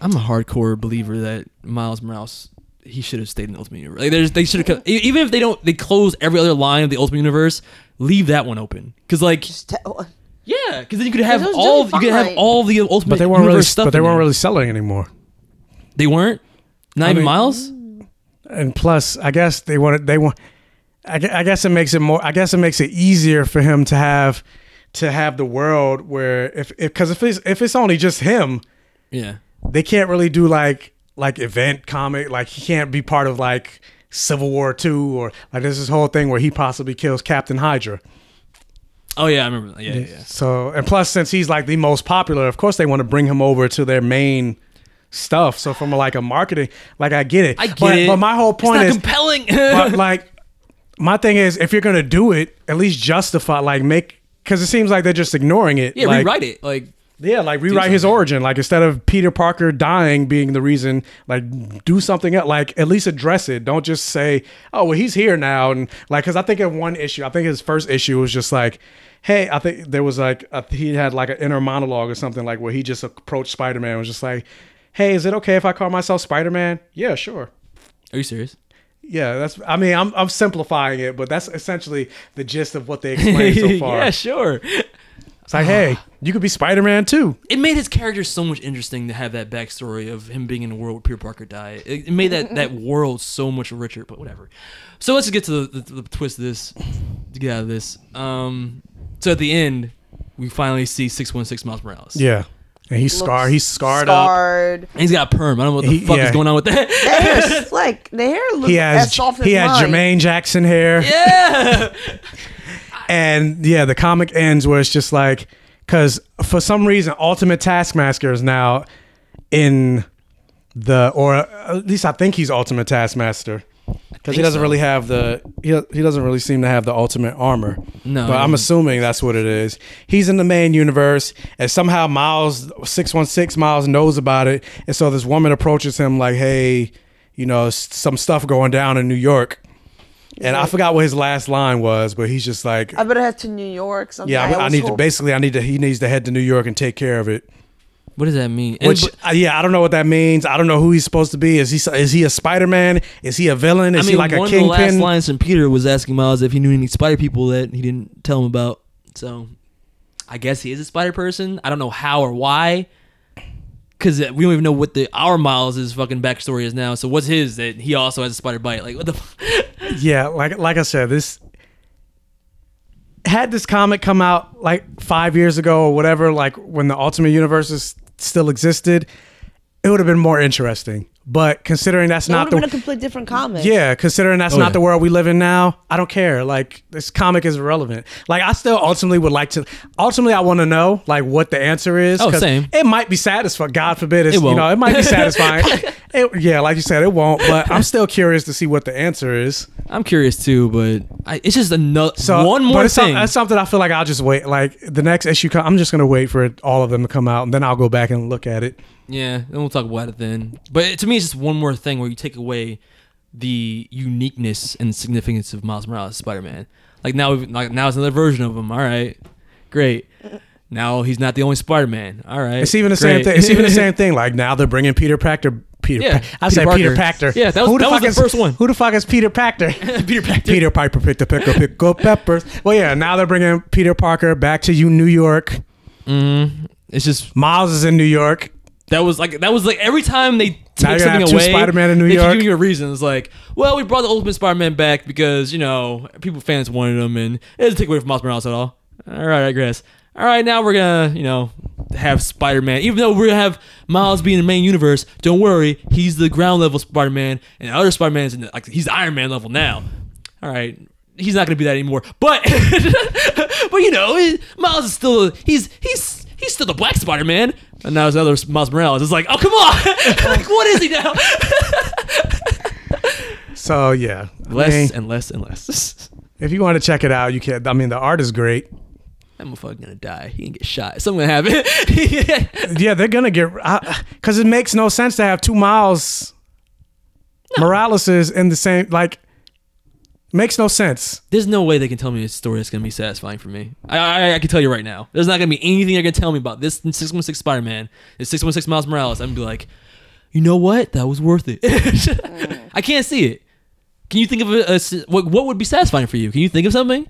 I'm a hardcore believer that Miles Morales he should have stayed in the Ultimate Universe. Like there's, they should have cut- e- even if they don't they close every other line of the Ultimate Universe, leave that one open because like
oh,
yeah, because then you could have
it was
all
doing
you could have
fine.
all the Ultimate
But they weren't
Universe
really.
stuff.
But they
in
weren't
there.
really selling anymore.
They weren't. Not
I
even
mean-
Miles.
And plus, I guess they wanted. They want. I, gue- I guess it makes it more. I guess it makes it easier for him to have to have the world where if because if, it's if it's only just him,
Yeah.
they can't really do like like event comic like he can't be part of like civil war 2 or like there's this whole thing where he possibly kills captain hydra
Oh yeah, I remember. that. Yeah, yeah. yeah.
so and plus since he's like the most popular of course they want to bring him over to their main stuff so from like a marketing like i get it
I get
but,
it.
but my whole point
it's
is
not compelling. *laughs*
*laughs* but like my thing is if you're gonna do it at least justify like make because it seems like they're just ignoring it
yeah,
like,
rewrite it. Like
yeah, like rewrite his origin. Like instead of Peter Parker dying being the reason, like do something else. Like at least address it. Don't just say, "Oh, well, he's here now." And like, because I think in one issue, I think his first issue was just like, "Hey," I think there was like a, he had like an inner monologue or something like where he just approached Spider Man was just like, "Hey, is it okay if I call myself Spider Man?" Yeah, sure.
Are you serious?
Yeah, that's. I mean, I'm I'm simplifying it, but that's essentially the gist of what they
*laughs*
explained so far.
yeah, sure.
It's like, hey, you could be Spider Man too.
It made his character so much interesting to have that backstory of him being in a world where Peter Parker died. It, it made that, that world so much richer. But whatever. So let's get to the, the, the twist of this to get out of this. Um, so at the end, we finally see six one six Miles Morales.
Yeah. And he's scarred. He's scarred,
scarred.
And he's got a perm. I don't know what the
He-
fuck
yeah.
is going on with that. *laughs*
The hair's like the hair
up.
looks
He has
as soft as
he has
mine.
Jermaine Jackson hair.
Yeah.
*laughs* And yeah, the comic ends where it's just like because for some reason Ultimate Taskmaster is now in the or uh, at least I think he's Ultimate Taskmaster because he
think
doesn't
so.
really have the he, he doesn't really seem to have the ultimate armor.
No.
but I'm assuming that's what it is. He's in the main universe, and somehow Miles six one six Miles knows about it, and so this woman approaches him like, "Hey, you know, s- some stuff going down in New York." And I forgot what his last line was, but he's just like,
I better head to New York. Something.
"Yeah, I, I
was
need to
hoping-
basically, I need to. He needs to head to New York and take care of it."
What does that mean? And
Which
but-
uh, yeah, I don't know what that means. I don't know who he's supposed to be. Is he is he a Spider Man? Is he a villain?
I
Is
mean,
he like a
one of the last
kingpin?
lines from Peter was asking Miles if he knew any spider people that he didn't tell him about. So, I guess he is a spider person. I don't know how or why, because we don't even know what the our Miles' fucking backstory is now. So what's his that he also has a spider bite? Like what the? Fuck?
yeah, like like I said, this had this comic come out like five years ago or whatever, like when the Ultimate Universes still existed, it would have been more interesting. But considering that's
It
not
would've
the
been a complete different comic.
yeah, considering that's
Oh,
not
yeah.
the world we live in now, I don't care. Like this comic is irrelevant. Like I still ultimately would like to. Ultimately, I want to know like what the answer is.
Oh,
'cause
same.
It might be satisfying. God forbid, it's,
It
you know,
won't. *laughs*
it might be satisfying. It- yeah, like you said, it won't. But I'm still curious to see what the answer is.
*laughs* I'm curious too, but I, it's just another
So
one
but
more
it's some-
thing.
that's something I feel like I'll just wait. Like the next issue, co- I'm just gonna wait for it, all of them to come out, and then I'll go back and look at it.
Yeah, and we'll talk about it then. But it- to me, it's just one more thing where you take away the uniqueness and significance of Miles Morales, Spider Man. Like now, we've- like now it's another version of him. All right, great. Now he's not the only Spider Man. All right,
It's even the same
great.
thing. It's even the same thing. Like now they're bringing Peter Pactor. Peter,
Yeah,
Pa- I
Peter
said Peter
Parker.
Pactor.
Yeah, that was- that was
fuck
the
is-
first one.
Who the fuck is Peter Pactor?
*laughs* Peter Pactor.
Peter Piper picked a
*laughs*
pickle, pickle peppers. Well, yeah. Now they're bringing Peter Parker back to you, New York.
Mm, *laughs* it's just
Miles is in New York.
that was like that was like every time they
Now
take
you're gonna
something
have two
away,
Spider-Man in New
they keep
York.
giving you a reason. It's like, well, we brought the Ultimate Spider Man back because you know people fans wanted him, and it doesn't take away from Miles Morales at all. All right, I guess. All right, now we're gonna you know have Spider Man, even though we're gonna have Miles be in the main universe. Don't worry, he's the ground level Spider Man, and the other Spider Man's in the, like he's the Iron Man level now. All right. He's not going to be that anymore, but *laughs* but you know, he- Miles is still he's he's he's still the Black Spider Man, and now there's another Miles Morales. It's like, oh come on, *laughs* like what is he now?
So yeah, I
less
mean,
and less and less. *laughs*
if you want to check it out, you can. I mean, the art is great.
That motherfucker gonna die. He gonna get shot. Something gonna happen. *laughs*
yeah, they're gonna get because it makes no sense to have two Miles Morales is in the same like makes no sense.
There's no way they can tell me a story that's gonna be satisfying for me. I, I I can tell you right now. There's not gonna be anything they're gonna tell me about this 616 Spider Man, this 616 Miles Morales. I'm gonna be like, you know what? That was worth it. *laughs* I can't see it. Can you think of a, a s- what? What would be satisfying for you? Can you think of something?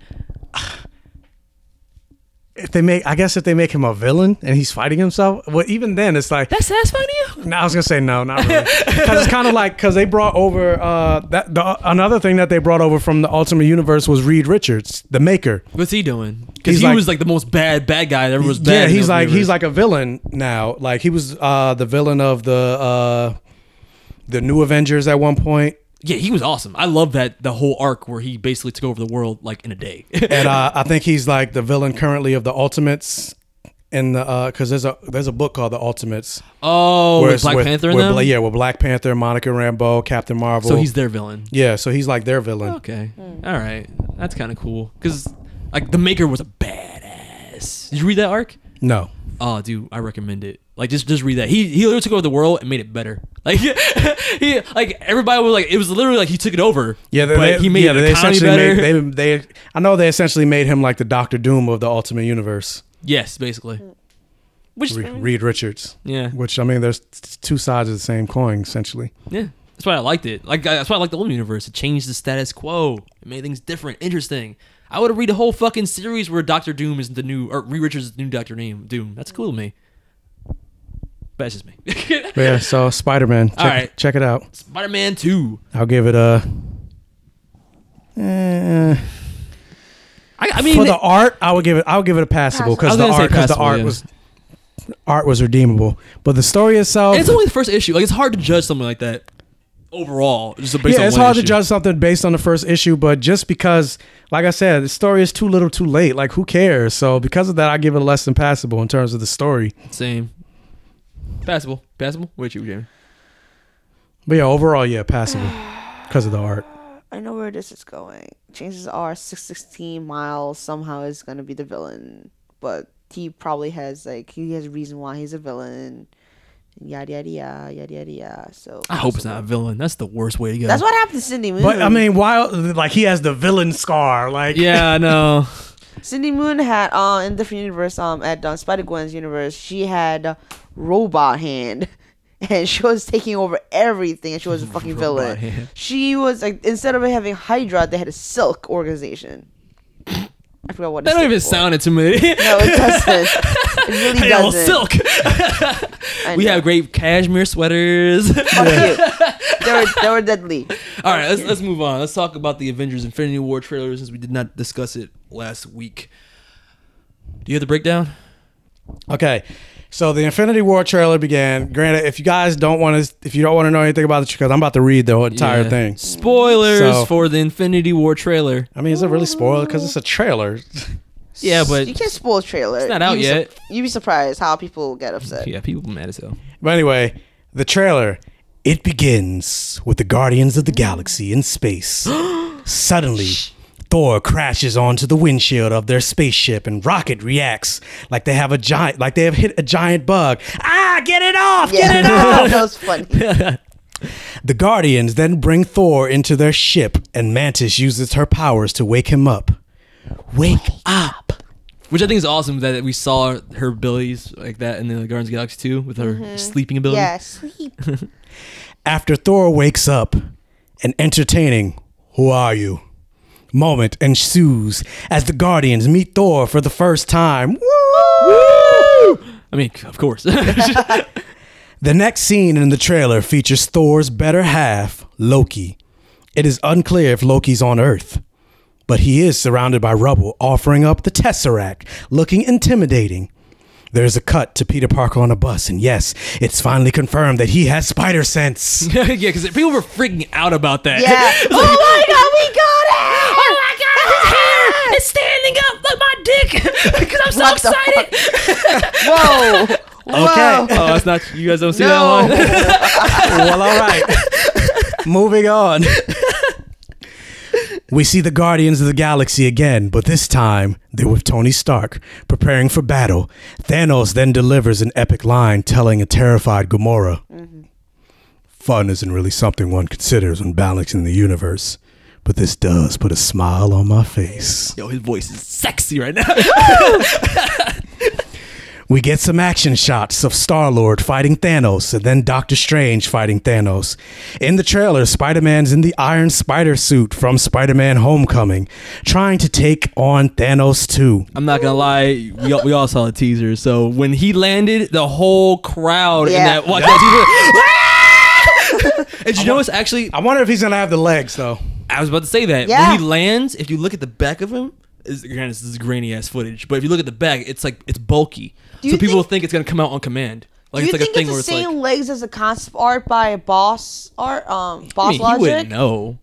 If they make, I guess if they make him a villain and he's fighting himself, well, even then it's like
that's satisfying to
you. No, I was gonna say no, not really, because it's kind of like because they brought over uh, that the, another thing that they brought over from the Ultimate Universe was Reed Richards, the Maker.
What's he doing? Because
He's
he
like-
was like the most bad bad guy that ever was bad.
yeah,
in
he's
those
like
universe.
he's like a villain now. Like he was uh, the villain of the uh, the New Avengers at one point.
yeah, he was awesome. I love that the whole arc where he basically took over the world like in a day. *laughs*
and uh, I think he's like the villain currently of the Ultimates, and because there's a there's a book called the Ultimates.
Oh,
Where
with
it's
Black Panther in
where
them?
Bla- yeah, with Black Panther, Monica Rambeau, Captain Marvel.
So he's their villain.
Yeah, so he's like their villain.
Okay. All right. That's kind of cool. Because, like, The Maker was a badass. Did you read that arc?
No.
Oh, dude, I recommend it. Like, just just read that. He he literally took over the world and made it better. *laughs* Like, he like everybody was like, it was literally like he took it over.
Yeah, they,
but
they-
he made
yeah,
the
they
economy
essentially
better.
Made, they, they, I know they essentially made him like the Doctor Doom of the Ultimate Universe.
yes, basically. Which
Re- Reed Richards.
Yeah.
Which I mean, there's t- two sides of the same coin essentially.
yeah, that's why I liked it. Like, I- that's why I liked the old universe. It changed the status quo. It made things different, interesting. I would have read a whole fucking series where Doctor Doom is the new or Reed Richards is the new Doctor Doom. Doom. That's cool to me. But that's just me. *laughs*
But yeah. So Spider Man. Check,
All right.
check it out.
Spider Man Two.
I'll give it a. eh.
I, I mean,
for the art, I would give it. I would give it a passable because
Passable. I
the
was gonna
art,
say
because the
passable, yeah.
art was, art was redeemable. But the story itself,
And it's only the first issue. Like it's hard to judge something like that overall. Just based
yeah,
on
it's
one
hard to
issue.
judge something based on the first issue. But just because, like I said, the story is too little, too late. Like who cares? So because of that, I give it less than passable in terms of the story.
Same. Passable, passable. Wait, you, Jamie.
But yeah, overall, yeah, passable *sighs* because of the art.
I know where this is going. Chances are 616 Miles somehow is going to be the villain, but he probably has, like, he has a reason why he's a villain. Yada, yada, yada, yada, yada, yada. So,
I hope it's not a villain. That's the worst way to go.
That's what happened to Cindy Moon.
But I mean, why? Like he has the villain scar. Like
Yeah, I know.
Cindy Moon had uh, in different universe, um, at um, Spider Gwen's universe, she had a robot hand, *laughs* and she was taking over everything, and she was a fucking villain.
hand.
She was like instead of having Hydra, they had a
*laughs*
Silk organization. I forgot
*laughs*
what. it
That don't
stood
even
for.
sound *laughs* intimidating.
No, it doesn't. It really
Hey, old
doesn't.
silk. *laughs*
I
we
know.
have great cashmere sweaters.
*laughs*
*laughs*
They were they were deadly.
All right, let's let's move on. Let's talk about the Avengers Infinity War trailer since we did not discuss it last week. Do you have the breakdown?
Okay. So the Infinity War trailer began. Granted, if you guys don't want to, if you don't want to know anything about it, because I'm about to read the whole entire
Yeah.
thing.
Spoilers
So-
for the Infinity War trailer.
I mean, is it really spoiled? Because it's a trailer.
Yeah, but
you can't spoil a trailer.
It's not out
You'd be
yet.
sup- you'd be surprised how people get upset.
yeah, people mad as hell.
But anyway, the trailer. It begins with the Guardians of the Galaxy in *gasps* space. Suddenly, Thor crashes onto the windshield of their spaceship, and Rocket reacts like they have a giant, like they have hit a giant bug. Ah, get it off!
Yeah, *laughs*
Get it off!
that
*laughs*
was funny.
The Guardians then bring Thor into their ship, and Mantis uses her powers to wake him up. Wake up!
Which I think is awesome that we saw her abilities like that in the Guardians of the Galaxy 2 with her
Mm-hmm.
sleeping ability. *laughs*
Yeah, sleep.
After Thor wakes up, an entertaining, Who are you? moment ensues as the Guardians meet Thor for the first time. Woo!
I mean, of course. *laughs*
The next scene in the trailer features Thor's better half, Loki. It is unclear if Loki's on Earth, but he is surrounded by rubble, offering up the Tesseract, looking intimidating. There's a cut to Peter Parker on a bus, and yes, it's finally confirmed that he has spider sense.
yeah, because people were freaking out about that.
Yeah.
It's
oh
like,
my god, we got
Oh my god, his hair is standing
it!
up like my dick *laughs* because I'm so
What the
excited.
Whoa. Whoa.
*laughs* Oh, that's not you guys don't see
No.
that one.
*laughs* well, all right. Moving on. We see the Guardians of the Galaxy again, but this time they're with Tony Stark, preparing for battle. Thanos then delivers an epic line telling a terrified Gamora Fun isn't really something one considers when balancing the universe, but this does put a smile on my
*laughs*
face.
Yo, his voice is sexy right now.
We get some action shots of Star Lord fighting Thanos and then Doctor Strange fighting Thanos. In the trailer, Spider Man's in the Iron Spider suit from Spider Man Homecoming, trying to take on Thanos too.
I'm not gonna lie, we all, we all saw the teaser. So when he landed, the whole crowd in
Yeah.
that watch that
*laughs*
teaser. and you notice actually,
I wonder if he's gonna have the legs though.
I was about to say that
Yeah.
when he lands, if you look at the back of him, is granted this is grainy ass footage, but if you look at the back, it's like it's bulky,
Do
so
you
people think, it's gonna come out on command. Like
Do you
it's like a
think
thing
it's
where
the
it's like,
same legs as a concept art by a boss art? Um,
I
boss
mean, he
logic.
wouldn't know.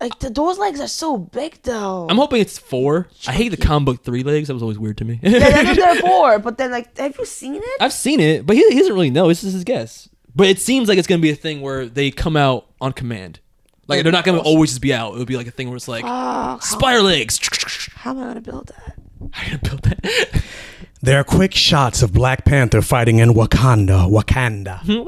Like th- those legs are so big though.
I'm hoping it's four. I hate the comic book three legs. That was always weird to me. *laughs*
yeah, that's what they're for. But then, like, have you seen it?
I've seen it, but he, he doesn't really know. It's just his guess. But it seems like it's gonna be a thing where they come out on command. Like they're not
Oh.
gonna always just be out. It'll be like a thing where it's like
Fuck.
spire legs. *laughs*
How am I gonna build that?
*laughs*
There are quick shots of Black Panther fighting in Wakanda, Wakanda.
Hmm.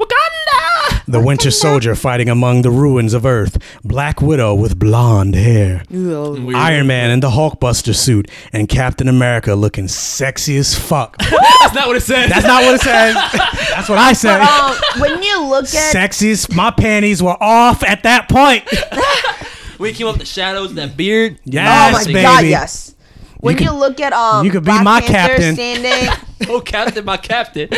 The Winter Soldier fighting among the ruins of Earth, Black Widow with blonde hair,
Weird.
Iron Man in the Hulkbuster suit, and Captain America looking sexy as fuck.
That's not what it says.
That's not what it
*laughs*
says. That's what I said.
Um, when you look at
Sexiest. My panties were off at that point.
We came up with the shadows, that beard.
Yes,
oh my
baby.
god, yes. When you,
could-
look at um,
you could be
Black
my
Panther *laughs*
captain.
standing.
oh, captain, my captain.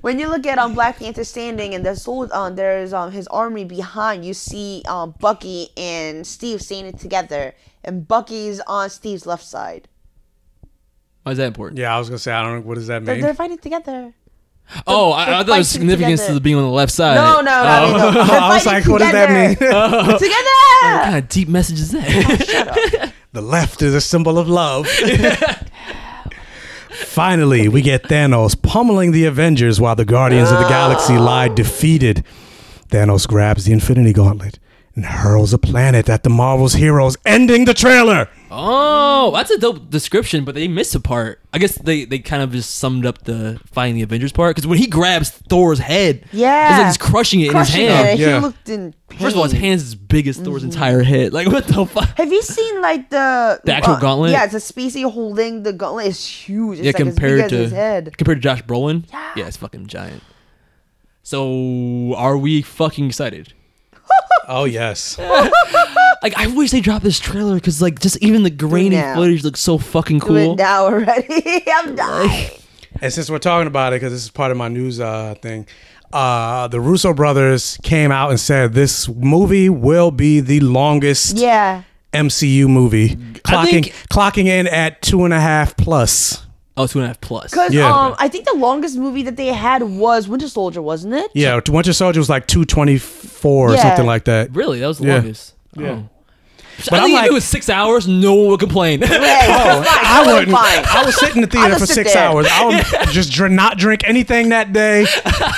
When you look at um Black Panther standing and there's sold um there's um his army behind, you see um Bucky and Steve standing together, and Bucky's on Steve's left side.
Why is that important?
*laughs* Yeah, I was gonna say I don't know what does that
They're, they're fighting together.
Oh, I, I thought there was
fighting
significance
together.
to being on the left side.
No, no, no, I mean, no. They're Oh. *laughs* I was fighting like, what does that mean?
*laughs*
Oh.
*laughs* Together!
What kind of deep message is that? *laughs*
The left is a symbol of
*laughs*
love. Finally, we get Thanos pummeling the Avengers while the Guardians of the Galaxy
Ah.
lie defeated. Thanos grabs the Infinity Gauntlet and hurls a planet at the Marvel's heroes, ending the trailer.
Oh, that's a dope description, but they missed a part. I guess they, they kind of just summed up the fighting the Avengers part because when he grabs Thor's head,
Yeah.
it's like he's crushing it
Crushing
in his hand.
it. He looked in pain.
First of all, his hand's as big as Thor's entire head. Like what the fuck?
Have you seen like the
The actual gauntlet?
Yeah, it's a species holding the gauntlet. It's huge. It's
yeah,
like compared as
compared
big as
to
his head.
compared to Josh Brolin. Yeah. it's fucking giant. So are we fucking excited?
oh yes.
like I wish they dropped this trailer because like just even the grainy
now.
footage looks so fucking
Do it
cool.
now already. *laughs* I'm dying.
And since we're talking about it, because this is part of my news uh, thing, uh, the Russo brothers came out and said this movie will be the longest
yeah.
MCU movie, clocking
think-
clocking in at two and a half plus.
Oh, two and a half plus.
Because um, I think the longest movie that they had was Winter Soldier, wasn't it?
Yeah, Winter Soldier was like two twenty four or
Yeah.
something like that.
Really, that was the
Yeah.
longest.
Yeah.
Oh.
But
I
I'm
think if
like-
it was six hours, no one would complain.
Oh, I wouldn't. I would sit in the
*laughs*
theater
just
for
sit
six
there.
hours. I
*laughs*
would just dr- not drink anything that day.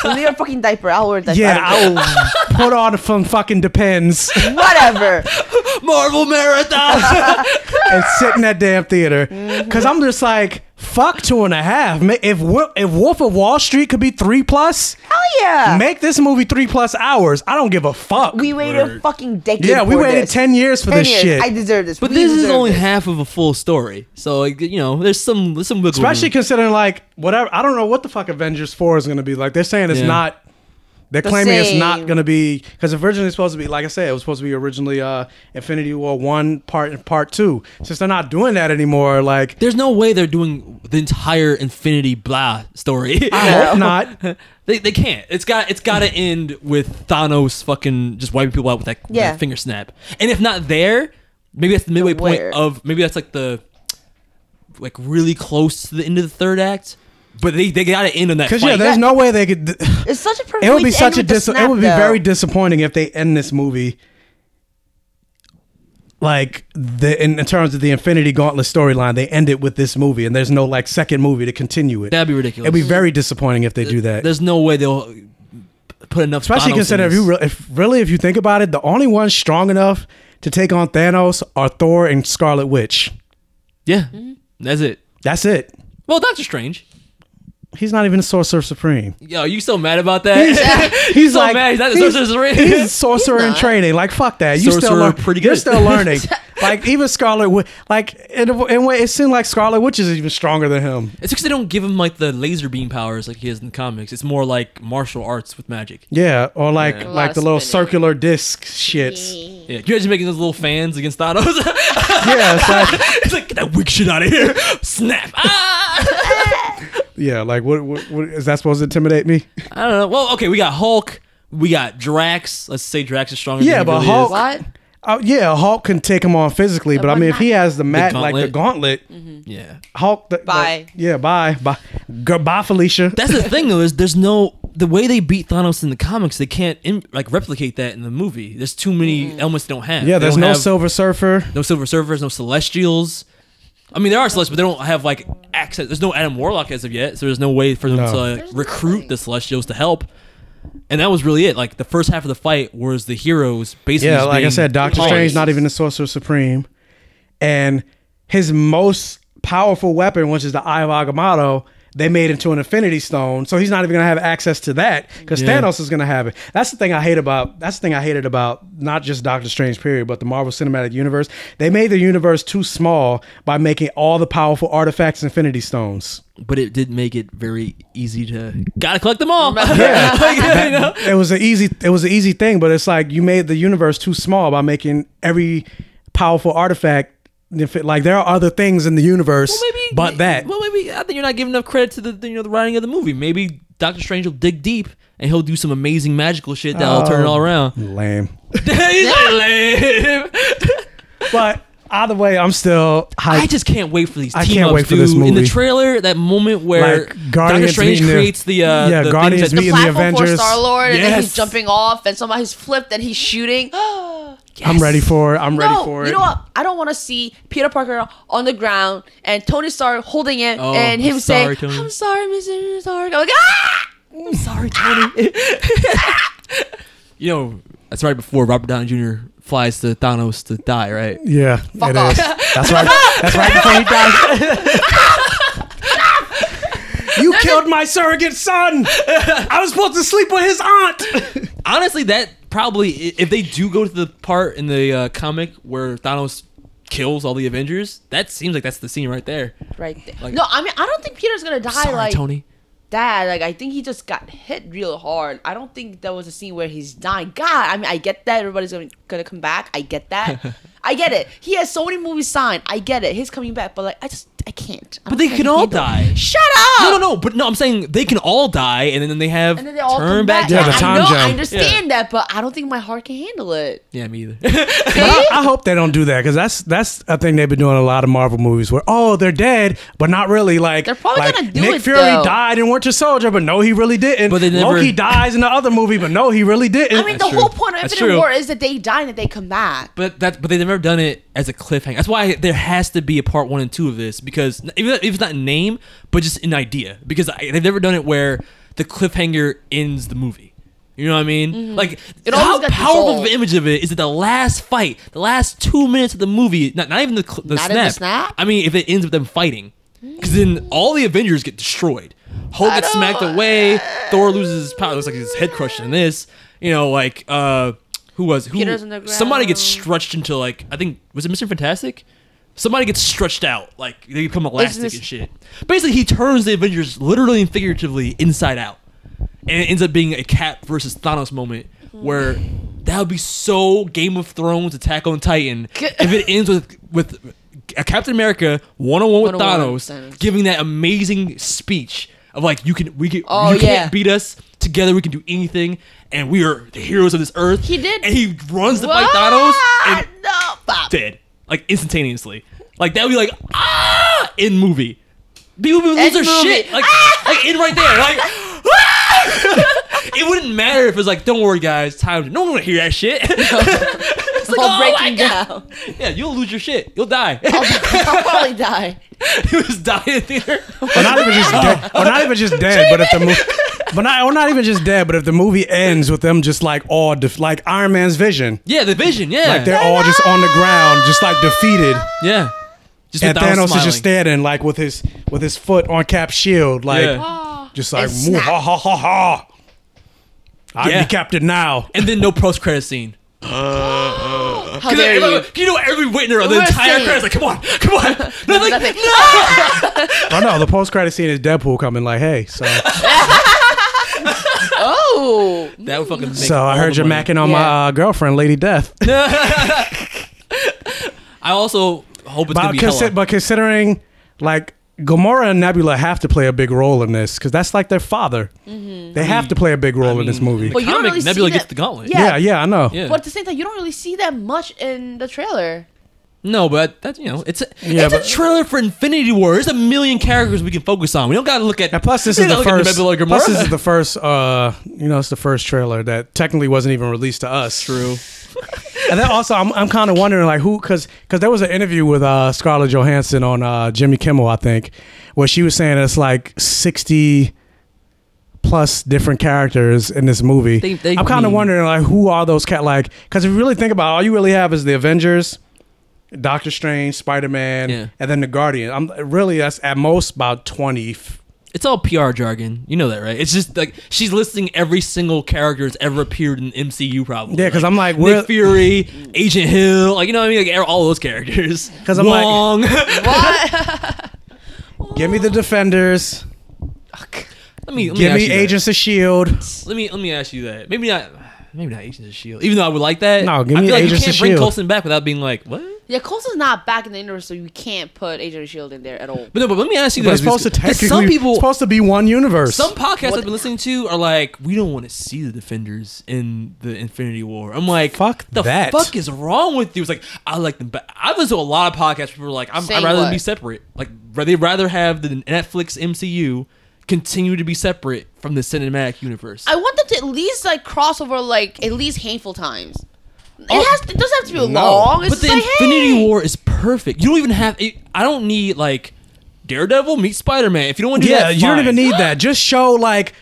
You need a fucking diaper. I'll wear a diaper.
Yeah,
I don't care.
I
*laughs*
will put on some fucking depends *laughs*
Whatever.
*laughs* Marvel Marathon.
and sit in that damn theater
Mm-hmm.
because I'm just like fuck two and a half. Ma- If Wo- if Wolf of Wall Street could be three plus,
hell yeah.
make this movie three plus hours. I don't give a fuck.
we waited a fucking decade.
Yeah, we
for
waited
this.
10 years for
10
this shit.
I deserve
*laughs* *laughs*
this.
But
We
this is
deserve
only
this.
half of a full story, so like, you know, there's some there's some wiggle
Especially
room.
considering like whatever I don't know what the fuck Avengers Four is gonna be like. They're saying it's
Yeah.
not. They're
The
claiming it's not
same.
gonna be because originally supposed to be like I said it was supposed to be originally uh Infinity War one part and part two. Since they're not doing that anymore, like
There's no way they're doing the entire Infinity Blah *laughs* story.
I hope not.
they, they can't. It's got it's got to end with Thanos fucking just wiping people out with that, with
Yeah.
that finger snap. And if not there, maybe that's the midway point
where?
of maybe that's like the like really close to the end of the third act. But they they got to end on that.
because yeah,
fight.
there's no way they could.
It's such a perfect.
It would
way
be
to
such a
end with the
dis.
snap,
It would be
though.
very disappointing if they end this movie like the in, in terms of the Infinity Gauntlet storyline. They end it with this movie, and there's no like second movie to continue it.
That'd be ridiculous.
It'd be very disappointing if they do that.
There's no way they'll put enough.
Especially
Thanos
considering
in
if
this.
you re- if really if you think about it, the only ones strong enough to take on Thanos are Thor and Scarlet Witch.
Yeah, that's it.
That's it.
Well, Doctor Strange.
He's not even a Sorcerer Supreme.
Yo, you so mad about
*laughs*
that?
He's,
He's so
like
mad. He's not the
he's-
Sorcerer Supreme.
he's a sorcerer in training. Like fuck that. You still
Sorcerer
learn,
pretty
You're
good.
*laughs* still learning. like even Scarlet, Wi- like in a, in a way, it seemed like Scarlet Witch is even stronger than him.
*laughs* It's because they don't give him like the laser beam powers like he has in the comics. It's more like martial arts with magic.
Yeah, or like
Yeah. A lot
like
of
the little circular disc shits.
Yeah, you're just making those little fans against Thanos.
*laughs*
*laughs*
yeah, it's *laughs* like
it's like get that weak shit out of here. *laughs* Snap. Ah.
yeah, like what, what what is that supposed to intimidate me?
*laughs* I don't know. Well, okay, we got Hulk. We got Drax. Let's say Drax is stronger.
*laughs* Yeah,
than he
but
really
Hulk.
Is.
Uh, yeah, Hulk can take him on physically, but I mean, if he has the mat, like the
gauntlet.
gauntlet,
Yeah.
Hulk. The, bye. yeah, bye, bye, G- bye, Felicia.
That's the thing though is there's no the way they beat Thanos in the comics. They can't im like replicate that in the movie. There's too many elements they don't have.
yeah,
They
there's
don't
no
have
Silver Surfer.
no Silver Surfers, no Celestials. I mean, there are Celestials, but they don't have like access. There's no Adam Warlock as of yet, so there's no way for them
No.
to like, recruit the Celestials to help. And that was really it. Like the first half of the fight was the heroes basically.
Yeah,
just
like I
being
said, Doctor
pawns.
Strange not even the Sorcerer Supreme, and his most powerful weapon, which is the Eye of Agamotto, they made into an Infinity Stone, so he's not even gonna have access to that because
Yeah.
Thanos is gonna have it. That's the thing I hate about. That's the thing I hated about not just Doctor Strange period, but the Marvel Cinematic Universe. They made the universe too small by making all the powerful artifacts Infinity Stones.
But it did make it very easy to gotta collect them all.
Yeah.
*laughs* Like, you
That-
know?
It was an easy it was an easy thing, but it's like you made the universe too small by making every powerful artifact if it- like there are other things in the universe but that.
Well, maybe I think you're not giving enough credit to the, the, you know the writing of the movie. Maybe Doctor Strange will dig deep and he'll do some amazing magical shit that'll turn it
Oh.
all around. *laughs*
*laughs* Lame.
He's like, "Lame."
But either way, I'm still hyped.
I just can't wait for these.
I
team
can't
ups,
wait for this
dude. In the
movie.
trailer, that moment where
Like,
Doctor
Guardians
Strange
meeting the-
creates the uh,
Yeah,
the thing
Guardians
that-
meeting the
platform for
Avengers.
Star Lord, and then he's
Yes.
jumping off, and somehow he's flipped, and he's shooting. *gasps*
I'm ready for it. I'm ready
no,
for
you
it.
know what? I don't want to see Peter Parker on the ground and Tony Stark holding it
Oh,
and him saying,
sorry, Tony.
"I'm sorry, Mr. Stark." I'm like, ah! I'm sorry,
*laughs*
Tony.
You know, that's right before Robert Downey Jr. flies to Thanos to die, right?
Yeah, Fuck it off. is. That's right. That's right before he You killed my surrogate son. I was supposed to sleep with his aunt.
Honestly, that probably i- if they do go to the part in the uh, comic where Thanos kills all the Avengers, that seems like that's the scene right there.
right there.
Like-
no, I mean, I don't think Peter's gonna die
Sorry,
like
Tony.
that. Like, I think he just got hit real hard. I don't think there was a scene where he's dying. God, I mean, I get that everybody's gonna gonna come back. I get
*laughs*
that. I get it. He has so many movies signed. I get it. He's coming back, but like, I just, I can't. I
But
don't
they
think
can
I
all
need them.
die.
Shut up.
No, no, no. But no, I'm saying they can all die, and then they have
And then they all
turn
come
back.
back.
to
I know,
jump.
I
Yeah.
understand that, but I don't think my heart can handle it.
Yeah, me either. *laughs*
But I, I hope they don't do that because that's that's a thing they've been doing in a lot of Marvel movies where oh they're dead but not really like they're
probably
like,
gonna do
Nick
it,
Fury
though.
died in Winter Soldier but no he really didn't but
they never-
Loki dies in the other movie but no he really didn't
I mean, the whole point of
That's
Infinite
true.
War is that they die and that they come back.
But that, but they've never done it as a cliffhanger. That's why there has to be a part one and two of this because even if it's not in name, but just an idea. Because I, they've never done it where the cliffhanger ends the movie. You know what I mean? Like
Mm-hmm. It always
how
got
powerful of
dissolved.
an image of it is that the last fight, the last two minutes of the movie, not, not even the, cl- the
Not
snap.
in the snap? Mm.
I mean, if it ends with them fighting, because then all the Avengers get destroyed. Hulk gets smacked away. Thor loses his power. Looks like his head crushed in this. You know, like uh, who was who?
Peter's on the
Somebody gets stretched into like I think was it Mister Fantastic? Somebody gets stretched out, like they become elastic
this-
and shit. Basically, he turns the Avengers literally and figuratively inside out, and it ends up being a Cap versus Thanos moment where that would be so Game of Thrones Attack on Titan if it ends with with a Captain America one on one with
One-on-one with
Thanos, giving that amazing speech of like you can we can
Oh,
you
yeah.
can't beat us together we can do anything and we are the heroes of this earth. He did, and he runs to fight Thanos and dead like instantaneously. Like that would be like ah in movie. People would lose
End
their
movie. Ah!
shit like like in right there like. *laughs* it wouldn't matter if it's like, don't worry, guys, time. No one would hear that shit. *laughs*
It's
like,
all
oh
breaking down.
yeah, you'll lose your shit. You'll die.
*laughs* I'll probably die.
*laughs* you just die in
*laughs*
theater.
or not even just dead, or not even just dead but if the movie but not or not even just dead but if the movie ends with them just like all def- like Iron Man's vision
Yeah, the vision. Yeah,
like they're all just on the ground just like defeated
yeah Just
and
with Thanos
Thanos is
smiling.
just standing like with his with his foot on Cap's shield like
Yeah.
just like
And
"Moo,
snap.
ha ha ha ha I'm the captain now.
And then no post credit scene. How
Oh,
dare you? You know every witness of the
Listen.
entire crowd is like, come on, come on.
*laughs*
Nothing.
Nothing.
I know Oh, the post credit scene is Deadpool coming. Like, hey,
*laughs*
so
*laughs* oh.
That would fucking. Make
so I
all
heard
the
you're
money.
macking on my uh, girlfriend, Lady Death.
*laughs* I also hope it's gonna
But,
be
consi-
hella.
but considering like Gamora and Nebula have to play a big role in this because that's like their father. They have to play a big role in this movie.
Well, you don't really
Nebula
see
gets
that.
the gauntlet.
Yeah, yeah, I know.
Yeah.
But at the same time, you don't really see that much in the trailer.
No, but that you know, it's a,
Yeah,
it's a
but-
trailer for Infinity War. There's a million characters we can focus on. We don't gotta look at. And
Plus, this is the first. Plus, this is the first. Uh, you know, it's the first trailer that technically wasn't even released to us.
True.
and then also, I'm, I'm kind of wondering like who, because because there was an interview with uh, Scarlett Johansson on uh, Jimmy Kimmel, I think, where she was saying it's like 60 plus different characters in this movie.
They- they
I'm kind of
mean-
wondering like who are those cat like? Because if you really think about, it, all you really have is the Avengers. Doctor Strange, Spider Man, and then the Guardian. I'm really that's at most about twenty
*laughs* It's all PR jargon. You know that, right? It's just like she's listing every single character that's ever appeared in MCU. Probably.
Yeah, because I'm like,
Nick
where?
Fury, Agent Hill, like you know what I mean, like all those characters.
*laughs* 'Cause I'm like-
Wong. *laughs*
Give me the Defenders.
let me, let
give
ask
me
you that.
Agents of Shield.
Let me let me ask you that. Maybe not. Maybe not Agents of Shield. Even though I would like that.
No, give me
I feel like
Agents
you
of
can't bring
S.H.I.E.L.D..
Coulson back without being like what?
Yeah, Coulson's not back in the universe, so you can't put Agent of Shield E in there at all.
But no, but let me ask you
But
guys.
it's supposed to
because
technically
some people
it's supposed to be one universe.
Some podcasts I've been listening to are like, we don't want to see the defenders in the Infinity War. I'm like, fuck the
that.
fuck is wrong with you? It's like I like them, but I've listened to a lot of podcasts. Where people are like, I'm,
Saying
I'd rather them
what?
be separate. Like they rather have the Netflix MCU continue to be separate from the cinematic universe.
I want them to at least like cross over like at least handful times. It has. It doesn't have to be
Oh. No.
long. It's
but the
just like
Infinity
hey.
War is perfect. You don't even have. It, I don't need like Daredevil meet Spider Man. If you don't want to do
yeah,
that,
you don't
fine.
even need that. Just show like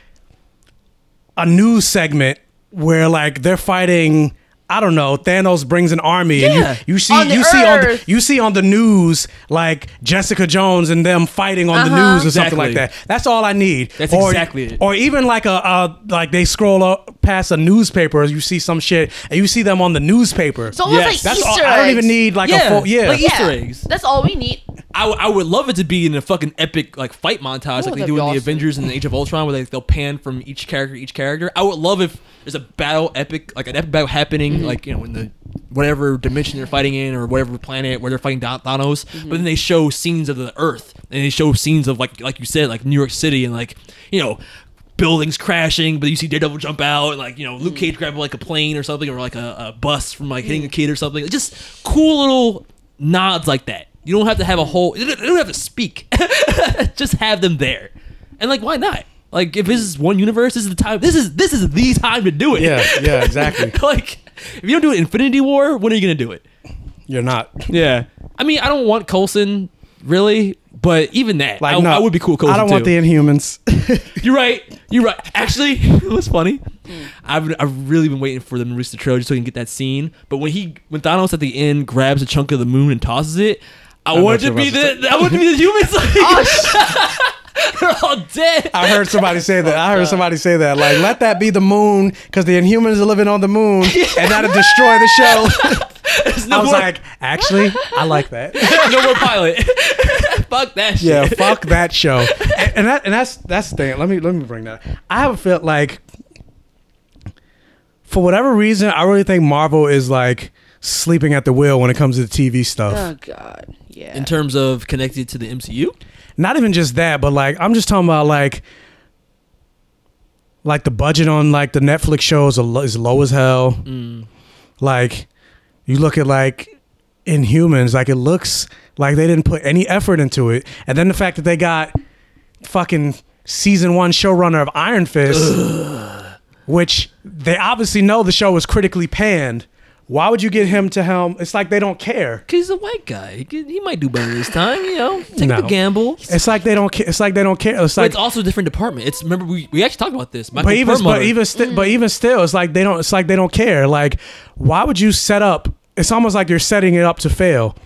a news segment where like they're fighting. I don't know. Thanos brings an army,
Yeah.
and you, you see
On the
you see on the,
Earth.
you see on the news like Jessica Jones and them fighting on the
Uh-huh.
news or something like that.
Exactly.
That's all I need.
That's
or,
exactly it.
Or even like a, a like they scroll up past a newspaper, you see some shit, and you see them on the newspaper.
It's almost like
That's all-
Easter
I don't even
eggs.
need like a full yeah
like Easter eggs.
That's all we need.
I, w- I would love it to be in a fucking epic like fight montage like
Oh, that'd
they
be
do in
awesome.
the Avengers and the Age of Ultron where they, they'll pan from each character to each character. I would love if there's a battle epic like an epic battle happening like you know in the whatever dimension they're fighting in or whatever planet where they're fighting Don- Thanos, but then they show scenes of the Earth and they show scenes of like like you said like New York City and like you know. Buildings crashing, but you see Daredevil jump out, and like you know Luke Cage grabbing like a plane or something, or like a, a bus from like hitting a kid or something. Just cool little nods like that. You don't have to have a whole. You don't you don't have to speak. *laughs* Just have them there, and like, why not? Like, if this is one universe, this is the time. This is this is the time to do it.
Yeah, yeah, exactly.
*laughs* like, if you don't do it, in Infinity War. When are you gonna do it?
You're not.
Yeah. I mean, I don't want Colson really, but even that,
Like
I,
no,
I would be cool. with Coulson
I don't want
too.
the Inhumans.
You're right. You're right. Actually, *laughs* it was funny. I've been- I've really been waiting for them to release the trailer just so we can get that scene. But when he when Thanos at the end grabs a chunk of the moon and tosses it, I,
I'm
wanted
not
to be
sure about
the I wanted to be the humans. Like, *laughs* they're all dead.
I heard somebody say that. I heard somebody say that. Like, let that be the moon, because the Inhumans are living on the moon, and that'll destroy the show. I was
more-
like, actually, I like that.
*laughs* no more pilot. Fuck that shit.
Yeah, fuck that show. And, and that and that's that's the thing. Let me let me bring that. up. I have felt like, for whatever reason, I really think Marvel is like sleeping at the wheel when it comes to the TV stuff.
Oh God. Yeah.
In terms of connected to the MCU,
not even just that, but like I'm just talking about like like the budget on like the Netflix shows are lo- is low as hell.
Mm.
Like you look at like Inhumans, like it looks like they didn't put any effort into it, and then the fact that they got fucking season one showrunner of Iron Fist, which they obviously know the show was critically panned. Why would you get him to helm? It's like they don't care.
because he's a white guy, he, could- he might do better this time. You know, take
No.
the gamble.
It's like they don't. Ca- it's like they don't care. It's
but
like
it's also a different department. It's remember we, we actually talked about this. Michael
but even
Perlmutter.
but even sti- but even still, it's like they don't. It's like they don't care. Like, why would you set up? It's almost like you're setting it up to fail.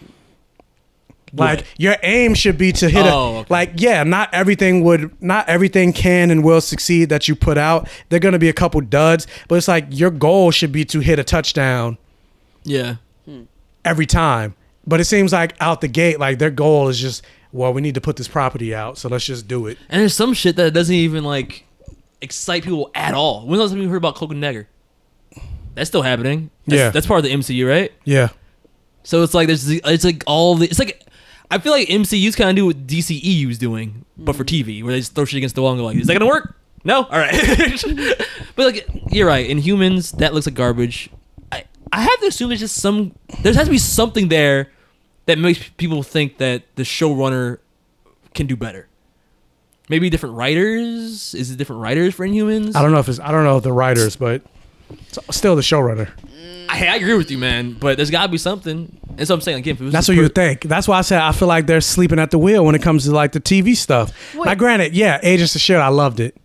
Like
Right.
your aim should be to hit.
Oh,
a,
okay.
Like yeah, not everything would, not everything can and will succeed that you put out. There are gonna be a couple duds, but it's like your goal should be to hit a touchdown
yeah.
every time. But it seems like out the gate, like their goal is just, well, we need to put this property out, so let's just do it.
And there's some shit that doesn't even like excite people at all. When's the last time you heard about Cloak and Dagger? That's still happening. That's,
Yeah.
that's part of the MCU, right?
Yeah.
So it's like there's it's like all the it's like I feel like MCU's kind of do what DCEU's doing, but for TV, where they just throw shit against the wall and go like, "Is that gonna work?" No, all right. *laughs* but like you're right, in humans that looks like garbage. I I have to assume there's just some there has to be something there that makes people think that the showrunner can do better. Maybe different writers. Is it different writers for Inhumans?
I don't know if it's, I don't know the writers, but it's still the showrunner.
I, I agree with you, man. But there's got to be something. And so I'm saying again, if it was
That's
just
what
per-
you would think. That's why I said I feel like they're sleeping at the wheel when it comes to like the TV stuff. Now, granted, yeah, Agents of Shield, I loved it.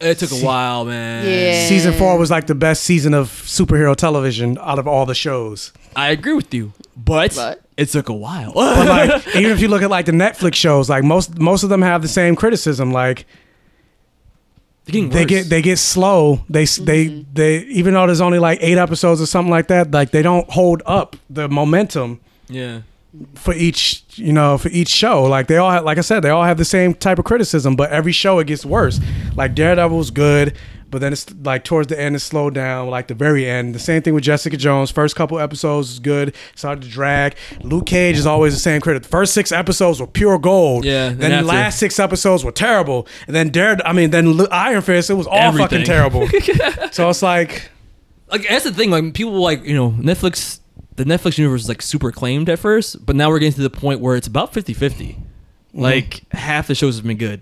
It took a while, man.
Season four was like the best season of superhero television out of all the shows.
I agree with you, but, it took a while.
But
*laughs*
like, even if you look at like the Netflix shows, like most most of them have the same criticism. Like they get they get slow. They s they they even though there's only like eight episodes or something like that, like they don't hold up the momentum
yeah.
for each you know for each show like they all have, like i said they all have the same type of criticism but every show it gets worse like daredevil was good but then it's like towards the end it slowed down like the very end the same thing with jessica jones first couple episodes is good started to drag luke cage is always the same critic the first six episodes were pure gold
Yeah, they
then
have
the
to.
last six episodes were terrible and then Darede i mean then Lu- iron fist it was all fucking
Everything. *laughs*
terrible so it's like
Like that's the thing. Like people like you know Netflix. The Netflix universe is like super acclaimed at first, but now we're getting to the point where it's about 50-50. Like half the shows have been good,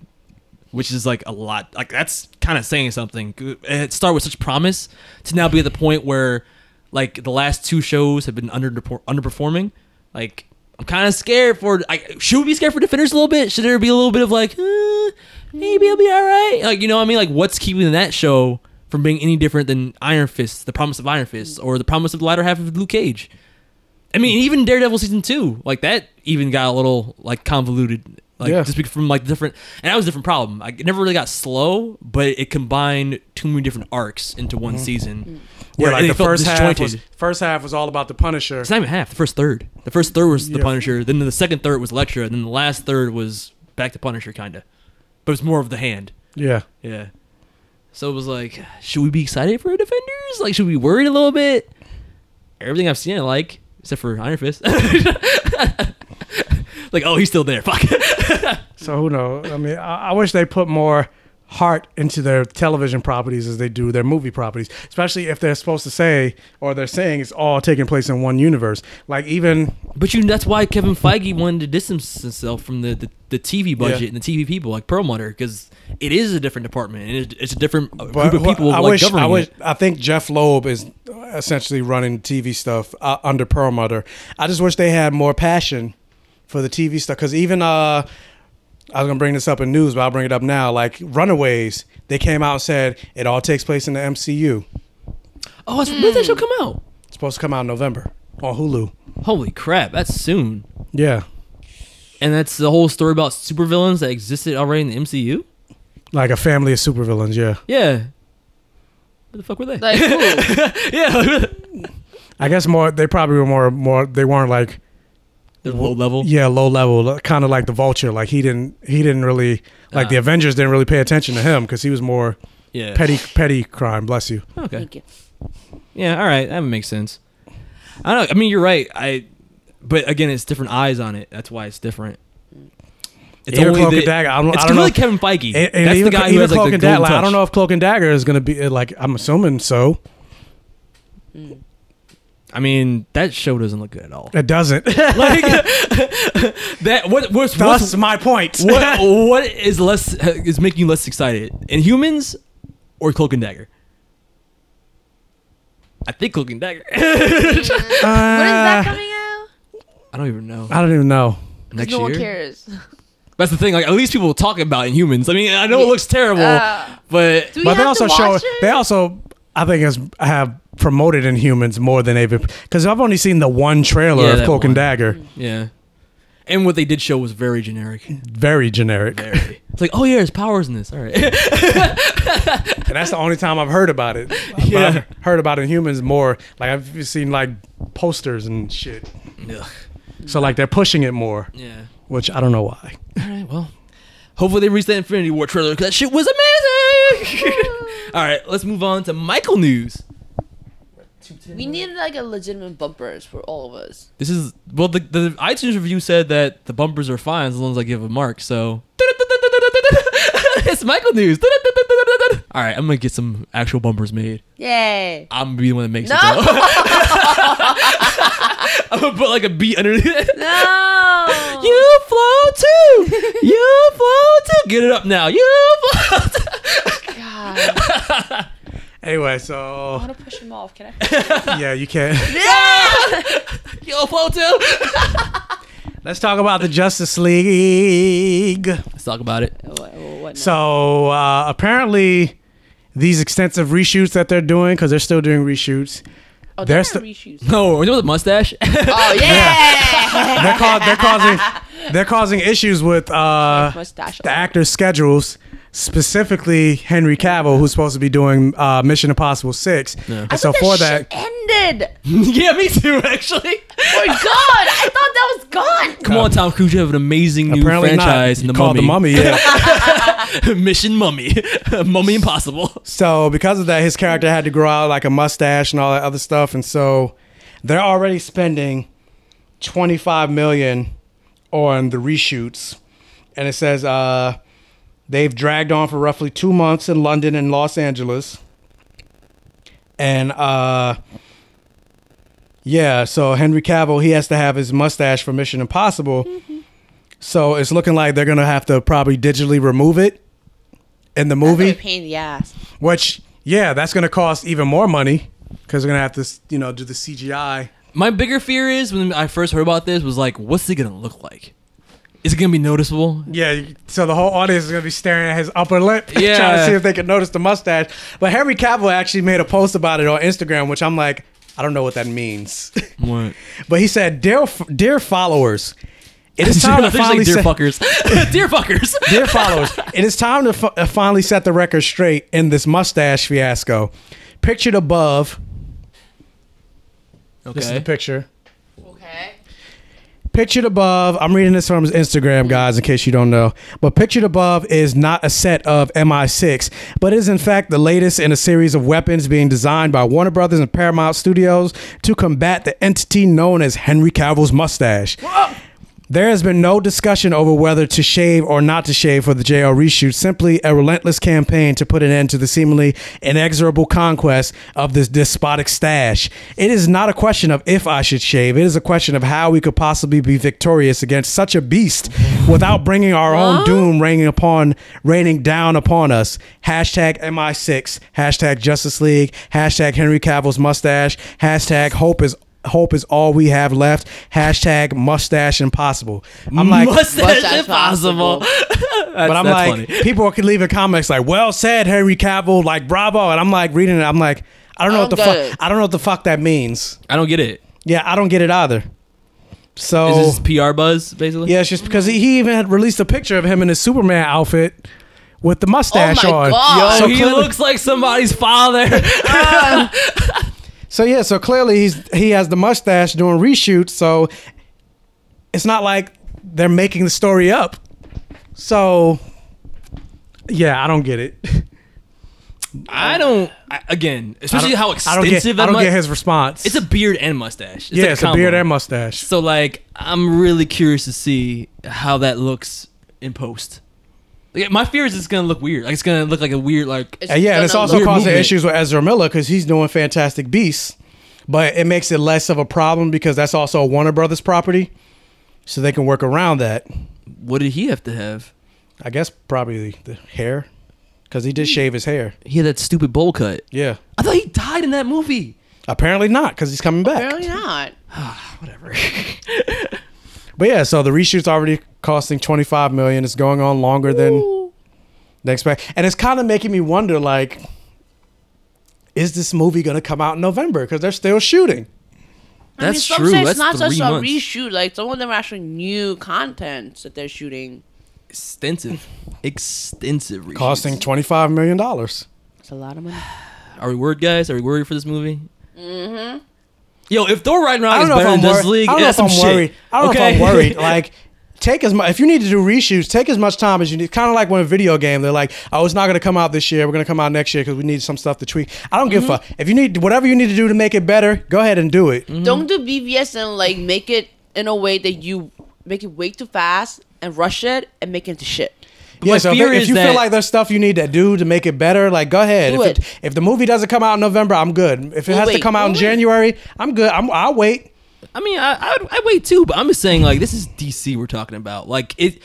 which is like a lot. Like that's kind of saying something. It started with such promise to now be at the point where like the last two shows have been under underperforming. Like I'm kind of scared for. I should we be scared for defenders a little bit? Should there be a little bit of like eh, maybe it'll be all right? Like you know what I mean? Like what's keeping that show from being any different than Iron Fist, the promise of Iron Fist, or the promise of the latter half of Luke Cage? I mean, even Daredevil season two, like that, even got a little like convoluted, like
Yeah.
just because from like different, and that was a different problem. Like it never really got slow, but it combined too many different arcs into one season.
Mm-hmm. yeah
where
like
it
the
felt
first half was
disjointed.
first half was all about the punisher
It's not even half. The first third. The first third was the
Yeah.
Punisher. Then the second third was Lecture. And then the last third was back to Punisher, kinda. But it's more of the hand.
Yeah.
Yeah. So it was like, should we be excited for Defenders? Like, should we be worried a little bit? Everything I've seen, I like, except for Iron Fist. *laughs* like, oh, he's still there. *laughs* Fuck.
So who knows? I mean, I, I wish they put more heart into their television properties as they do their movie properties, especially if they're supposed to say or they're saying it's all taking place in one universe. Like even,
But you, that's why Kevin Feige wanted to distance himself from the, the, the TV budget
Yeah.
and the TV people, like Perlmutter, because it is a different department and it, it's a different uh,
but
group of people
I
like
wish,
governing
I wish,
it.
I think Jeff Loeb is essentially running TV stuff uh, under Perlmutter. I just wish they had more passion for the TV stuff because even uh. I was gonna bring this up in news, but I'll bring it up now. Like Runaways, they came out and said it all takes place in the MCU.
Oh, it's, when does that show come out?
It's supposed to come out in November on Hulu.
Holy crap, that's soon.
Yeah.
And that's the whole story about supervillains that existed already in the MCU?
Like a family of supervillains, yeah.
Yeah. Where the fuck were they?
*laughs* Like, who?
yeah. *laughs*
I guess more they probably were more more they weren't like
They're low level.
yeah, low level, kind of like the vulture. Like he didn't he didn't really like the
Ah.
Avengers didn't really pay attention to him cuz he was more
Yeah.
petty petty crime, bless you.
Okay. Yeah, all right. That makes sense. I don't know. I mean, you're right. I but again, it's different eyes on it. That's why it's different. It's
Even
only
Cloak
the-
and Dagger. I don't,
it's
I don't know. E-,
really Kevin Feige.
And- and
That's
even,
the guy who
even
has
Cloak
like the
and Dagger.
golden
Like, I
touch.
don't know if Cloak and Dagger is gonna be uh, like. I'm assuming so.
I mean, that show doesn't look good at
*laughs*
all. *laughs*
It doesn't.
like that. What? What's,
That's
what's
my point.
*laughs* what? What is less is making you less excited? In humans or Cloak and Dagger? *coughs* I think Cloak and Dagger.
*laughs*
that coming out?
I don't even know.
*laughs* I don't even know.
'Cause
Next
no
year.
one cares.
That's the thing. Like at least people talk about in humans. I mean, I know it looks terrible,
Uh,
but
but they also show they also I think has have promoted in humans more than they've because I've only seen the one trailer
Yeah,
of
that
Cloak and
one.
Dagger.
yeah. And what they did show was very generic.
Very generic. *laughs*
Very. *laughs* It's like, oh yeah, there's powers in this.
*laughs*
All right.
and that's the only time I've heard about it. But
Yeah.
I've heard about in humans more. Like I've seen like posters and shit.
Ugh.
So like they're pushing it more.
Yeah.
Which I don't know why.
All right, well, hopefully they reach that Infinity War trailer because that shit was amazing. *laughs* All right, let's move on to Michael news.
We need like a legitimate bumpers for all of us.
This is well, the, the iTunes review said that the bumpers are fine as long as I give a mark. So *laughs* it's Michael news. *laughs* All right, I'm gonna get some actual bumpers made.
*laughs* Yay!
I'm gonna be the one that makes
No!
it. though. *laughs* I'm gonna put like a beat underneath it.
No!
you flow too. You flow too. Get it up now. You flow. Too.
Anyway,
I
so
want to push him off. Can
yeah, you can.
I?
Yo, flow too.
Let's talk about the Justice League. Let's
talk about it.
so uh, apparently, these extensive reshoots that they're doing because they're still doing reshoots.
Oh,
they're
still
No, you know the mustache.
*laughs*
*laughs*
*laughs*
oh yeah!
they're, ca- they're causing they're causing issues with uh,
Mustache.
the actors' schedules, specifically Henry Cavill, who's supposed to be doing uh, Mission Impossible Six.
I
And so
thought
for
that
that,
shit ended.
yeah, me too, actually.
Oh my god! I thought that was gone.
Come on, Tom Cruise, you have an amazing new
Apparently not.
franchise in the
Called
mummy.
The
*laughs*
Mummy,
Mission
*laughs*
Mummy, Mummy Impossible.
so because of that, his character had to grow out like a mustache and all that other stuff, and so they're already spending twenty five million on the reshoots, and it says uh, they've dragged on for roughly two months in London and Los Angeles, and uh, yeah, so Henry Cavill he has to have his mustache for Mission Impossible. So it's looking like they're gonna have to probably digitally remove it in the movie.
A pain in the ass.
Which, yeah, that's going to cost even more money because they're going to have to, s- you know, do the CGI.
My bigger fear is when I first heard about this was like, what's it gonna look like? Is it gonna be noticeable?
Yeah, you- so the whole audience is going to be staring at his upper lip, *laughs* trying
Yeah.
to see if they can notice the mustache. But Henry Cavill actually made a post about it on Instagram, which I'm like, I don't know what that means. *laughs*
*laughs* What?
but he said, "Dear, f- dear followers, it
*laughs*
is time to
They're just like,
finally
"Dear *laughs*
set-
fuckers, dear fuckers,
*laughs* Dear followers, it is time to f- uh, finally set the record straight in this mustache fiasco. Pictured above. This is
Okay.
the picture. Okay. Pictured above, I'm reading this from his Instagram, guys, in case you don't know. But pictured above is not a set of MI6, but is in fact the latest in a series of weapons being designed by Warner Brothers and Paramount Studios to combat the entity known as Henry Cavill's mustache. There has been no discussion over whether to shave or not to shave for the JL reshoot, simply a relentless campaign to put an end to the seemingly inexorable conquest of this despotic stash. It is not a question of if I should shave, it is a question of how we could possibly be victorious against such a beast without bringing our own doom raining upon raining down upon us. Hashtag MI6, hashtag Justice League, hashtag Henry Cavill's mustache, hashtag hope is Hope is all we have left. Hashtag mustache impossible. I'm like,
mustache impossible.
but I'm
that's
like,
*laughs*
people can leave in comments like, well said, Henry Cavill, like bravo. And I'm like reading it. I'm like, I don't know
I
what the
don't
fuck.
get it.
I don't know what the fuck that means.
I don't get it.
Yeah, I don't get it either. So
Is this PR buzz basically?
Oh. yeah, it's just because he, he even had released a picture of him in his Superman outfit with the mustache
Oh my
on.
God. Yo,
so
he
clearly-
looks like somebody's father.
So yeah, so clearly he's he has the mustache doing reshoots, so it's not like they're making the story up. So yeah, I don't
*laughs*
get it.
*laughs* I don't. I, again, especially how
I don't
extensive
get-
that
I don't
mu-
get his response.
It's a beard and mustache. It's
yeah,
like
it's a beard
combo.
and mustache.
So like, I'm really curious to see how that looks in post. Like, my fear is it's gonna look weird. Like it's gonna look like a weird like.
And yeah, and it's also
weird
causing
movement.
issues with Ezra Miller because he's doing Fantastic Beasts, but it makes it less of a problem because that's also a Warner Brothers property, so they can work around that.
What did he have to have?
I guess probably the hair, because he
Hmm.
did shave his hair.
He had that stupid bowl cut.
Yeah.
I thought he died in that movie.
Apparently not, because he's coming back.
Apparently not.
But yeah, so the reshoot's already costing twenty five million. It's going on longer than they expect, and it's kind of making me wonder, like, is this movie gonna come out in November? Because they're still shooting.
I mean, some say it's not such a reshoot. Like some of them are actually new contents that they're shooting.
Extensive, extensive. Reshoots.
costing twenty five million dollars.
Mm-hmm.
It's a lot of money.
Are we worried, guys? Are we worried for this movie?
Mm-hmm.
Yo, if Thor Ragnarok
I
is
don't know if
better
I'm
than this
worried.
league,
I don't know
that's
if
some
I'm
shit.
worried. I don't know
Okay?
if I'm
*laughs*
worried. Like, take as much if you need to do reshoots, take as much time as you need. Kind of like when a video game, they're like, "Oh, it's not going to come out this year. We're going to come out next year because we need some stuff to tweak." I don't give a
Mhm.
fuck. If you need whatever you need to do to make it better, go ahead and do it.
Don't do BVS and like make it in a way that you make it way too fast and rush it and make it into shit.
Yeah, so if, if you feel like there's stuff you need to do to make it better, like go ahead.
Do
if, it. if the movie doesn't come out in November, I'm good. If it
We'll
has to
wait.
come out in
We'll wait.
January, I'm good. I'm, I'll wait.
I mean, I, I I wait too, but I'm just saying like this is DC we're talking about. Like it,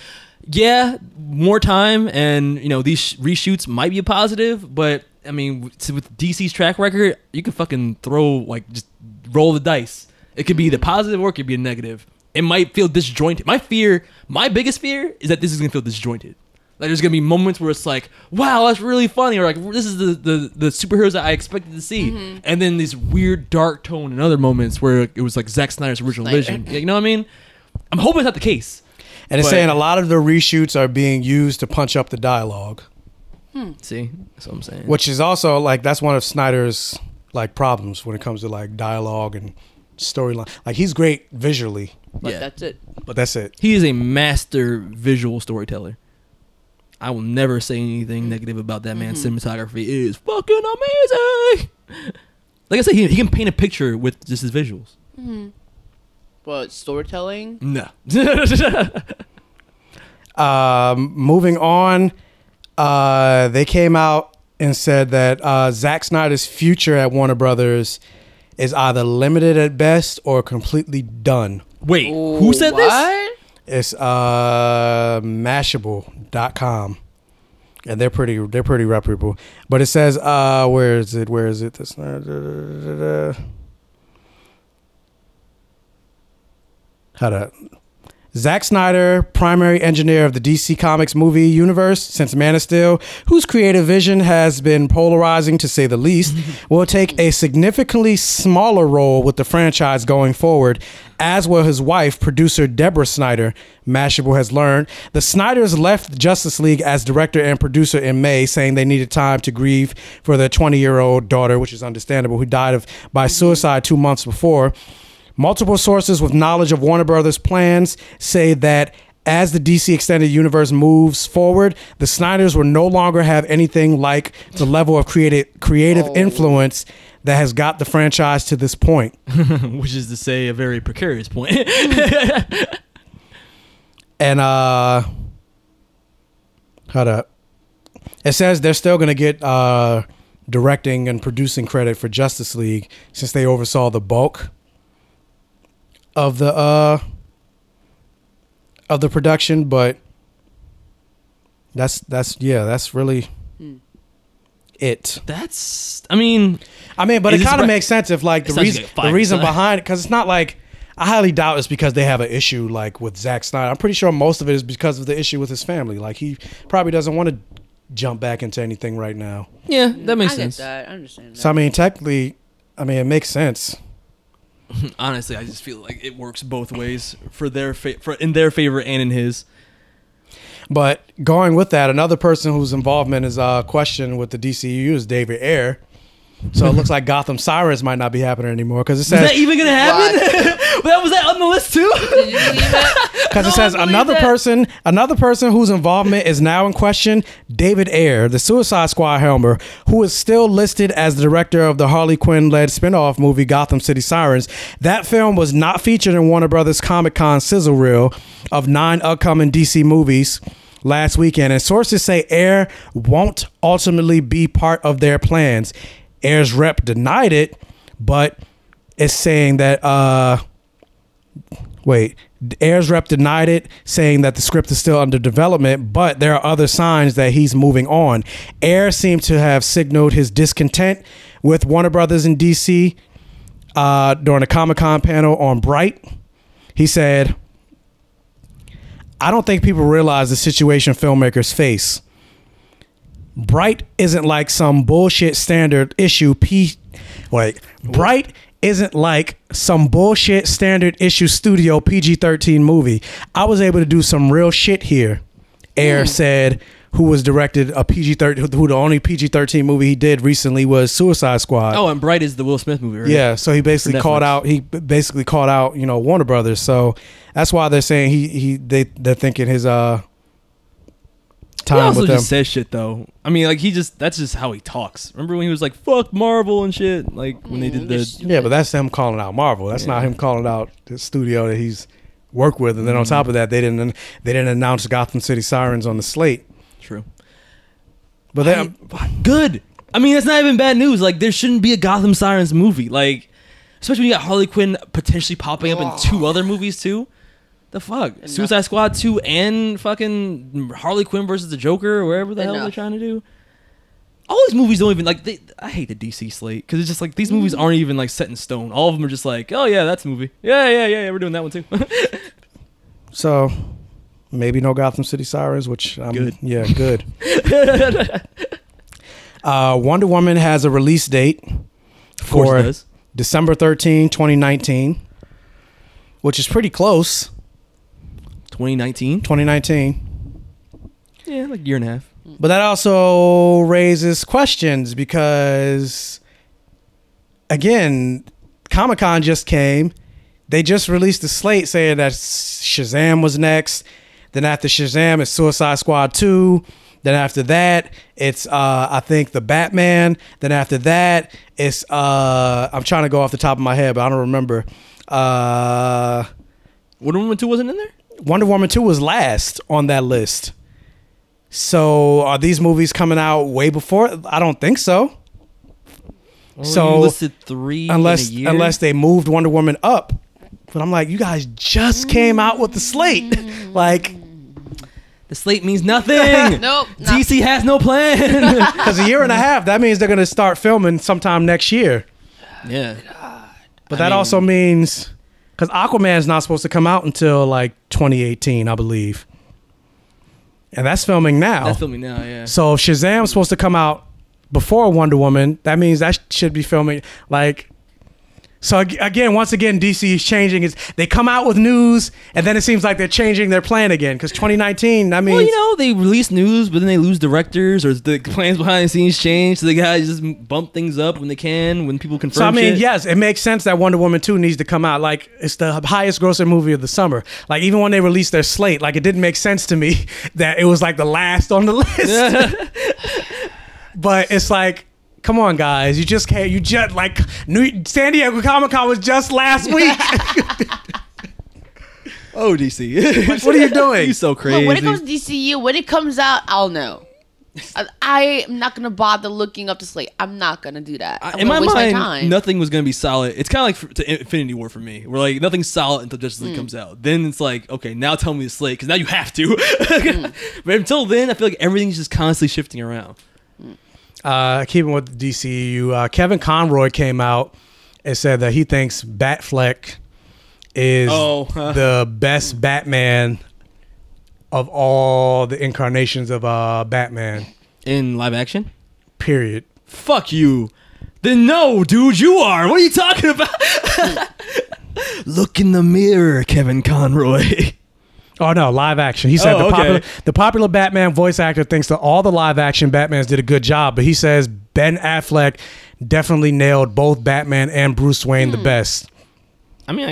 yeah, more time and you know these sh- reshoots might be a positive, but I mean with- to- with DC's track record, you can fucking throw like just roll the dice. It could be the positive or it could be a negative. It might feel disjointed. My fear, my biggest fear, is that this is gonna feel disjointed. Like there's gonna be moments where it's like, wow, that's really funny, or like this is the the, the superheroes that I expected to see,
Mm-hmm.
and then this weird dark tone in other moments where it was like Zack Snyder's original
Snyder.
vision. You know what I mean? I'm hoping it's not the case.
And it's
But-
saying a lot of the reshoots are being used to punch up the dialogue.
See, that's what I'm saying.
which is also like that's one of Snyder's like problems when it comes to like dialogue and storyline. Like he's great visually,
But that's it.
but that's it.
He is a master visual storyteller. I will never say
Mm-hmm.
anything negative about that man's cinematography. It is fucking amazing. *laughs* Like I said, he, he can paint a picture with just his visuals.
But storytelling.
No.
um, moving on, uh, they came out and said that uh, Zack Snyder's future at Warner Brothers is either limited at best or completely done.
*laughs* Wait, who said this?
What?
It's uh mashable.com. And they're pretty they're pretty reputable. But it says uh where is it? Where is it? This uh, da, da, da, da, da. Hold up. Zack Snyder, primary engineer of the DC Comics movie universe since Man of Steel, whose creative vision has been polarizing to say the least, will take a significantly smaller role with the franchise going forward, as will his wife, producer Deborah Snyder. Mashable has learned the Snyders left Justice League as director and producer in May, saying they needed time to grieve for their 20 year old daughter, which is understandable, who died of by suicide two months before. Multiple sources with knowledge of Warner Brothers' plans say that as the DC Extended Universe moves forward, the Snyders will no longer have anything like the level of creative creative influence that has got the franchise to this point.
Which is to say, a very precarious point. *laughs*
And uh hold up. It says they're still gonna get uh directing and producing credit for Justice League since they oversaw the bulk of the uh of the production, but that's that's yeah, that's really it.
That's I mean
I mean, but
Is
it
this
kind of
right-
makes sense if like the
It sounds
reason
like a
the
fight,
reason
so-
behind it because it's not like I highly doubt it's because they have an issue like with Zack Snyder. I'm pretty sure most of it is because of the issue with his family. Like he probably doesn't want to jump back into anything right now.
yeah, that makes
I
sense.
Get that. I understand.
So I mean, technically, I mean it makes sense.
Honestly, I just feel like it works both ways for their fa- for in their favor and in his.
But going with that, another person whose involvement is uh, questioned with the DCU is David Ayer. So it
*laughs*
looks like Gotham Sirens might not be happening anymore because it
Is
says
that even gonna happen? *laughs* that was that on the list too.
Because it says another person, another person whose involvement is now in question, David Ayer, the Suicide Squad helmer, who is still listed as the director of the Harley Quinn-led spin-off movie Gotham City Sirens. That film was not featured in Warner Brothers Comic-Con sizzle reel of nine upcoming DC movies last weekend, and sources say Ayer won't ultimately be part of their plans. Ayer's rep denied it, but it's saying that. uh Wait, Ayers rep denied it, saying that the script is still under development, but there are other signs that he's moving on. Ayer seemed to have signaled his discontent with Warner Brothers in DC uh, during a Comic Con panel on Bright. He said, I don't think people realize the situation filmmakers face. Bright isn't like some bullshit standard issue P like Bright isn't like some bullshit standard issue studio PG-13 movie. I was able to do some real shit here. Air said who was directed a PG thirteen, who the only PG thirteen movie he did recently was Suicide Squad.
oh, and Bright is the Will Smith movie, right?
Yeah, so he basically
For
called
Netflix.
out. He b- basically called out, you know, Warner Brothers. So that's why they're saying he he they they're thinking his uh
He
time
also
with them.
just says shit though. I mean, like he just that's just how he talks. Remember when he was like "fuck Marvel" and shit, like when they
Mm.
did the
yeah, but that's him calling out Marvel. That's not him calling out the studio that he's worked with. And then on
Mhm.
top of that, they didn't they didn't announce Gotham City Sirens on the slate.
True.
But then
good. I mean, that's not even bad news. Like there shouldn't be a Gotham Sirens movie. Like especially when you got Harley Quinn potentially popping up in two other movies too. The fuck, Suicide Squad two and fucking Harley Quinn versus the Joker or whatever the hell they're
Enough.
trying to do. All these movies don't even like. They, I hate the DC slate because it's just like these movies aren't even like set in stone. All of them are just like, oh yeah, that's a movie. Yeah, yeah, yeah, yeah. We're doing that one too. *laughs*
so maybe no Gotham City Sirens, which I'm
Good.
yeah,
*laughs*
good. uh, Wonder Woman has a release date
course it
for
does.
December 13, 2019, which is pretty close.
2019?
2019.
yeah, like a year and a half.
But that also raises questions because, again, Comic Con just came. They just released the slate saying that Shazam was next. Then after Shazam, it's Suicide Squad 2. Then after that, it's uh, I think the Batman. Then after that, it's uh, I'm trying to go off the top of my head, but I don't remember. Uh,
Wonder Woman 2 wasn't in there?
Wonder Woman 2 was last on that list. So are these movies coming out way before? I don't think so.
Well,
so
you listed three in a
unless
year?
unless they moved Wonder Woman up. But I'm like, you guys just came out with the slate. *laughs* like
the slate means nothing.
*laughs* Nope,
DC has no
*laughs*
plan.
Cuz a year and a half, that means they're going to start filming sometime next year.
yeah.
But that also means cuz Aquaman's not supposed to come out until like 2018, I believe. And that's filming now.
That's filming now, yeah.
So if Shazam's supposed to come out before Wonder Woman, that means that should be filming like. So ag- again, once again, DC is changing. It's they come out with news, and then it seems like they're changing their plan again. Because 2019, I mean,
well, you know, they release news, but then they lose directors, or the plans behind the scenes change, so they gotta just bump things up when they can, when people confirm.
so I mean,
shit.
yes, it makes sense that Wonder Woman 2 needs to come out. Like it's the highest grossing movie of the summer. Like even when they released their slate, like it didn't make sense to me *laughs* that it was like the last on the *laughs*
*laughs*
list. but it's like. Come on, guys! You just can't. You just like New San Diego Comic Con was just last week.
Oh, DC.
Like, what are you doing?
you so
Look,
crazy.
when it comes to DCU, when it comes out, I'll
*laughs*
know. I- I am not gonna bother looking up the slate. I'm not gonna do that. I'm
in
gonna
my
waste
mind,
my time.
nothing was gonna be solid. It's kind of like for, to Infinity War for me, where like nothing's solid until Justice League
Mm.
comes out. Then it's like, okay, now tell me the slate because now you have to. *laughs*
Hmm.
but until then, I feel like everything's just constantly shifting around.
uh, keeping with DCU, uh, Kevin Conroy came out and said that he thinks Batfleck is
Oh, *laughs* huh.
the best Batman of all the incarnations of uh, Batman
in live action.
Period.
Fuck you. Then no, dude, you are. What are you talking about? *laughs* Look in the mirror, Kevin Conroy. *laughs*
Oh no, live action. He said
Oh,
the,
okay.
popular, the popular Batman voice actor thinks that all the live action Batmans did a good job, but he says Ben Affleck definitely nailed both Batman and Bruce Wayne
Hmm.
the best.
I mean,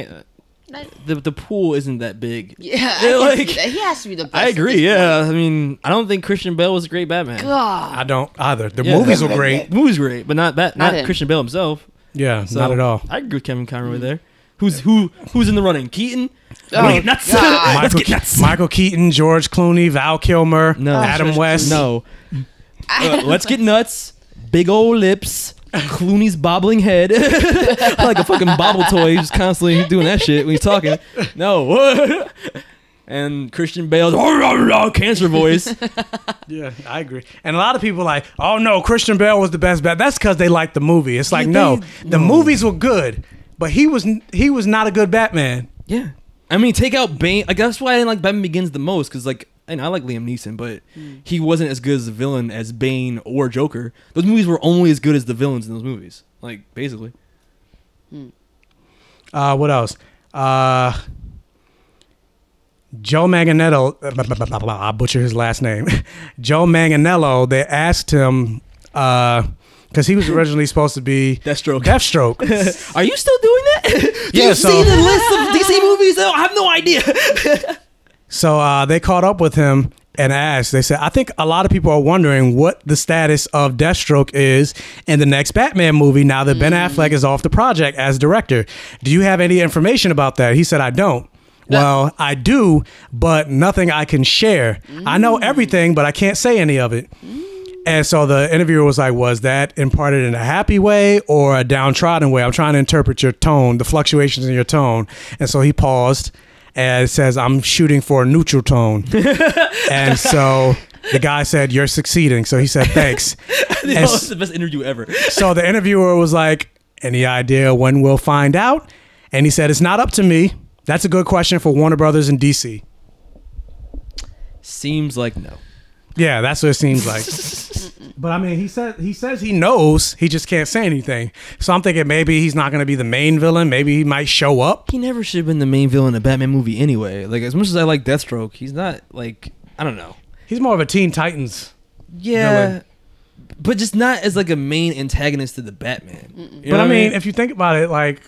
I, the the pool isn't that big. *laughs*
yeah,
Yeah,
I
*laughs*
can see
like-
that. *laughs* he has to be the best.
I agree. Yeah, I mean, I don't think Christian Bale was a great Batman.
God,
I don't either. The
Ah. Yeah. *laughs*
movies were great.
movies were great, but not that.
Not
Not,
him.
Christian Bale himself.
Yeah,
So,
not at all.
I agree with Kevin Conroy there. Who's who? Who's in the running? Keaton.
Oh,
Let's get nuts.
*laughs* God.
Let's
Michael,
get nuts.
Michael Keaton, George Clooney, Val Kilmer, Adam
George
West.
Oh. No. Uh, let's get nuts. Big old lips. Clooney's bobbling head, *laughs* like a fucking bobble toy, just constantly doing that shit when he's talking. No. *laughs* and Christian Bale's "Oh, cancer voice.
Yeah, I agree. And a lot of people like, oh no, Christian Bale was the best bat. That's because they liked the movie. It's like, no, the movies were good, but he was he was not a good Batman.
Yeah. I mean, take out Bane. Like that's why I didn't like Batman Begins the most because like, and I like Liam Neeson, but he wasn't as good as the villain as Bane or Joker. Those movies were only as good as the villains in those movies. Like basically,
Uh, what else? Uh, Joe Manganello, blah, blah, blah, blah, blah, *laughs* I butcher his last name. *laughs* Joe Manganello, they asked him, because he was originally supposed to be Deathstroke. *laughs* Deathstroke.
*laughs* Are you still doing that? *laughs* Do
Yeah,
you
so-
see the list of DC movies? I have no idea.
So uh, they caught up with him and asked, they said, I think a lot of people are wondering what the status of Deathstroke is in the next Batman movie now that Ben Affleck is off the project as director. Do you have any information about that? He said, I don't. Well, I do, but nothing I can share. I know everything, but I can't say any of it. And so the interviewer was like, Was that imparted in a happy way or a downtrodden way? I'm trying to interpret your tone, the fluctuations in your tone. And so he paused and says, I'm shooting for a neutral tone. and so the guy said, You're succeeding. So he said, Thanks. And
*laughs* that was Oh, the best interview ever.
so the interviewer was like, "Any idea when we'll find out?" And he said, "It's not up to me. That's a good question for Warner Brothers and DC."
Seems like no.
Yeah, that's what it seems
*laughs*
like. but I mean, he said he says he knows. He just can't say anything. So I'm thinking maybe he's not going to be the main villain. Maybe he might show up.
He never should have been the main villain in a Batman movie anyway. Like as much as I like Deathstroke, he's not like I don't know.
He's more of a Teen Titans.
Yeah.
villain.
But just not as like a main antagonist to the Batman. You know
but
what
I mean, if you think about it, like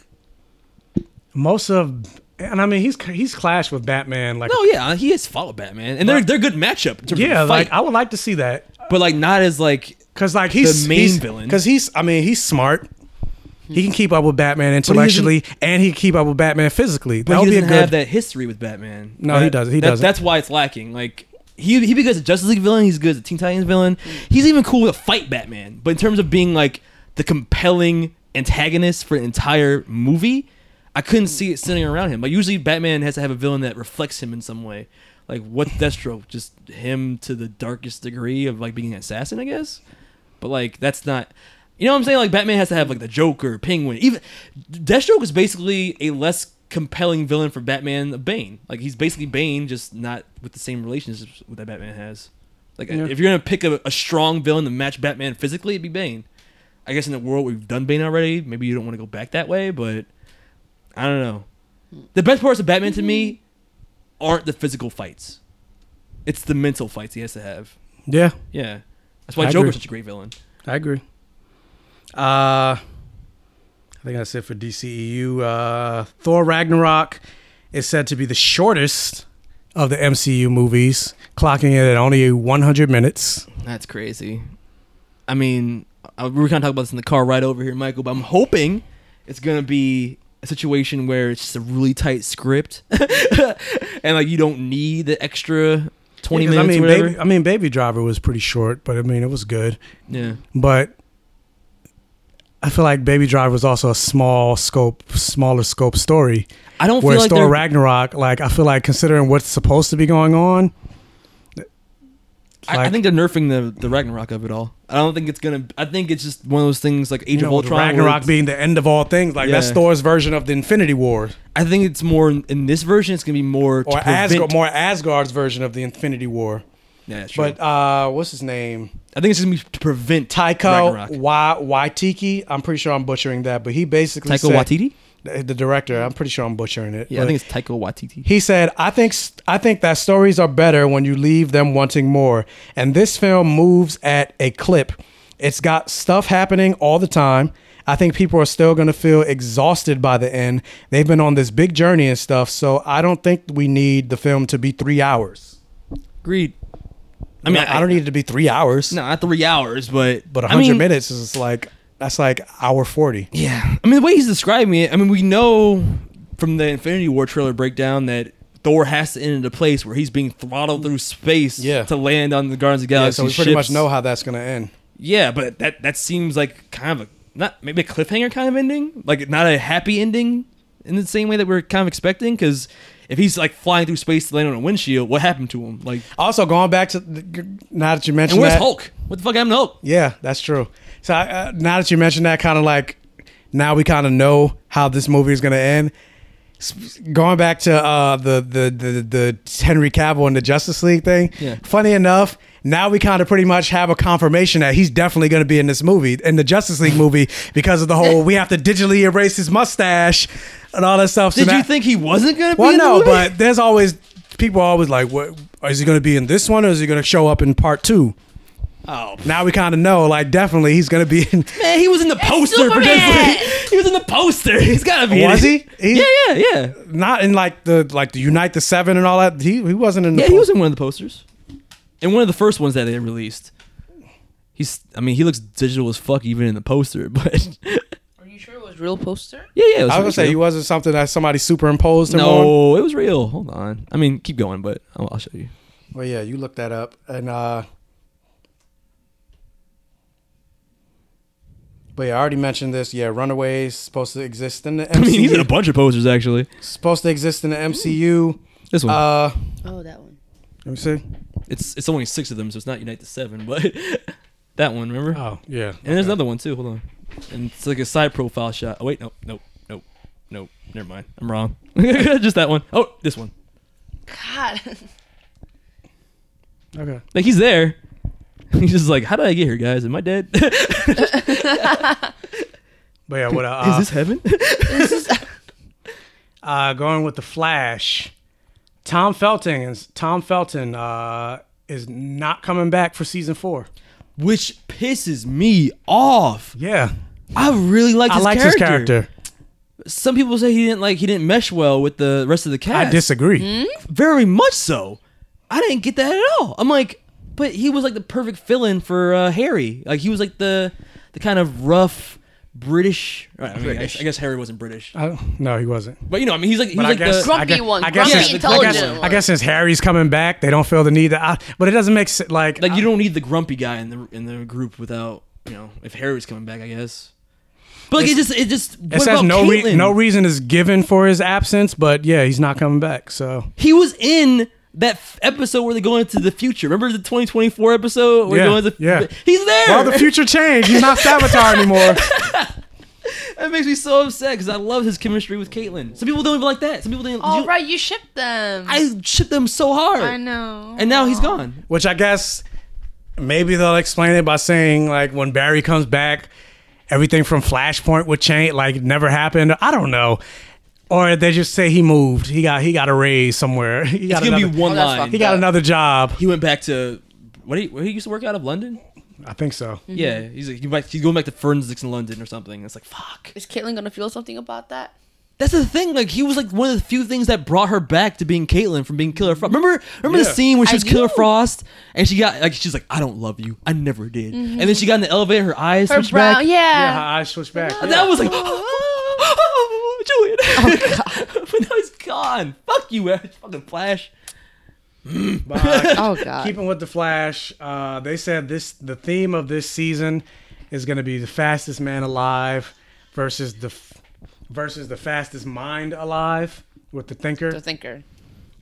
most of, and I mean, he's he's clashed with Batman. Like,
no, Oh, yeah, he has followed Batman, and they're they're good matchup. In terms
yeah,
of fight,
like I would like to see that.
but like not as like
because like he's
the main
he's,
villain.
Because he's, I mean, he's smart. He can keep up with Batman intellectually, and he can keep up with Batman physically.
but
That
he
would be a
doesn't
good.
have that history with Batman.
No, he doesn't. He
that-
doesn't.
That's why it's lacking. Like he he be good as a Justice League villain. He's good as a Teen Titans villain. He's even cool with a fight Batman. But in terms of being like the compelling antagonist for an entire movie, I couldn't see it sitting around him. Like usually Batman has to have a villain that reflects him in some way. Like what's Deathstroke? Just him to the darkest degree of like being an assassin, I guess. But like that's not you know what I'm saying? Like Batman has to have like the Joker, Penguin. Even Deathstroke is basically a less compelling villain for Batman than Bane. Like he's basically Bane, just not with the same relationships that Batman has. Like
Yeah.
if you're gonna pick a, a strong villain to match Batman physically, it'd be Bane. I guess in the world we've done Bane already, maybe you don't want to go back that way, but I don't know. The best parts of Batman to me
Mm-hmm.
aren't the physical fights. It's the mental fights he has to have.
Yeah.
Yeah. That's why
I
Joker's
agree.
such a great villain.
I agree. Uh, I think that's it for DCEU. Uh, Thor Ragnarok is said to be the shortest of the MCU movies, clocking in at only 100 minutes.
That's crazy. I mean, uh, we were kind of talking about this in the car right over here, Michael, but I'm hoping it's going to be a situation where it's just a really tight script *laughs* and like you don't need the extra 20
Yeah,
minutes
'cause I mean, uh,
or whatever.
Baby, I mean, Baby Driver was pretty short, but I mean, it was good.
Yeah.
But I feel like Baby Driver was also a small scope, smaller scope story.
I don't feel
Whereas
like
Thor
they're-
Ragnarok, like I feel like considering what's supposed to be going on,
I- I,
like-
think they're nerfing the, the Ragnarok of it all. I don't think it's going to, I think it's just one of those things like Age
you know,
of
with
Ultron. where
Ragnarok
it's-
being the end of all things, like that's
Yeah.
Thor's version of the Infinity War,
I think it's more, in this version, it's going to be more. to
or Asgard,
prevent-
more Asgard's version of the Infinity War.
Yeah, that's true.
But uh, what's his name?
I think it's going to be to prevent
Taika
Ragnarok.
Wa- Waititi. I'm pretty sure I'm butchering that, but he basically
Taika
said-
Waititi?
the, the director. I'm pretty sure I'm butchering it.
Yeah, I
but
think it's Taika Waititi.
He said, "I think I think that stories are better when you leave them wanting more." And this film moves at a clip. It's got stuff happening all the time. I think people are still going to feel exhausted by the end. They've been on this big journey and stuff, so I don't think we need the film to be 3 hours.
Agreed.
I mean, I, don't need it to be 3 hours.
No, not three hours, but
But
I
100
mean-
minutes is like that's like hour 40.
Yeah. I mean, the way he's describing it, I mean, we know from the Infinity War trailer breakdown that Thor has to end at a place where he's being throttled through space to land on the Guardians of the
Yeah,
Galaxy.
so we pretty much
ships.
know how that's going to end.
Yeah, but that that seems like kind of a not maybe a cliffhanger kind of ending, like not a happy ending in the same way that we are kind of expecting. Because if he's like flying through space to land on a windshield, what happened to him? Like,
Also, going back to the, now that you mentioned
and where's
that,
Hulk? What the fuck happened to Hulk?
Yeah, that's true. So I, uh, now that you mentioned that, kind of like now we kind of know how this movie is going to end. S- Going back to uh, the, the the the Henry Cavill and the Justice League thing.
Yeah.
Funny enough, now we kind of pretty much have a confirmation that he's definitely going to be in this movie, in the Justice League movie, because of the whole we have to digitally erase his mustache and all that stuff. So
Did
now-
you think he wasn't gonna be
Well,
in the
no,
movie?
but there's always people are always like, "What is he going to be in this one, or is he going to show up in part two? Oh, now we kind of know. Like, definitely, he's going to be in.
*laughs* Man, he was in the poster for Goodwill. He was in the poster. *laughs* He's gotta be. in
Oh, Was
it.
he?
yeah, yeah, yeah.
*laughs* Not in like the like the Unite the Seven and all that. He he wasn't in. The
Yeah, he was in one of the posters, and one of the first ones that they released. He's. I mean, he looks digital as fuck even in the poster. *laughs* But yeah,
was real poster.
yeah.
I was gonna say he wasn't something that somebody superimposed him on.
No, it was real. Hold on. I mean, keep going, but I'll, I'll show
*laughs*
you.
Well, yeah, you looked that up, and uh, but yeah, I already mentioned this. Yeah, Runaways supposed to exist *laughs* in the MCU.
I mean, he's in a bunch of posters actually.
supposed to exist in the MCU.
This one.
Uh,
oh, that one.
Let me see.
It's it's only six of them, so it's not Unite the Seven, *laughs* but that one. Remember?
Oh yeah.
And there's another one too. Hold on. And it's like a side profile shot. Oh wait, nope, nope, nope, nope. Never mind. I'm wrong. *laughs* Just that one. Oh, this one.
God.
Okay.
Like he's there. *laughs* He's just like, how did I get here, guys? Am I dead? *laughs*
But *laughs* yeah, what uh,
Is this heaven? *laughs*
uh, going with the Flash. Tom Felton is Tom Felton uh, is not coming back for season four.
Which pisses me off.
Yeah,
I really liked
I
his
liked his
character.
character.
Some people say he didn't like he didn't mesh well with the rest of the cast.
I disagree.
Mm. Very much so. I didn't get that at all. I'm like, but he was like the perfect fill-in for uh, Harry. Like he was like the the kind of rough British. I, mean, I
British.
guess- I guess Harry wasn't British,
I, no, he wasn't.
but you know, I mean, he's like he's
But I
like
guess,
the
I guess, I guess, since- I guess- I guess since Harry's coming back, they don't feel the need to. I, but it doesn't make sense. Like,
like you don't need the grumpy guy in the in the group without you know if Harry was coming back, I guess. But like it just it just
it says no re- no reason is given for his absence, but yeah, he's not coming back. So
he was in that f- episode where they go into the future. Remember the 2024 episode? Where
Yeah,
they go into-
yeah.
he's there. *laughs*
well, the future changed. He's not Savitar anymore.
that makes me so upset because I love his chemistry with Caitlyn. Some people don't even like that. Some people didn't.
*laughs* All right,
you-
you shipped them.
I shipped them so hard.
I know.
And now he's gone.
Which I guess maybe they'll explain it by saying like when Barry comes back, everything from Flashpoint would change. Like it never happened. I don't know. Or they just say he moved. He got he got a raise somewhere. *laughs* He
It's
got
gonna be
another-
one Oh, that's line. fucked
He got
up.
another job.
He went back to what he, where he used to work out of London.
I think so.
Yeah, he's like, he might- he's going back to forensics in London or something. It's like fuck.
Is Caitlyn gonna feel something about that?
That's the thing. Like he was like one of the few things that brought her back to being Caitlyn from being Killer Frost. Remember, remember
Yeah.
the scene when she
I
was Killer
do.
Frost and she got like she's like, I don't love you. I never did.
Mhm.
And then she got in the elevator, her eyes
Her
switched
brow,
back.
yeah. Yeah,
her eyes
*laughs*
switched back.
And That was *gasps* like, Oh, Julian. *laughs* but now he's gone. Fuck you, Ash. fucking Flash.
But, uh,
Oh, God.
Keeping with the Flash, uh, they said this the theme of this season is going to be the fastest man alive versus the f- versus the fastest mind alive with the thinker. The
thinker.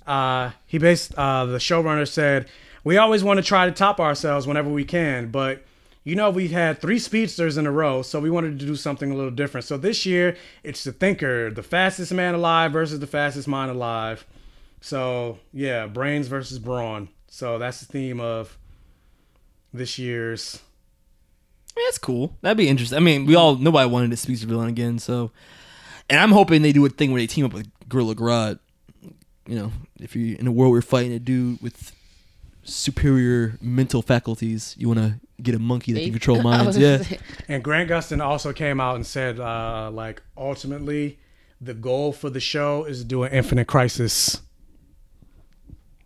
Uh, he based uh, the showrunner said, "We always want to try to top ourselves whenever we can, but." You know, we've had three speedsters in a row, so we wanted to do something a little different. So this year, it's the thinker, the fastest man alive versus the fastest mind alive. So yeah, brains versus brawn. So that's the theme of this year's.
Yeah, that's cool. That'd be interesting. I mean, we all nobody wanted to speak to villain again, so and I'm hoping they do a thing where they team up with Gorilla Grodd. You know, if you're in a world where you're fighting a dude with superior mental faculties, you want to get a monkey that can control minds. Yeah,
And Grant Gustin also came out and said, uh, like, ultimately, the goal for the show is to do an infinite crisis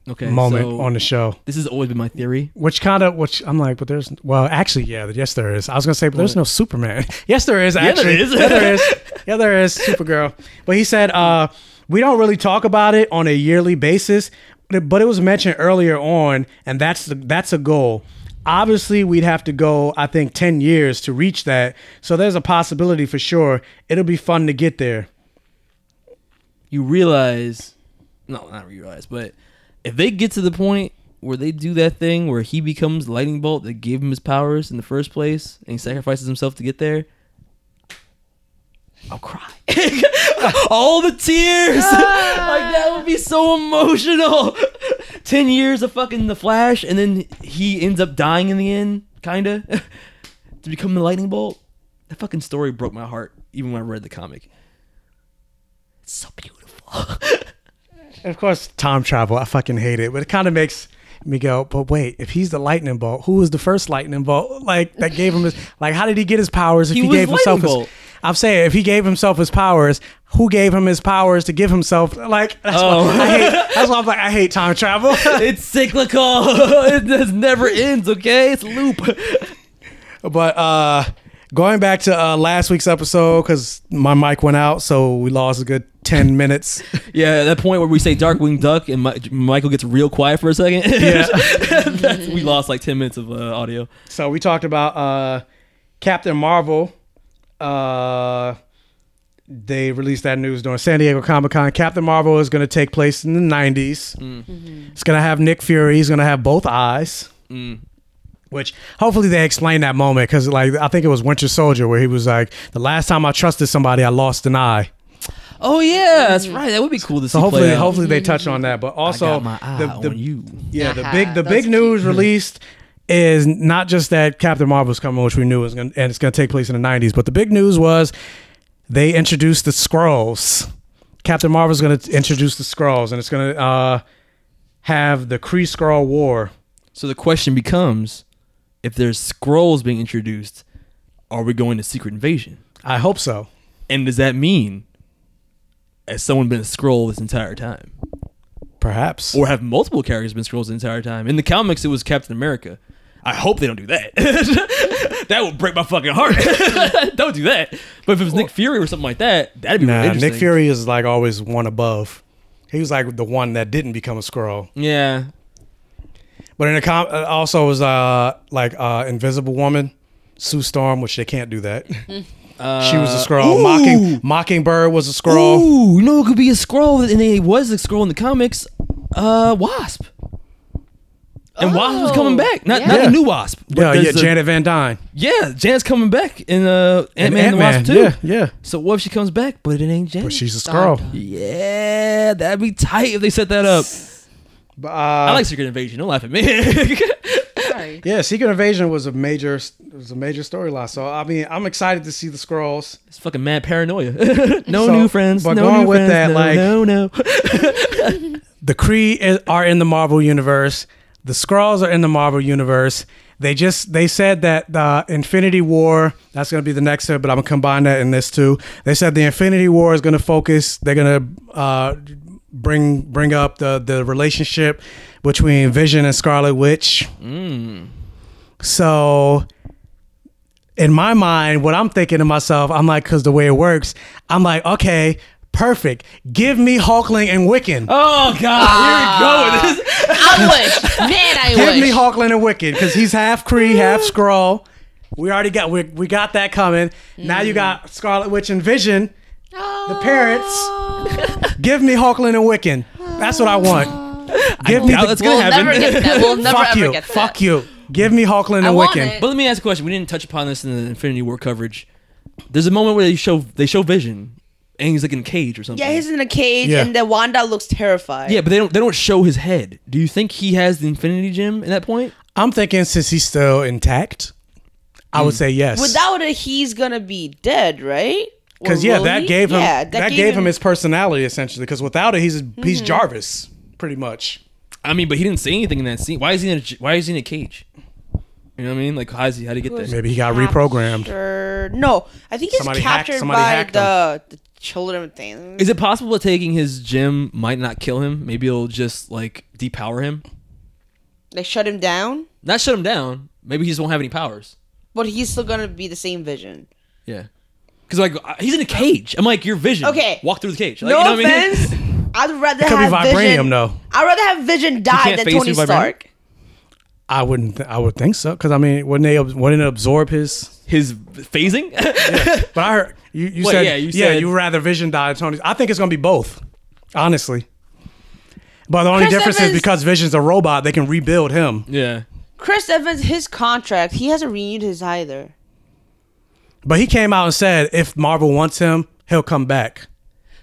okay.
moment
so
on the show.
This has always been my theory.
Which kind of, which I'm like, but there's, well, actually, yeah, yes, there is. I was gonna say, but there's no Superman. *laughs* yes, there is.
Yeah, there
Actually,
is.
yeah, there is. Yeah, there is. Supergirl. But he said, uh, we don't really talk about it on a yearly basis, but it, but it was mentioned earlier on, and that's the, that's a goal. Obviously, we'd have to go, I think, ten years to reach that. So there's a possibility for sure. It'll be fun to get there.
You realize, no, not realize, but if they get to the point where they do that thing where he becomes the lightning bolt that gave him his powers in the first place, and he sacrifices himself to get there, *laughs* all the tears. *laughs* like that would be so emotional. *laughs* Ten years of fucking the Flash, and then he ends up dying in the end, kinda, *laughs* to become the Lightning Bolt. That fucking story broke my heart, even when I read the comic. It's so beautiful. *laughs*
And of course, time travel. I fucking hate it, but it kind of makes me go. But wait, if he's the lightning bolt, who was the first lightning bolt? Like that gave him his. Like how did he get his powers if
He
he,
was
gave himself
lightning
his?
bolt.
I'm saying if he gave himself his powers, who gave him his powers to give himself? Like that's
Oh.
why I hate. That's why I'm like I hate time travel. *laughs*
it's cyclical. *laughs* it just never ends. Okay, it's a loop. *laughs*
But uh going back to uh last week's episode because my mic went out, so we lost a good ten minutes.
Yeah, that point where we say Darkwing Duck and Mi- Michael gets real quiet for a second. *laughs*
Yeah.
That's- we lost like 10 minutes of uh, audio.
So we talked about uh Captain Marvel. Uh they released that news during San Diego Comic Con. Captain Marvel is going to take place in the 90s.
Mm.
It's going to have Nick Fury. He's going to have both eyes.
Mm.
Which hopefully they explain that moment because like I think it was Winter Soldier where he was like, "The last time I trusted somebody, I lost an eye."
Oh yeah, that's right. That would be cool to see.
So hopefully,
play out.
hopefully they touch on that. But also,
my eye
the, the
on you.
yeah, the
Haha,
big the
that's
big
cute.
news released is not just that Captain Marvel's coming, which we knew was going to and it's going to take place in the '90s. But the big news was they introduced the Skrulls. Captain Marvel's going to introduce the Skrulls, and it's going to uh, have the Kree Skrull War.
So the question becomes, if there's scrolls being introduced, are we going to Secret Invasion?
I hope so.
And does that mean, has someone been a scroll this entire time?
Perhaps.
Or have multiple characters been scrolls the entire time? In the comics, it was Captain America. I hope they don't do that. *laughs* that would break my fucking heart. *laughs* don't do that. But if it was Nick Fury or something like that, that'd be really
Nah,
interesting.
Nick Fury is like always one above. He was like the one that didn't become a Skrull.
Yeah.
But in the com- uh, also was uh like uh Invisible Woman, Sue Storm, which they can't do
*laughs*
that. she was a scroll.
Uh, ooh.
Mocking Mockingbird was a scroll.
Ooh, you know it could be a scroll, and it was a scroll in the comics. Uh, Wasp. And Wasp was coming back. Not, not
Yeah.
the new Wasp. but
Yeah, yeah,
there's a-
Janet Van Dyne.
Yeah, Janet's coming back in uh, Ant Man and the
Ant-Man,
Wasp too.
yeah, yeah.
So what if she comes back, but it ain't Janet? But
she's a Skrull.
Yeah, that'd be tight if they set that up.
But, uh,
I like Secret Invasion. Don't laugh at me. *laughs*
Yeah, Secret Invasion was a major was a major storyline. So I mean, I'm excited to see the scrolls.
it's fucking mad paranoia. *laughs* no
So,
new friends.
but
no
going
new
with
friends,
that,
no,
like-
no, no.
The Kree is, are in the Marvel universe. The Skrulls are in the Marvel universe. They just they said that the Infinity War that's going to be the next step, but I'm gonna combine that in this too. They said the Infinity War is going to focus. They're going to uh, bring bring up the the relationship between Vision and Scarlet Witch.
Mm.
So in my mind, what I'm thinking to myself, I'm like, because the way it works, I'm like, okay, perfect. Give me Hulkling and
*laughs*
Wiccan.
*laughs* Oh God, here we go. This-
I wish, man, I
Give
wish.
me Hulkling and Wiccan because he's half Kree, half Skrull. We already got we, we got that coming. Now you got Scarlet Witch and Vision, the parents. Give me Hulkling and Wiccan. That's what I want. Give me.
doubt
the-
that's gonna We'll happen. never get that. We'll never
*laughs* Fuck
ever
you.
get that.
Fuck you. Give me Hulkling and Wiccan.
But let me ask a question. We didn't touch upon this in the Infinity War coverage. There's a moment where they show they show Vision, and he's like in a cage or something.
Yeah, he's in a cage,
Yeah.
and then Wanda looks terrified.
Yeah, but they don't they don't show his head. Do you think he has the Infinity Gem at that point?
I'm thinking since he's still intact, I Mm. would say yes.
Without it, he's gonna be dead, right? Or
Because yeah,
will
that
he?
gave him
Yeah,
that, gave him, Mm-hmm. his personality essentially. Because without it, he's he's
Mhm.
Jarvis pretty much.
I mean, but he didn't say anything in that scene. Why is he in a j- Why is he in a cage? You know what I mean? Like, how is he? How did he get there?
Maybe he got reprogrammed.
Captured- No, I think he's
Somebody hacked-
captured
somebody
by
hacked
the, the children thing.
Is it possible that taking his gem might not kill him? Maybe it'll just like depower him.
They shut him down,
Not shut him down. Maybe he just won't have any powers.
but he's still gonna be the same Vision.
Yeah. Because like I- he's in a cage. I'm like your vision.
Okay.
Walk through the cage. Like,
no
you know what I mean?
offense. I would rather
It could be
have Vision.
vibranium though.
I'd rather have Vision die
can't
than
phase
Tony
through vibranium?
Stark.
I wouldn't. Th- I would think so. Because I mean, wouldn't they? ab- Wouldn't it absorb his
*laughs* his phasing? *laughs*
But I heard you. You
Wait,
said
yeah,
yeah.
you
You
said-
would rather Vision die than Tony. I think it's gonna be both. Honestly. But the only
Chris
difference
Evans-
is because Vision's a robot, they can rebuild him.
Yeah.
Chris Evans, his contract, he hasn't renewed his either.
But he came out and said, if Marvel wants him, he'll come back.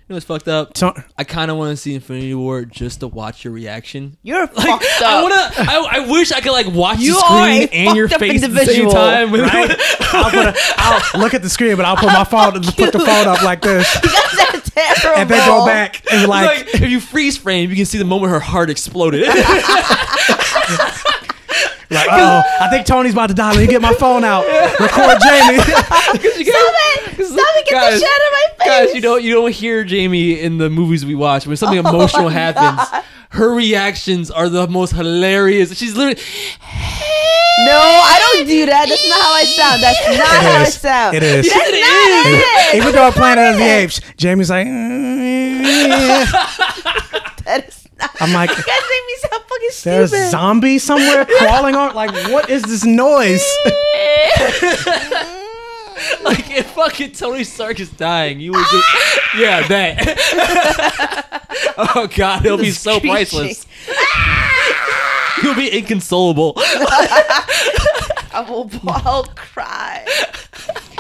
You know what's fucked up?
Ton-
I kind of want to see Infinity War just to watch your reaction.
You're
fucked up. I wanna. I, I wish Oh, I could like watch
You
the
are a
screen and your
fucked up
face at the same
individual.
time. With, *laughs*
Right? I'll, put a, I'll look at the screen, but I'll put my phone, put the phone up like this.
That's terrible.
And they go back and like,
if you freeze frame, you can see the moment her heart
*laughs*
exploded. *laughs*
like, oh, I think Tony's about to die. Let me get my phone out. Record Jamie.
*laughs*
Stop it! Stop it! Get the shit out of my face!
Guys, you don't you don't hear Jamie in the movies we watch when something
*laughs* Oh,
emotional
God.
happens. Her reactions are the most hilarious. She's literally
No, I don't do that. That's not how I sound. That's not
It
how I *laughs*
is.
sound.
It is.
That's
Yes,
not it.
Even though I'm Planet of the Apes, Jamie's like, mm, yeah.
That is not.
I'm like,
you guys make me sound fucking
there's
stupid.
zombies
*laughs*
somewhere crawling on. Like, what is this noise?
like if fucking Tony Stark is dying, you would just yeah that. *laughs* oh God, he'll be
Just
so
screeching.
priceless. He'll be inconsolable.
I will. I'll cry.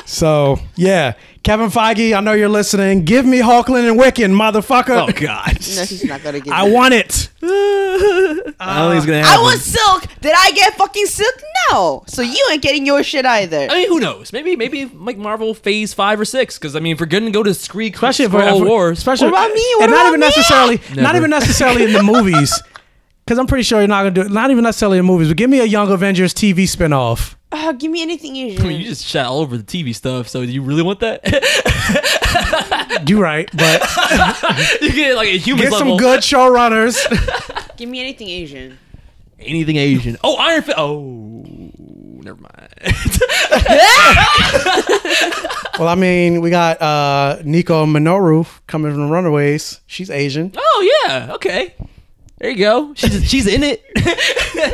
So yeah, Kevin Feige, I know you're listening. Give me Hawkland and Wiccan, motherfucker.
Oh
*laughs*
God,
No, he's not gonna get.
I want it.
it.
Uh, I don't think it's gonna
I
happen.
want silk. Did I get fucking silk? No. So you ain't getting your shit either.
I mean, who knows? Maybe, maybe like Marvel Phase Five or Six. Because I mean, if we're gonna go to Scree,
Especially if we're-
Scroll
if we're-
Wars,
Especially
What
and not
about
even
me?
necessarily, not
Never.
even necessarily
*laughs*
in the movies, because I'm pretty sure you're not gonna do it. Not even necessarily in movies, but give me a Young Avengers TV spinoff.
Oh, give me anything
I
Asian.
mean, you just shot all over the TV stuff. So do you really want that? *laughs*
You right, but
you get like a human
get some
level.
good showrunners.
*laughs*
Give me anything Asian.
Anything Asian? Oh, Iron Fist. Oh, never mind. *laughs*
well, I mean, we got uh, Nico Minoru coming from Runaways. She's Asian.
Oh yeah. Okay. There you go. She's she's in it.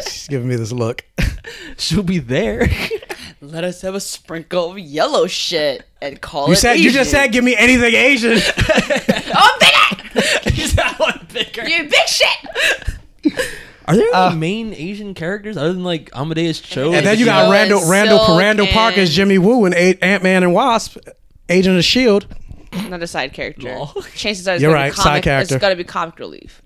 She's giving me this look.
*laughs* She'll be there. *laughs*
Let us have a sprinkle of yellow shit and call
You
it.
said you just said give me anything Asian.
Oh,
you big shit.
Are there any
Uh,
main Asian characters other than like Amadeus Cho?
And then you got Randall Randall Randall Park as Jimmy Woo and Ant Man and Wasp, Agent of the Shield.
Not a side character. Chances are it's
You're
gotta
right,
be
side
comic,
character.
It's got to be comic relief.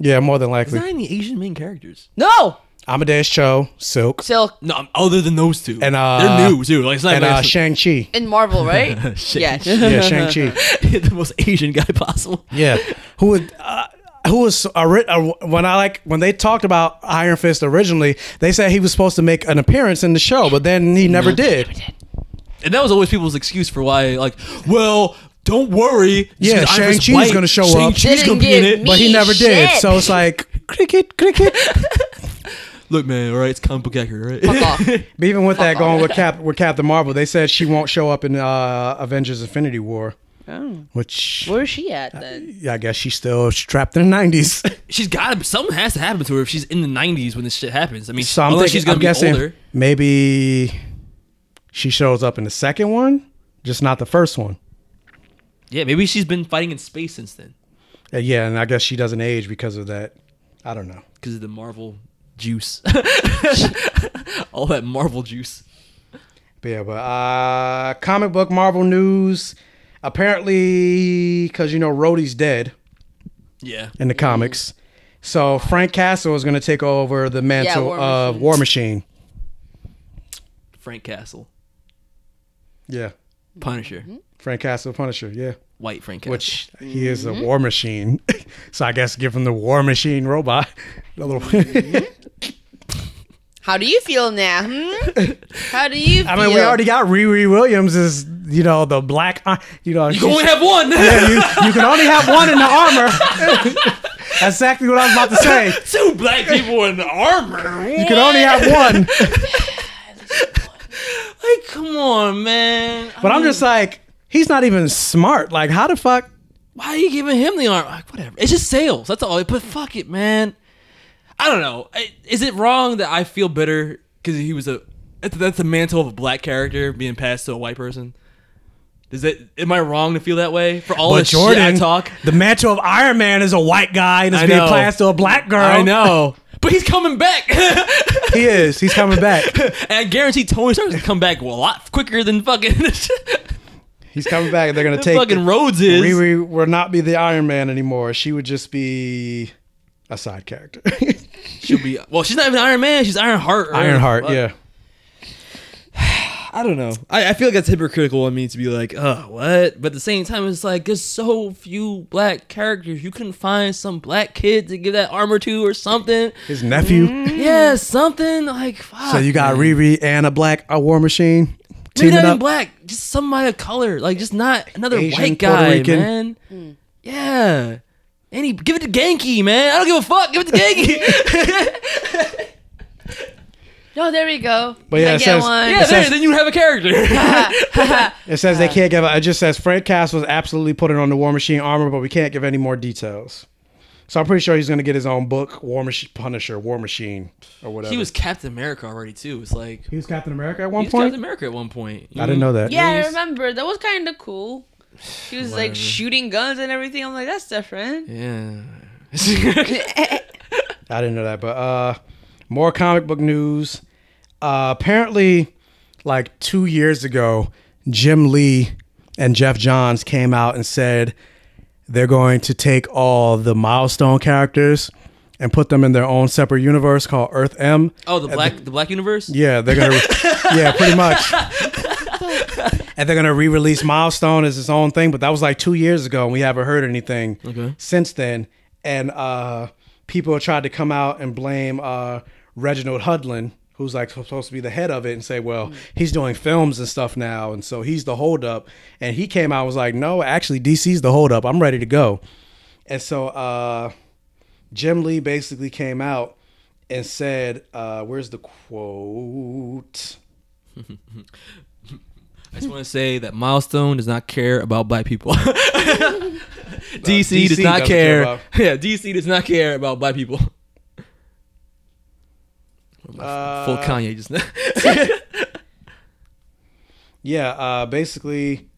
Yeah, more than
Is there
likely.
any Asian main characters?
No,
Amadeus Cho, Silk,
Silk
No, um, other than those two.
and uh,
They're new too. Like it's not
and
like
uh,
it's- *laughs*
Shang Chi.
in
*laughs*
Marvel, right?
Shang-
Yeah.
Yeah, Shang Chi.
*laughs* the most Asian guy possible.
Yeah, *laughs* who would. Uh, who was a, ri- uh, when I like when they talked about Iron Fist originally? They said he was supposed to make an appearance in the show, but then he never did.
And that was always people's excuse for why, like, well, don't worry. just
Yeah,
'cause Iron
Shang
Fist
Chi's
white,
gonna show up.
Shang-Chi's gonna be in it.
but he never did. So it's like cricket, cricket.
Look, man, all right, it's comic book accurate,
Fuck
right?
off.
But even with that going with Cap with Captain Marvel, they said she won't show up in uh, Avengers: Infinity War,
Oh.
which
Where is she at then?
yeah, I guess she's still trapped in the nineties.
*laughs*
*laughs*
she's got to, something has to happen to her if she's in the 90s when this shit happens. I mean,
So I'm
unless
thinking,
she's going
I'm
to be
guessing
older.
maybe she shows up in the second one, just not the first one.
Yeah, maybe she's been fighting in space since then
Uh, yeah, and I guess she doesn't age because of that. I don't know.
because of the Marvel juice. *laughs* All that Marvel juice.
But yeah, but uh, comic book Marvel news. Apparently, because you know Rhodey's dead
Yeah.
in the comics, so Frank Castle is going to take over the mantle
War
of
Machine.
War Machine.
Frank Castle,
Yeah,
Punisher,
Mm-hmm.
Frank Castle Punisher. Yeah,
white Frank Castle.
which he is a
Mm-hmm.
War Machine, *laughs* so I guess give him the War Machine robot. *laughs* The little-
Mm-hmm.
How do you feel now?
*laughs*
Hmm? How do you feel?
*laughs* I mean, we already got Riri Williams as you know the black. uh, You know,
you can only have one.
Yeah, you, you can only have one in the armor. That's exactly what I was about to say.
*laughs* Two black people in armor.
You can only have one.
Like, come on, man.
But I'm just like, he's not even smart. Like, how the fuck?
Why are you giving him the arm? Like, whatever. It's just sales. That's all. But fuck it, man. I don't know. I- Is it wrong that I feel bitter because he was a that's, that's the mantle of a black character being passed to a white person? Is that am I wrong to feel that way for all the
but Jordan,
shit I talk?
the mantle of Iron Man is a white guy and
I
is being
know.
passed to a black girl.
I know, but he's coming back, and *laughs*
he is. He's coming *laughs* back.
I guarantee Tony Stark's gonna come back a lot quicker than fucking *laughs*
He's coming back. They're gonna
The
take
fucking Rhodes is-
Riri will not be the Iron Man anymore. She would just be a side
*laughs*
character.
she'll be. Well, she's not even Iron Man. She's Iron Heart. right?
Ironheart.
Fuck.
Yeah.
I don't know. I, I feel like that's hypocritical on me to be like, oh, what? But at the same time, it's like there's so few black characters. You couldn't find some black kid to give that armor to or something.
His nephew.
Yeah, something like fuck.
So you got Riri and a black a war machine
Maybe
teaming
not
up.
even black, just somebody of color, like just not another
Asian,
white
Puerto
guy,
Rican.
man. Yeah, any give it to Genki, man. I don't give a fuck. Give it to
*laughs*
Genki.
No, there we go.
But
I
yeah, it
get
says-
one.
Yeah, it there, says-
then you have a
*laughs*
character.
It says they can't give. It just says Fred Castle's absolutely put it on the War Machine armor, but we can't give any more details. So I'm pretty sure he's going to get his own book, War Machine Punisher, War Machine, or whatever.
he was Captain America already too. It's like he
was Captain America at one
he was
point?
Captain America at one point.
I didn't know that.
Yeah, I remember. That was kind of cool. He was
Whatever.
like shooting guns and everything. I'm like, that's different.
Yeah. *laughs*
I didn't know that, but uh, more comic book news. Uh, apparently, like two years ago, Jim Lee and Jeff Johns came out and said they're going to take all the milestone characters and put them in their own separate universe called Earth M.
Oh, the black the black universe.
Yeah, they're gonna. yeah, pretty much. And they're gonna re-release Milestone as its own thing, but that was like two years ago, and we haven't heard anything since then. And uh, people have tried to come out and blame uh, Reginald Hudlin, who's like supposed to be the head of it, and say, "Well, he's doing films and stuff now, and so he's the holdup." And he came out and was like, "No, actually, DC's the holdup. I'm ready to go." And so uh, Jim Lee basically came out and said, uh, "Where's the quote?"
I just want to say that Milestone does not care about black people. *laughs* DC, does
DC
not
doesn't care
care.
about-
*laughs* yeah, DC does not care about black people. Full
Uh,
Kanye
*laughs*
just now.
Yeah, uh, basically,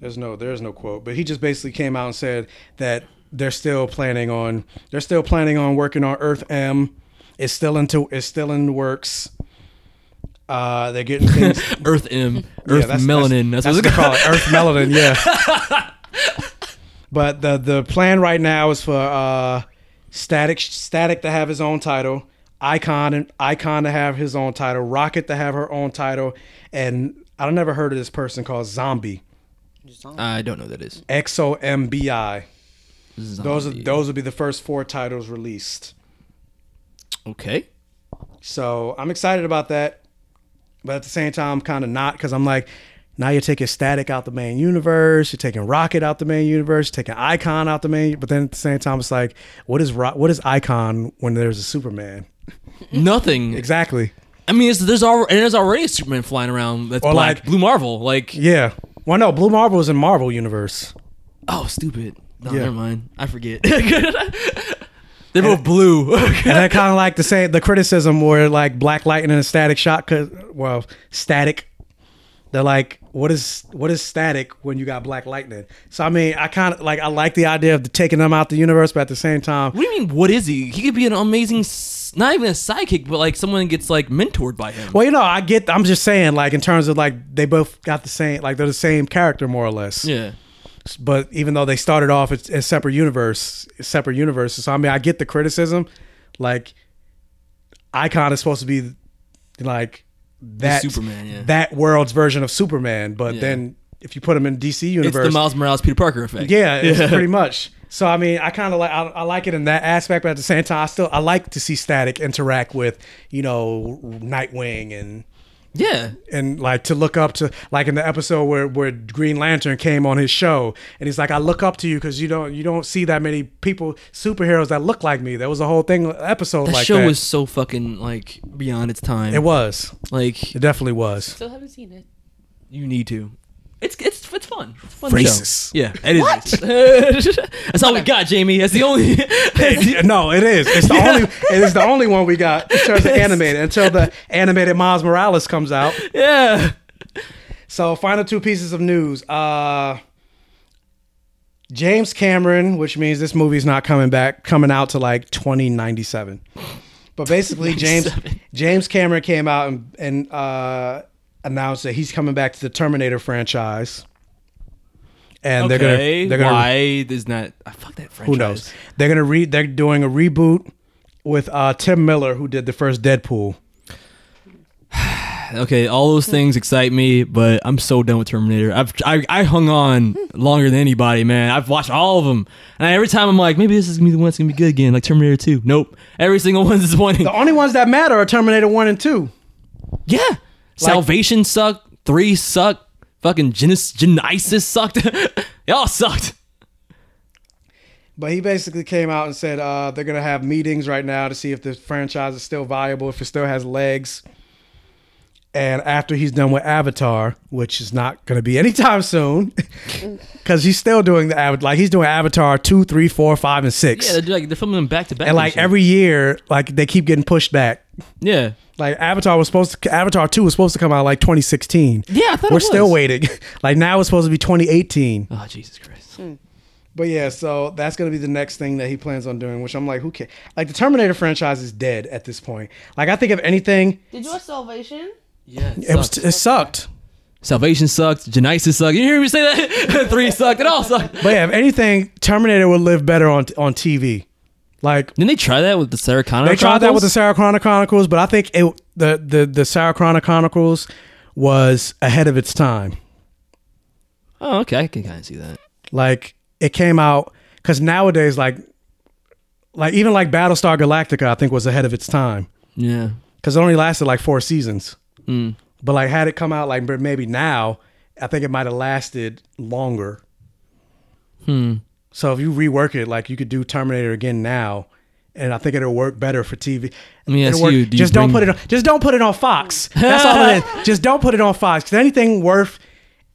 there's no there's no quote, but he just basically came out and said that they're still planning on they're still planning on working on Earth M. It's still into it's still in the works. Uh, they're getting things
Earth M, Earth
that's-
Melanin.
That's,
That's,
that's
what
what they
it's
call
called.
it, Earth Melanin. Yeah.
*laughs*
but the the plan right now is for uh, Static Static to have his own title, Icon and Icon to have his own title, Rocket to have her own title, and I never heard of this person called Zombie.
I don't know what that is.
X O M B I. Those are those would be the first four titles released.
Okay.
So I'm excited about that, but at the same time, I'm kind of not because I'm like, now you're taking Static out the main universe, you're taking Rocket out the main universe, you're taking Icon out the main. But then at the same time, it's like, what is Ro- what is Icon when there's a Superman?
Nothing.
Exactly.
I mean, it's, there's al- and there's already a Superman flying around. That's
Or
black.
like-
Blue Marvel. Like,
Yeah. Well, no, Blue Marvel is in Marvel universe.
oh, stupid. No,
Yeah.
never mind. I forget. *laughs* They're both blue.
*laughs* and I kind of like the same the criticism where like Black Lightning and Static Shock, 'cause- well, Static. They're like, what is what is Static when you got Black Lightning? So I mean, I kind of like I like the idea of taking them out the universe, but at the same time,
What do you mean? What is he? He could be an amazing, s- not even a sidekick, but like someone gets like mentored by him.
well, you know, I get. I'm just saying, like in terms of like they both got the same, like they're the same character more or less.
Yeah.
But even though they started off as, as separate universe, separate universes. So I mean, I get the criticism. Like, Icon is supposed to be like that
Superman, yeah.
that world's version of Superman. But
Yeah.
then if you put him in DC
It's
universe,
the Miles Morales Peter Parker effect.
yeah, it's pretty much. So I mean, I kind of like I, I like it in that aspect, but at the same time, I still I like to see Static interact with you know Nightwing and
Yeah.
and like to look up to like in the episode where where Green Lantern came on his show and he's like I look up to you because you don't you don't see that many people superheroes that look like me. That was a whole thing episode
That
like
show
that.
was so fucking like beyond its time.
it was
like
it definitely was
Still haven't seen it.
you need to. It's it's it's fun. It's a fun
Racist.
Show. Yeah, it is. racist. *laughs* That's all we got, Jamie. That's the only.
Hey, no, it is. It's the only. It is the only one we got in
*laughs*
terms of animated until the animated Miles Morales comes out.
*laughs* yeah.
So, final two pieces of news. Uh James Cameron, which means this movie's not coming back, coming out to like 2097.
*laughs*
But basically, James James Cameron came out and, and uh, announced that he's coming back to the Terminator franchise. And they're
Okay,
gonna they're gonna
why is not? I fuck that franchise.
who knows? They're gonna read. They're doing a reboot with uh, Tim Miller, who did the first Deadpool.
okay, all those things excite me, but I'm so done with Terminator. I've I, I hung on longer than anybody, man. I've watched all of them, and every time I'm like, maybe this is gonna be the one that's gonna be good again, like Terminator Two. Nope, every single one's disappointing.
The only ones that matter are Terminator One and Two.
*laughs* Yeah, Salvation sucked. Three sucked. Fucking Genesis, Genesis sucked. *laughs* they all sucked.
But he basically came out and said uh, they're gonna have meetings right now to see if the franchise is still viable, if it still has legs. And after he's done with Avatar, which is not gonna be *laughs* anytime soon, because he's still doing the Avatar, like he's doing Avatar two, three, four, five, and six,
Yeah, they're, like, they're filming them back to back.
and like
shit.
every year, like they keep getting pushed back.
yeah,
Like Avatar was supposed to, Avatar two was supposed to come out like 2016.
Yeah, I thought it
we're still
was.
waiting. *laughs* like now it's supposed to be 2018.
Oh Jesus Christ!
But yeah, so that's gonna be the next thing that he plans on doing, which I'm like, who cares? Like the Terminator franchise is dead at this point. Like I think if anything,
Did you watch Salvation?
Yeah,
it, was it sucked.
Salvation sucked. Genesis sucked. You hear me say that? *laughs* Three sucked. It all sucked.
But yeah, if anything, Terminator would live better on on TV. Like
Didn't they try that with the Sarah Connor?
they tried that with the
Chronicles?
Sarah Connor Chronicles, but I think it the the the Sarah Connor Chronicles was ahead of its time.
Oh, okay. I can kind of see that.
Like it came out because nowadays, like like even like Battlestar Galactica, I think was ahead of its time.
Yeah.
because it only lasted like four seasons.
Mm.
But like, had it come out like maybe now, I think it might have lasted longer.
Hmm.
So if you rework it, like you could do Terminator again now, and I think it'll work better for TV.
Let me ask
It'll work-
you, do you
just don't put
bring-
it on. Just don't put it on Fox. That's all
*laughs*
it is. Just don't put it on Fox. Because anything worth,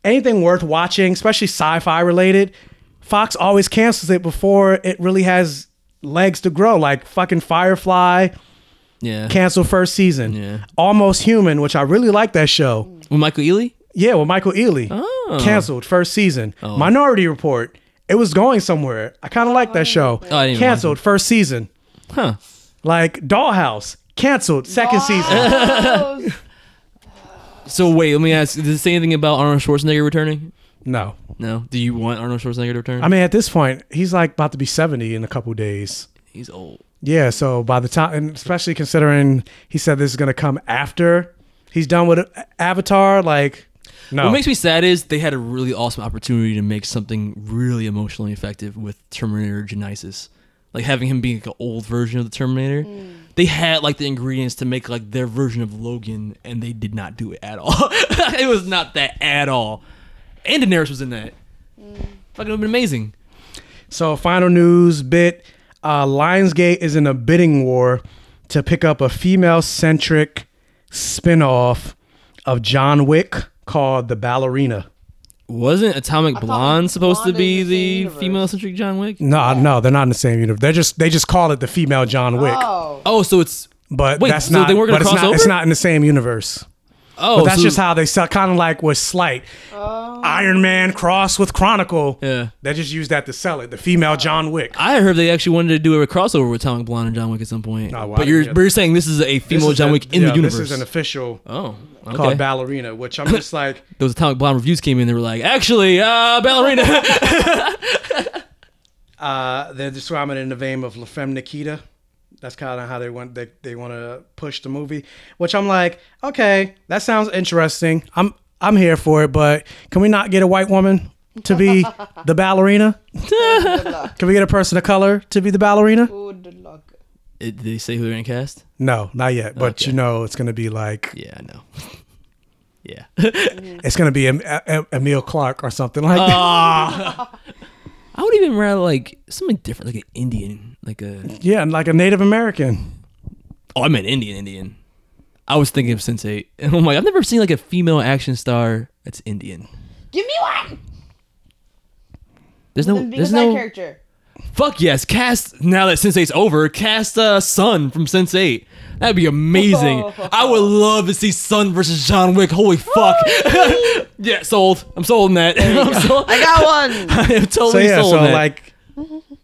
anything worth watching, especially sci-fi related, Fox always cancels it before it really has legs to grow. Like fucking Firefly
Yeah.
canceled first season.
Yeah.
Almost Human, which I really like that show.
With Michael Ealy?
Yeah, with Michael Ealy.
Oh.
Canceled first season. Minority Report. It was going somewhere. I kind of like that show.
Oh, I didn't watch
canceled first season.
Huh.
Like Dollhouse. Canceled second
*laughs*
season.
So wait, let me ask. Did it say anything about Arnold Schwarzenegger returning?
No.
No. Do you want Arnold Schwarzenegger to return?
I mean, at this point, he's like about to be 70 in a couple days.
he's old.
Yeah, so by the time, and especially considering he said this is going to come after he's done with Avatar, like, no.
What makes me sad is they had a really awesome opportunity to make something really emotionally effective with Terminator Genesis. Like having him being like an old version of the Terminator. They had like the ingredients to make like their version of Logan and they did not do it at all. *laughs* it was not that at all. And Daenerys was in that. Fucking would have been amazing.
So, final news bit uh, Lionsgate is in a bidding war to pick up a female centric spin off of John Wick called The Ballerina.
Wasn't Atomic Blonde supposed to be the female centric John Wick?
No, no, they're not in the same universe. They just they just call it the female John Wick.
Oh, so it's
But
Wait,
that's
so
not.
they were gonna
but it's
cross
not, it's
over?
not in the same universe.
Oh,
but that's
so-
just how they sell. Kind of like with Slight, Iron Man cross with Chronicle.
Yeah.
they just used that to sell it. The female John Wick.
I heard they actually wanted to do a crossover with Atomic Blonde and John Wick at some point.
well, I
but you're
didn't get
but you're saying this is a female
is
John
a-
Wick in
yeah,
the universe.
This is an official
oh, okay.
called Ballerina, which I'm just like,
Those Atomic Blonde reviews came in. They were like, actually, uh, *laughs* ballerina.
uh, they're describing it in the vein of La Femme Nikita. That's kind of how they want they, they want to push the movie, which I'm like, okay, that sounds interesting. I'm I'm here for it, but can we not get a white woman to be the ballerina? can we get a person of color to be the ballerina?
It- did they say who they're gonna cast?
No, not yet. But you know, it's gonna be like
Yeah, I know. *laughs* yeah.
it's gonna be em- em- Emil Clark or something like that.
Ah. I would even rather like something different, like an Indian, like a.
yeah, and like a Native American.
Oh, I meant Indian, Indian. I was thinking of Sense Eight, *laughs* and I'm like, I've never seen like a female action star that's Indian.
Give me one.
There's no.
Then be a
there's
side
no.
character.
Fuck yes, cast now that Sense 8's over, cast uh Sun from Sense 8. That'd be
*laughs*
amazing. I would love to see Sun versus John Wick. Holy fuck. *laughs* yeah, sold. I'm sold on that. *laughs* I'm sold.
I got
*laughs*
one.
I am totally
so yeah,
sold
so
on that.
like,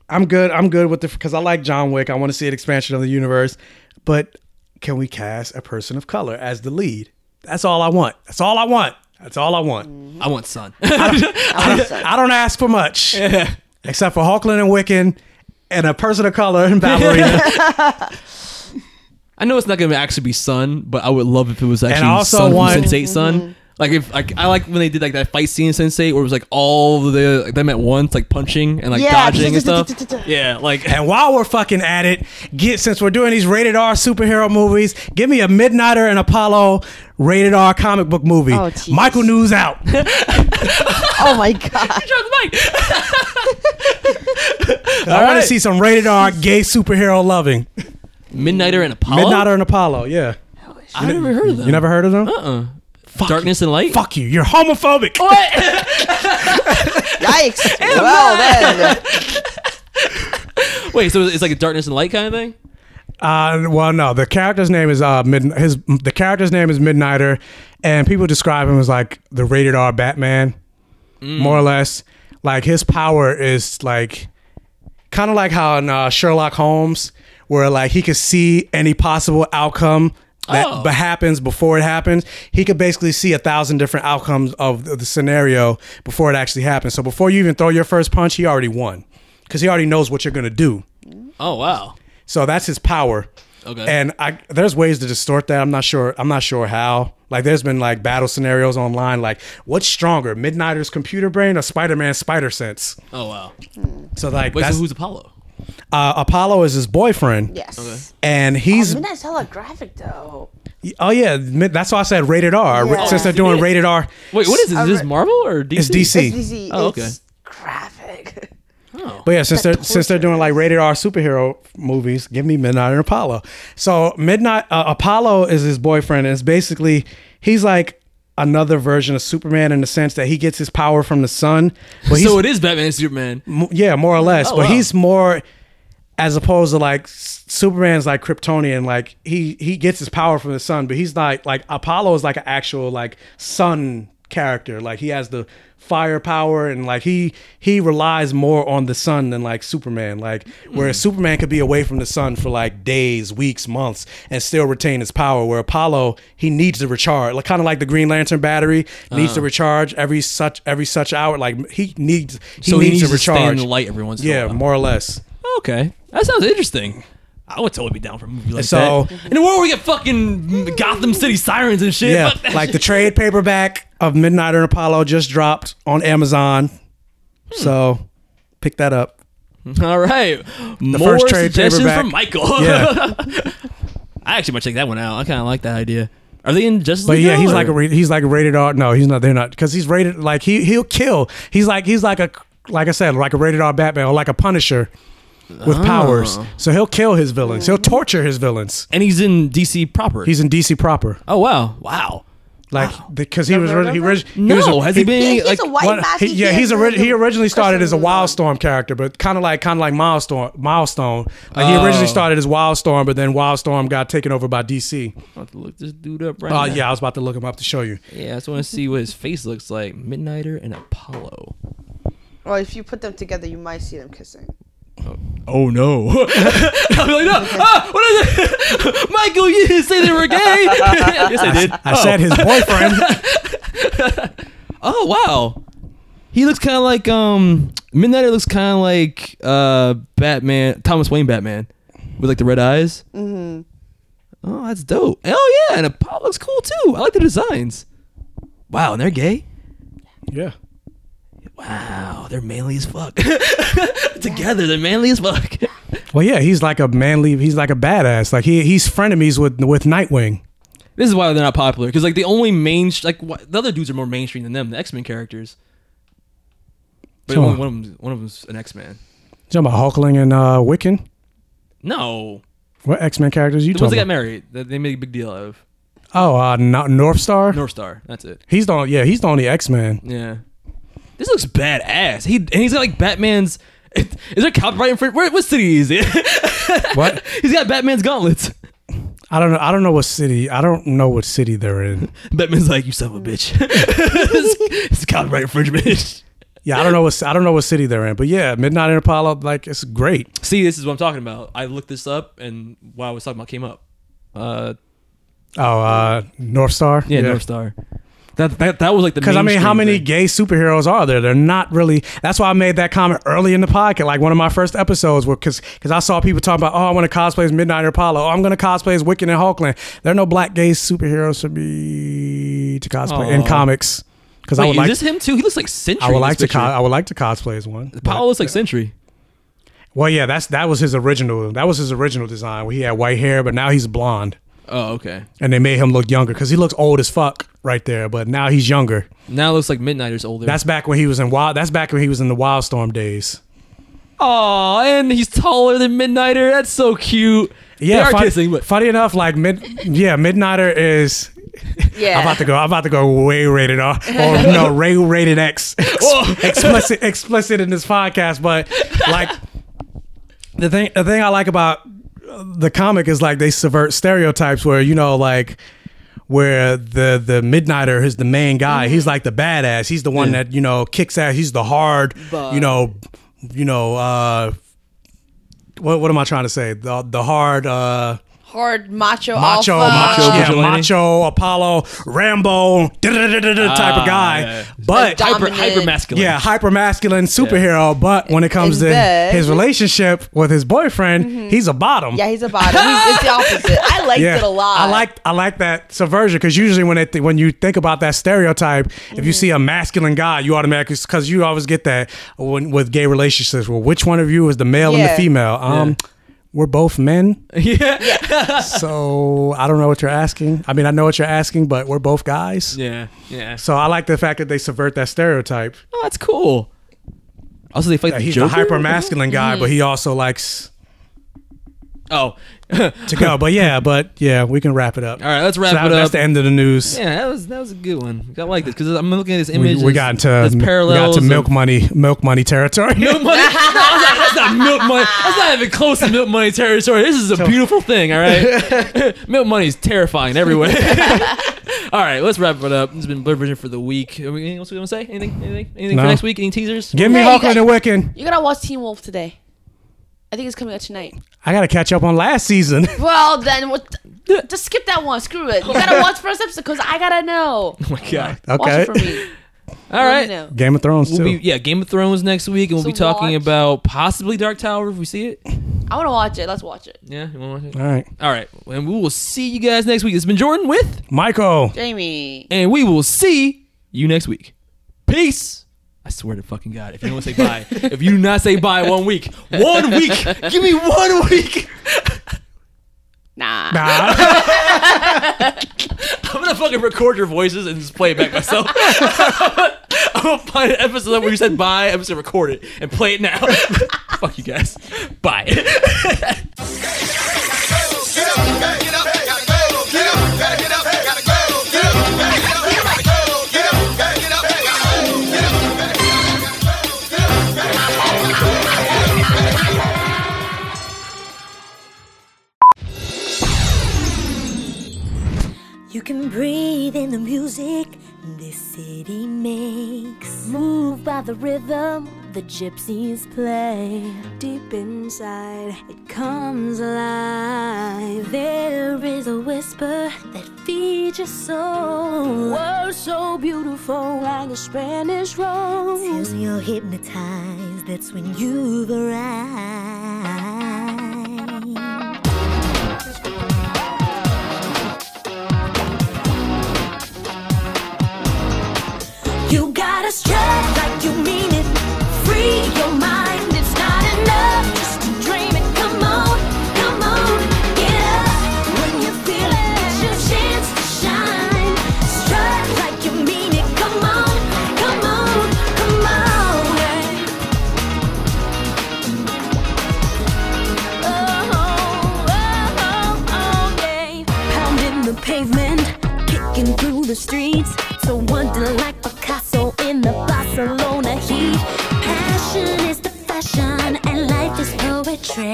I'm good. I'm good with the because I like John Wick. I want to see an expansion of the universe, but can we cast a person of color as the lead? That's all I want. That's all I want. That's all I want.
I want Sun. *laughs*
I, don't, *laughs* I don't ask for much, except for Hawkland and Wiccan and a person of color and ballerina.
I know it's not going to actually be Sun, but I would love if it was actually
also
Sun
want-
from Sense Eight
Mm-hmm.
Sun. Like if like I like when they did like that fight scene in Sense Eight, where it was like all the like, them at once, like punching and like
Yeah.
dodging and
*laughs*
*laughs*
stuff. yeah, like. *laughs*
And while we're fucking at it, get since we're doing these rated R superhero movies, give me a Midnighter and Apollo rated R comic book movie. Michael News out.
oh my god!
I want to see some rated R gay superhero loving.
Midnighter and Apollo?
Midnighter and Apollo. Yeah.
I never heard of them.
You never heard of them?
Uh-uh. Darkness and Light.
Fuck you. You're homophobic.
Yikes! Well then.
Wait, so it's like a darkness and light kind of thing?
Uh, well, no. The character's name is uh, Mid- his the character's name is Midnighter, and people describe him as like the rated R Batman, more or less. Like his power is like kind of like how in uh, Sherlock Holmes, where like he could see any possible outcome that
Oh.
b- happens before it happens. He could basically see a thousand different outcomes of the, the scenario before it actually happens. So before you even throw your first punch, he already won because he already knows what you're gonna do.
Oh wow.
So that's his power.
Okay.
And I there's ways to distort that. I'm not sure. I'm not sure how. Like there's been like battle scenarios online. Like what's stronger, Midnighter's computer brain or Spider Man's spider sense?
Oh wow.
So like
Wait, so
that's-
who's Apollo?
Uh, Apollo is his boyfriend.
Yes. Okay.
And he's
Oh, Midnight's hella graphic though.
oh yeah. mid- That's why I said rated R.
Yeah.
Since they're doing rated R.
Wait, what is this? Is this Marvel or DC?
It's DC. It's
DC.
Oh, okay.
*laughs*
But yeah, since they're since they're doing like rated R superhero movies, give me Midnight and Apollo. So Midnight uh, Apollo is his boyfriend, and it's basically he's like another version of Superman in the sense that he gets his power from the sun. But he's,
so it is Batman and Superman.
m- yeah, more or less.
Oh,
but
wow.
he's more as opposed to like S- Superman's like Kryptonian, like he he gets his power from the sun, but he's not like Apollo is like an actual like sun character. Like he has the firepower and like he he relies more on the sun than like Superman. Like
Mm.
whereas Superman could be away from the sun for like days, weeks, months and still retain his power. Where Apollo he needs to recharge. Like kind of like the Green Lantern battery needs to
Uh-huh.
recharge every such every such hour. Like he needs he
So he
needs,
needs
to
to stay
recharge
in the light every once in a
yeah,
while.
more or less.
Okay. That sounds interesting. I would totally be down for a movie like
So-
that. In the world where we get fucking Gotham City sirens and shit.
*laughs* Yeah,
fuck that
like the
shit.
trade paperback of Midnight and Apollo just dropped on Amazon. So pick that up.
All right.
The
More
first trade
suggestions
paperback.
from Michael.
Yeah.
*laughs* I actually might check that one out. I kind of like that idea. Are they in Justice
But
League?
yeah,
now,
he's
or-
like a ra- he's like a rated R. No, he's not. They're not because he's rated like he he'll kill. He's like he's like a like I said like a rated R Batman or like a Punisher with
Oh.
powers. So he'll kill his villains. He'll torture his villains.
And he's in DC proper.
He's in DC proper.
Oh wow, wow.
Like because he was
heard
ori- he,
of
orig-
him?
he was
No,
a-
has he been, Yeah, he's like- a white
one-
mask,
he-
he
yeah,
can't
he's
really
ori-
do
he originally started as a Wildstorm character, but kind of like kind of like Milestone Milestone. Like he
Oh.
originally started as Wildstorm, but then Wildstorm got taken over by DC.
I'm about to look this dude up
Oh
right now.
yeah, I was about to look him up to show *laughs* you.
Yeah, I just want to see what his face looks like. Midnighter and Apollo.
Well, if you put them together, you might see them kissing.
Oh
*laughs*
no! *laughs* I'm like, no! Ah, what is it? *laughs* Michael, you didn't say they
*laughs*
were gay. yes, I did.
I said his boyfriend.
Oh wow, he looks kind of like um Midnighter looks kind of like uh Batman, Thomas Wayne Batman, with like the red eyes.
Mm-hmm.
Oh, that's dope. Oh yeah, and Apollo looks cool too. I like the designs. Wow, and they're gay.
*laughs* Yeah.
Wow, they're manly as fuck. *laughs* Together, they're manly as fuck.
Well, yeah, he's like a manly. He's like a badass. Like he he's frenemies with with Nightwing.
This is why they're not popular because like the only main like wh- the other dudes are more mainstream than them. The X Men characters, but
Come
only
on.
one of them one of them's an X Man.
You talking about Hulkling and uh, Wiccan?
No,
What X Men characters you
the ones that
talking
got
about?
married that they made a big deal out of.
Oh, uh, no, North Star.
North Star, that's it.
He's the yeah. He's the only X Man.
Yeah, this looks badass. He and he's got like Batman's. *laughs* Is there copyright infringement? Where what city is it?
What?
*laughs* he's got Batman's gauntlets. *laughs*
I don't know. I don't know what city. I don't know what city they're in.
Batman's like you son of a bitch. *laughs* it's, it's copyright infringement.
Yeah, I don't know what I don't know what city they're in, but yeah, Midnight in Apollo, like it's great.
*laughs* See, this is what I'm talking about. I looked this up, and what I was talking about came up. Uh,
Oh, uh, North Star.
Yeah, North Star. That that that was like the
Because I mean, how
mainstream
many
thing.
gay superheroes are there? They're not really. That's why I made that comment early in the podcast. Like one of my first episodes, where because because I saw people talking about, oh, I want to cosplay as Midnight Apollo. Oh, I'm going to cosplay as Wiccan and Hulkling. There are no black gay superheroes for me to cosplay in
Aw.
comics. Because I
Wait,
would
is
like
this him too? He looks like Sentry.
I would
in this
like to co-
picture.
I would like to cosplay as one.
Apollo looks like Sentry.
Well, yeah, that's that was his original. That was his original design. Where he had white hair, but now he's blonde,
Oh, okay.
and they made him look younger because he looks old as fuck right there. But now he's younger.
Now it looks like Midnighter's older.
That's back when he was in wild. That's back when he was in the Wildstorm days.
oh, and he's taller than Midnighter. That's so cute.
Yeah,
they are
fun-
kissing, but
funny enough, like mid, yeah, Midnighter is.
Yeah.
I'm about to go. I'm about to go way rated R. Or no, Ray rated X. Ex-
Whoa.
explicit, explicit in this podcast, but like the thing, the thing I like about uh, the comic is like they subvert stereotypes where you know like where the the midnighter is the main guy he's like the badass he's the one
Yeah.
that you know kicks ass he's the hard you know you know uh what, what am i trying to say the, the hard uh
Hard macho,
macho,
alpha,
macho, yeah, macho, Apollo, Rambo, da-da-da-da-da type
Ah,
of guy.
yeah.
But
hyper hyper masculine.
yeah, hyper masculine superhero. But when it comes
And
to
then-
his relationship with his boyfriend, he's a bottom.
Mm-hmm. Yeah, he's a bottom. *laughs* He's, it's the opposite. I liked
Yeah.
it a lot.
I like I like that subversion because usually when it, when you think about that stereotype, if
Mm-hmm.
you see a masculine guy, you automatically because you always get that when, with gay relationships. Well, which one of you is the male and the
Yeah.
female? Um,
Yeah.
we're both men.
*laughs* yeah.
so I don't know what you're asking. I mean, I know what you're asking, but we're both guys.
Yeah, yeah.
So I like the fact that they subvert that stereotype.
Oh, that's cool. Also, they fight.
Yeah,
the
he's
Joker?
a hyper masculine guy, but he also likes
Oh, *laughs*
to go. But yeah, but yeah, we can wrap it up.
All right, let's wrap
So that-
it up.
That's the end of the news.
Yeah, that was that was a good one. I like this because I'm looking at this
We,
image.
we got into
this
we got
parallels
to
of-
milk money milk money territory.
Milk money. I was like, that's not milk money. That's not even close to milk money territory. This is a beautiful thing. All *laughs* right, milk money is terrifying everywhere. *laughs* all right, let's wrap it up. This has been Blur Vision for the week. Are we- Anything else we want to say? Anything? Anything? Anything
No.
for next week? Any teasers?
*laughs* Give me
Hey, you
Hulk and the Wiccan.
You gotta watch Teen Wolf today. I think it's coming out tonight.
I gotta catch up on last season. *laughs*
Well, then what? Just skip that one. Screw it. You gotta watch first episode because I gotta know.
*laughs* Oh my god.
Watch
Okay.
it for
*laughs*
me.
All
Let
right.
me know.
Game of Thrones
We'll
too.
be, yeah, Game of Thrones next week, and we'll
So
be talking
watch.
about possibly Dark Tower if we see it.
I wanna watch it. Let's watch it.
Yeah, you want to watch it?
All right,
All right, and we will see you guys next week. It's been Jordan with,
Michael.
Jamie.
and we will see you next week. Peace. I swear to fucking God, if you don't say bye, if you do not say bye one week, one week, give me one week,
Nah.
Nah.
*laughs* I'm gonna fucking record your voices and just play it back myself. *laughs* I'm gonna find an episode where you said bye. I'm just gonna record it and play it now. *laughs* Fuck you guys. Bye. *laughs*
You can breathe in the music this city makes. Move by the rhythm the gypsies play. Deep inside, it comes alive. There is a whisper that feeds your soul. Oh, so beautiful, like a Spanish rose. Feels when you're hypnotized, that's when you've arrived. You gotta stretch like you mean it. Free your mind, it's not enough just to dream it. Come on, come on, get up when you feel it. It's your chance to shine. Stretch like you mean it. Come on, come on, come on. Oh, oh, oh, oh, yeah. Pounding the pavement, kicking through the streets. So wonder like Picasso in the Barcelona heat. Passion is the fashion, and life is poetry.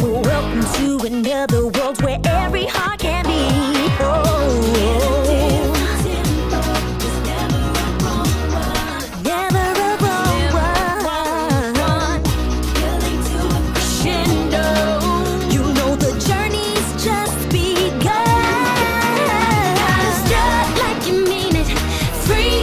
Well, welcome to another world where every heart can be. Oh, never a wrong one. Crescendo. You know the journey's just begun. Gotta strut like you mean it. Free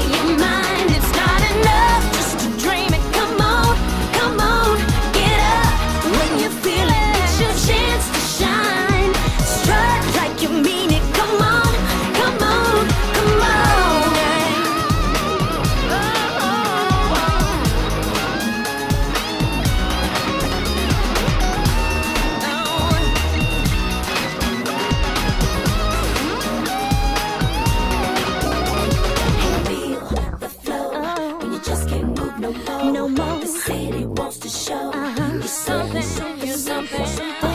no more. The city wants to show you something, something, something.